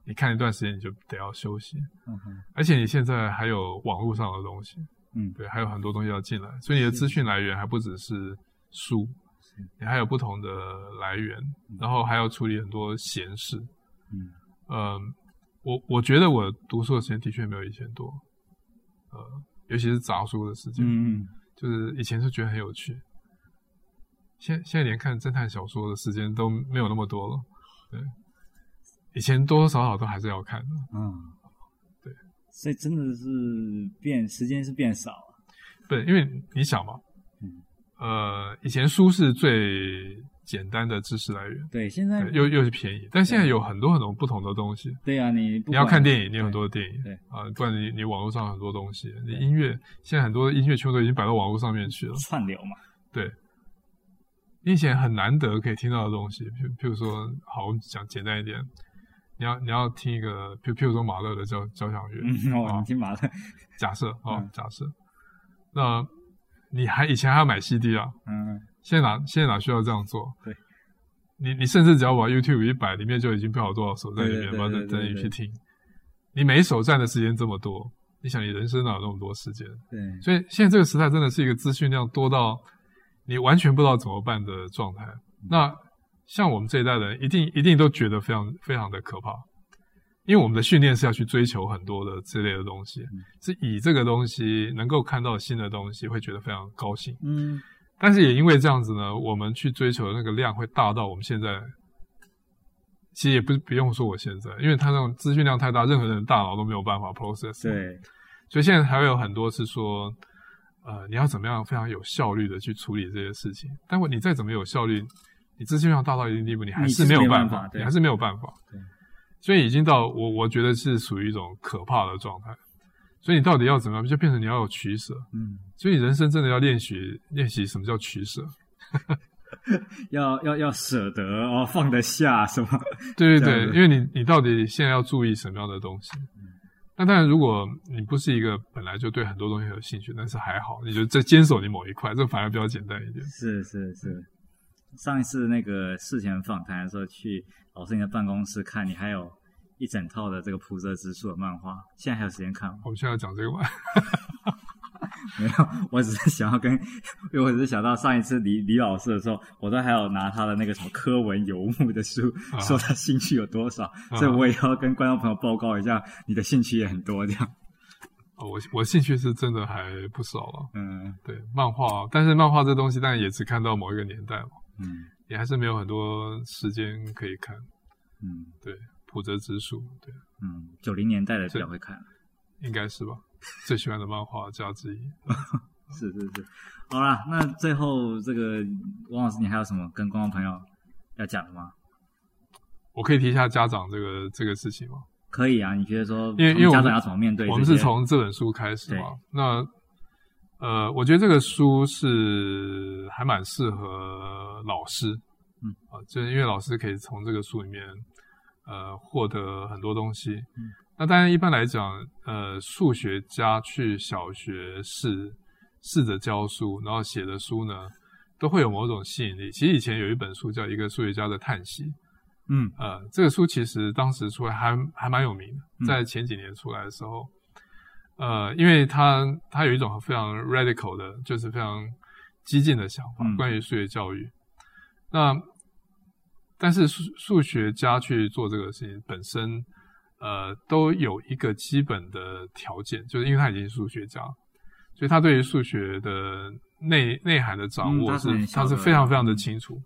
B: 你看一段时间你就得要休息，
A: 嗯哼
B: 而且你现在还有网络上的东西，
A: 嗯
B: 对，还有很多东西要进来，所以你的资讯来源还不只是书，你还有不同的来源，然后还要处理很多闲事。
A: 嗯
B: 嗯，我我觉得我读书的时间的确没有以前多，呃，尤其是杂书的时间，
A: 嗯
B: 就是以前是觉得很有趣，现现在连看侦探小说的时间都没有那么多了。对，以前多多少少都还是要看的。
A: 嗯嗯，
B: 对，
A: 所以真的是变时间是变少了，
B: 对，因为你想嘛
A: 嗯，
B: 呃，以前书是最简单的知识来源，
A: 对，现在
B: 对又又是便宜，但现在有很多很多不同的东西。
A: 对啊，你不
B: 你要
A: 管
B: 看电影，你有很多电影，
A: 对
B: 啊，不然你你网络上很多东西，你音乐现在很多音乐全部都已经摆到网络上面去了。
A: 哎串流嘛，
B: 对，你以前很难得可以听到的东西，譬譬如说，好，我们讲简单一点，你要你要听一个，譬譬如说马勒的交交响乐，
A: 嗯，
B: 啊
A: 哦，你听麻了，
B: 假设啊、
A: 嗯
B: 假设，那你还以前还要买 CD 啊，
A: 嗯，
B: 现在哪现在哪需要这样做？
A: 对，
B: 你你甚至只要把 YouTube 一摆，里面就已经不好多少首在里
A: 对
B: 面，
A: 对
B: 把
A: 对
B: 等
A: 对
B: 等
A: 对
B: 你去
A: 对
B: 听，你每一首占的时间这么多，你想你人生哪有那么多时间？
A: 对，
B: 所以现在这个时代真的是一个资讯量多到你完全不知道怎么办的状态。那像我们这一代人，一定一定都觉得非常非常的可怕，因为我们的训练是要去追求很多的之类的东西，是以这个东西能够看到新的东西，会觉得非常高兴。
A: 嗯，
B: 但是也因为这样子呢，我们去追求的那个量会大到我们现在，其实也不不用说我现在，因为它那种资讯量太大，任何人的大脑都没有办法 process。
A: 对，
B: 所以现在还会有很多是说，呃，你要怎么样非常有效率的去处理这些事情。但我你再怎么有效率，你资讯量大到一定地步，你还是没有办
A: 你是没办法对
B: 你还是没有办法。
A: 对，
B: 所以已经到我我觉得是属于一种可怕的状态。所以你到底要怎么样，就变成你要有取舍。
A: 嗯，
B: 所以你人生真的要练习练习什么叫取舍。
A: 要要要舍得哦，放得下什么，这
B: 对对
A: 样
B: 对，
A: 子嗯
B: 因为你你到底现在要注意什么样的东西？那当然，如果你不是一个本来就对很多东西很有兴趣，但是还好，你就在坚守你某一块，这反而比较简单一点。
A: 是是是，上一次那个事前访谈的时候，去老师你的办公室看，你还有一整套的这个普泽之树的漫画，现在还有时间看吗？
B: 我们现在要讲这个吗？
A: 没有，我只是想要跟，因为我只是想到上一次李李老师的时候，我都还有拿他的那个什么科文游牧的书，
B: 啊
A: 说他兴趣有多少，所以我也要跟观众朋友报告一下，你的兴趣也很多，这样，
B: 哦我我兴趣是真的还不少了，
A: 嗯
B: 对漫画，啊但是漫画这东西，当然也只看到某一个年代嘛，
A: 嗯
B: 也还是没有很多时间可以看。
A: 嗯
B: 对，普泽之树，对，
A: 嗯，九零年代的比较会看。
B: 应该是吧，最喜欢的漫画家之一。
A: 是是是，好啦，那最后这个王老师，你还有什么跟观众朋友要讲的吗？
B: 我可以提一下家长这个这个事情吗？
A: 可以啊，你觉得说，
B: 因为因为我
A: 家
B: 们
A: 长要怎么面对这些？
B: 我们是从这本书开始嘛。那呃，我觉得这个书是还蛮适合老师，
A: 嗯
B: 啊，就是因为老师可以从这个书里面呃获得很多东西。
A: 嗯
B: 那当然，一般来讲，呃，数学家去小学试试着教书，然后写的书呢，都会有某种吸引力。其实以前有一本书叫《一个数学家的叹息》，
A: 嗯
B: 呃，这个书其实当时出来还还蛮有名的，
A: 嗯
B: 在前几年出来的时候，呃，因为它它有一种非常 radical 的，就是非常激进的想法，
A: 嗯
B: 关于数学教育。那但是数数学家去做这个事情本身，呃，都有一个基本的条件，就是因为他已经是数学家，所以他对于数学的内内涵的掌
A: 嗯
B: 握
A: 他
B: 是、
A: 是很
B: 他
A: 晓
B: 是
A: 得
B: 非常非常的
A: 嗯
B: 清楚。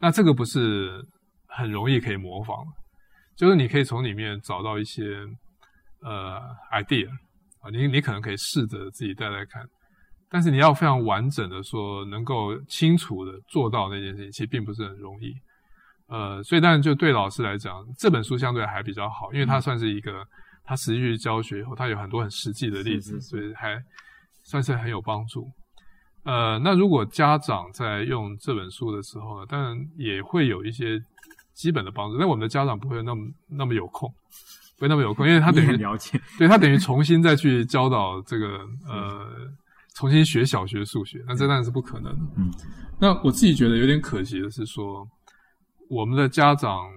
B: 那这个不是很容易可以模仿的，就是你可以从里面找到一些呃 idea 啊，你你可能可以试着自己带带看，但是你要非常完整的说能够清楚的做到那件事情，其实并不是很容易。呃，所以当然就对老师来讲，这本书相对还比较好，因为
A: 嗯
B: 它算是一个它实际去教学以后，它有很多很实际的例
A: 是
B: 子，
A: 是是
B: 所以还算是很有帮助。呃，那如果家长在用这本书的时候呢，当然也会有一些基本的帮助，但我们的家长不会那么那么有空，不会那么有空，因为他等 于
A: 了解，
B: 对他等于重新再去教导这个呃，重新学小学数学，那这当然是不可能的。
A: 嗯，
B: 那我自己觉得有点可惜的是说，我们的家长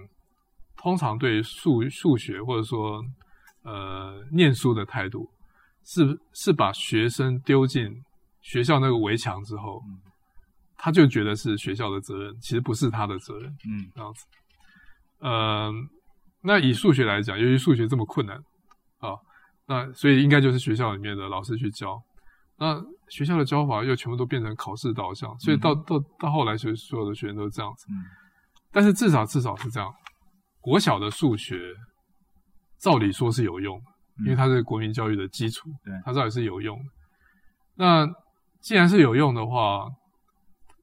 B: 通常对数数学或者说呃念书的态度，是是把学生丢进学校那个围墙之后，他就觉得是学校的责任，其实不是他的责任。
A: 嗯
B: 这样子。呃，那以数学来讲，由于数学这么困难啊，那所以应该就是学校里面的老师去教。那学校的教法又全部都变成考试导向，所以到、到到后来，所所有的学生都是这样子。
A: 嗯
B: 但是至少至少是这样，国小的数学照理说是有用的，
A: 嗯
B: 因为它是国民教育的基础，
A: 对
B: 它照理是有用的。那既然是有用的话，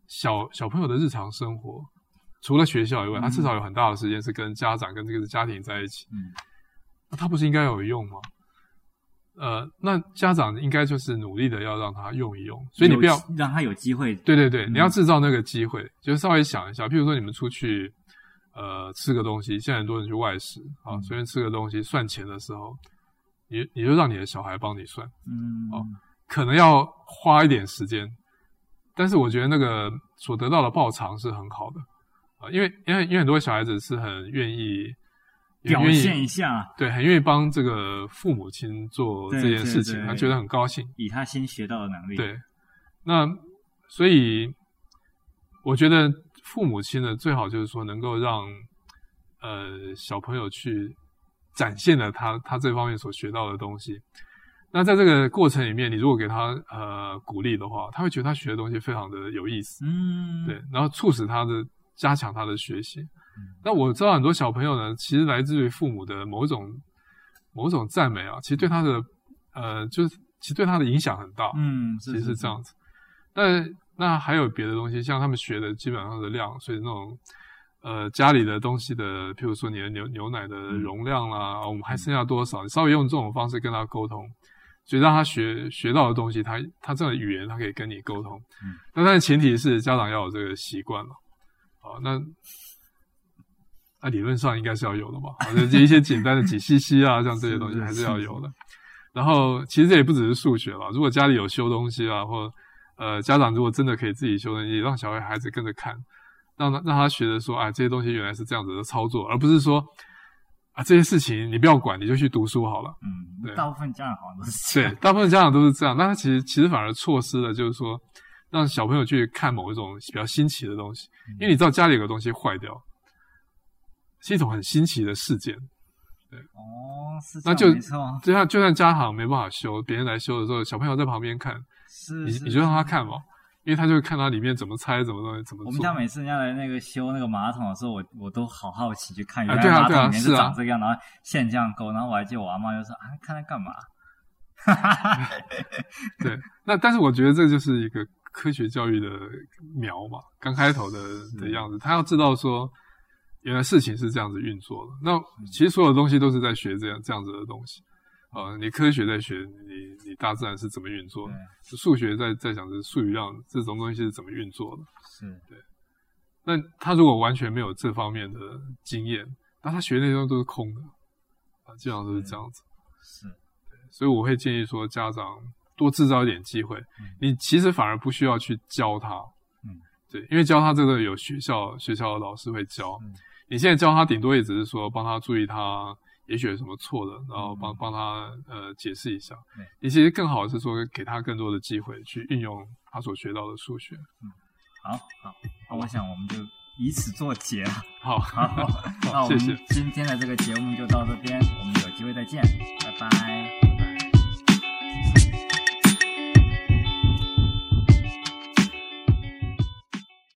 B: 小小朋友的日常生活，除了学校以外，他至少有很大的时间是跟家长、跟这个家庭在一起。
A: 嗯，
B: 那他不是应该有用吗？呃，那家长应该就是努力的要让他用一用，所以你不要
A: 有让他有机会，
B: 对对对，
A: 嗯
B: 你要制造那个机会，就是稍微想一下，譬如说你们出去，呃，吃个东西，现在很多人去外食啊，
A: 嗯
B: 随便吃个东西，算钱的时候，你你就让你的小孩帮你算，
A: 嗯，
B: 哦可能要花一点时间，但是我觉得那个所得到的报偿是很好的啊，因为因为因为很多小孩子是很愿意也
A: 表
B: 愿意
A: 现一下，
B: 对，很愿意帮这个父母亲做
A: 对
B: 这件
A: 对
B: 事情，
A: 对
B: 他觉得很高兴。
A: 以他新学到的能力，，
B: 对，那所以我觉得父母亲呢，最好就是说能够让呃小朋友去展现了他他这方面所学到的东西。那在这个过程里面，你如果给他呃鼓励的话，他会觉得他学的东西非常的有意思，
A: 嗯，
B: 对，，然后促使他的加强他的学习。那我知道很多小朋友呢，其实来自于父母的某种某种赞美啊，其实对他的呃，就是其实对他的影响很大。
A: 嗯，是
B: 其实是
A: 是
B: 这样子。但那还有别的东西，像他们学的基本上的量，所以那种呃家里的东西的，譬如说你的牛牛奶的容量啦、啊我们还剩下多少，你稍微用这种方式跟他沟通，所以让他学学到的东西，他他这样的语言他可以跟你沟通。
A: 嗯
B: 那但是前提是家长要有这个习惯嘛。啊，那。那理论上应该是要有的吧，好像一些简单的几 cc 啊，像这些东西
A: 是
B: 还
A: 是
B: 是要
A: 是
B: 有的。然后其实这也不只是数学啦，如果家里有修东西啊，或呃家长如果真的可以自己修东西，让小孩孩子跟着看，让他让他学着说，哎，这些东西原来是这样子的操作，而不是说啊这些事情你不要管，你就去读书好了。对
A: 嗯，大部分家长好像都是这
B: 对
A: 样，，
B: 大部分家长都是这样，那他其实其实反而错失了，就是说让小朋友去看某一种比较新奇的东西，因为你知道家里有个东西坏掉，是一种很新奇的事件，
A: 哦，是这
B: 那
A: 样，
B: 就
A: 没错，
B: 就像就算家长没办法修，别人来修的时候，小朋友在旁边看，
A: 是，
B: 你
A: 是
B: 你就让他看嘛，因为他就会看他里面怎么拆、怎么东西、怎么
A: 我
B: 做。
A: 们家每次人家来那个修那个马桶的时候，我我都好好奇去看，
B: 啊
A: 原来
B: 对啊
A: 马
B: 对啊
A: 桶里面
B: 是啊
A: 长这个样，然后线这样勾，然后我还记得我阿妈就说啊，看它干嘛？
B: 对，那但是我觉得这就是一个科学教育的苗嘛，刚开头的的样子，他要知道说，原来事情是这样子运作的。那其实所有东西都是在学这样这样子的东西。啊、你科学在学，你你大自然是怎么运作的？数学在在想是数语量这种东西是怎么运作的？
A: 是，
B: 那他如果完全没有这方面的经验，那他学那些东西都是空的啊，基本上都是这样子。
A: 是，
B: 所以我会建议说，家长多制造一点机会，你其实反而不需要去教他，
A: 嗯，
B: 对，因为教他这个有学校学校的老师会教，
A: 嗯
B: 你现在教他顶多也只是说帮他注意他也许有什么错的，然后帮帮他呃解释一下
A: 嗯对。
B: 你其实更好的是说给他更多的机会去运用他所学到的数学。
A: 好好，那我想我们就以此作结了。
B: 好，
A: 好， 那我
B: 谢
A: 们
B: 谢。
A: 今天的这个节目就到这边，我们有机会再见，拜拜。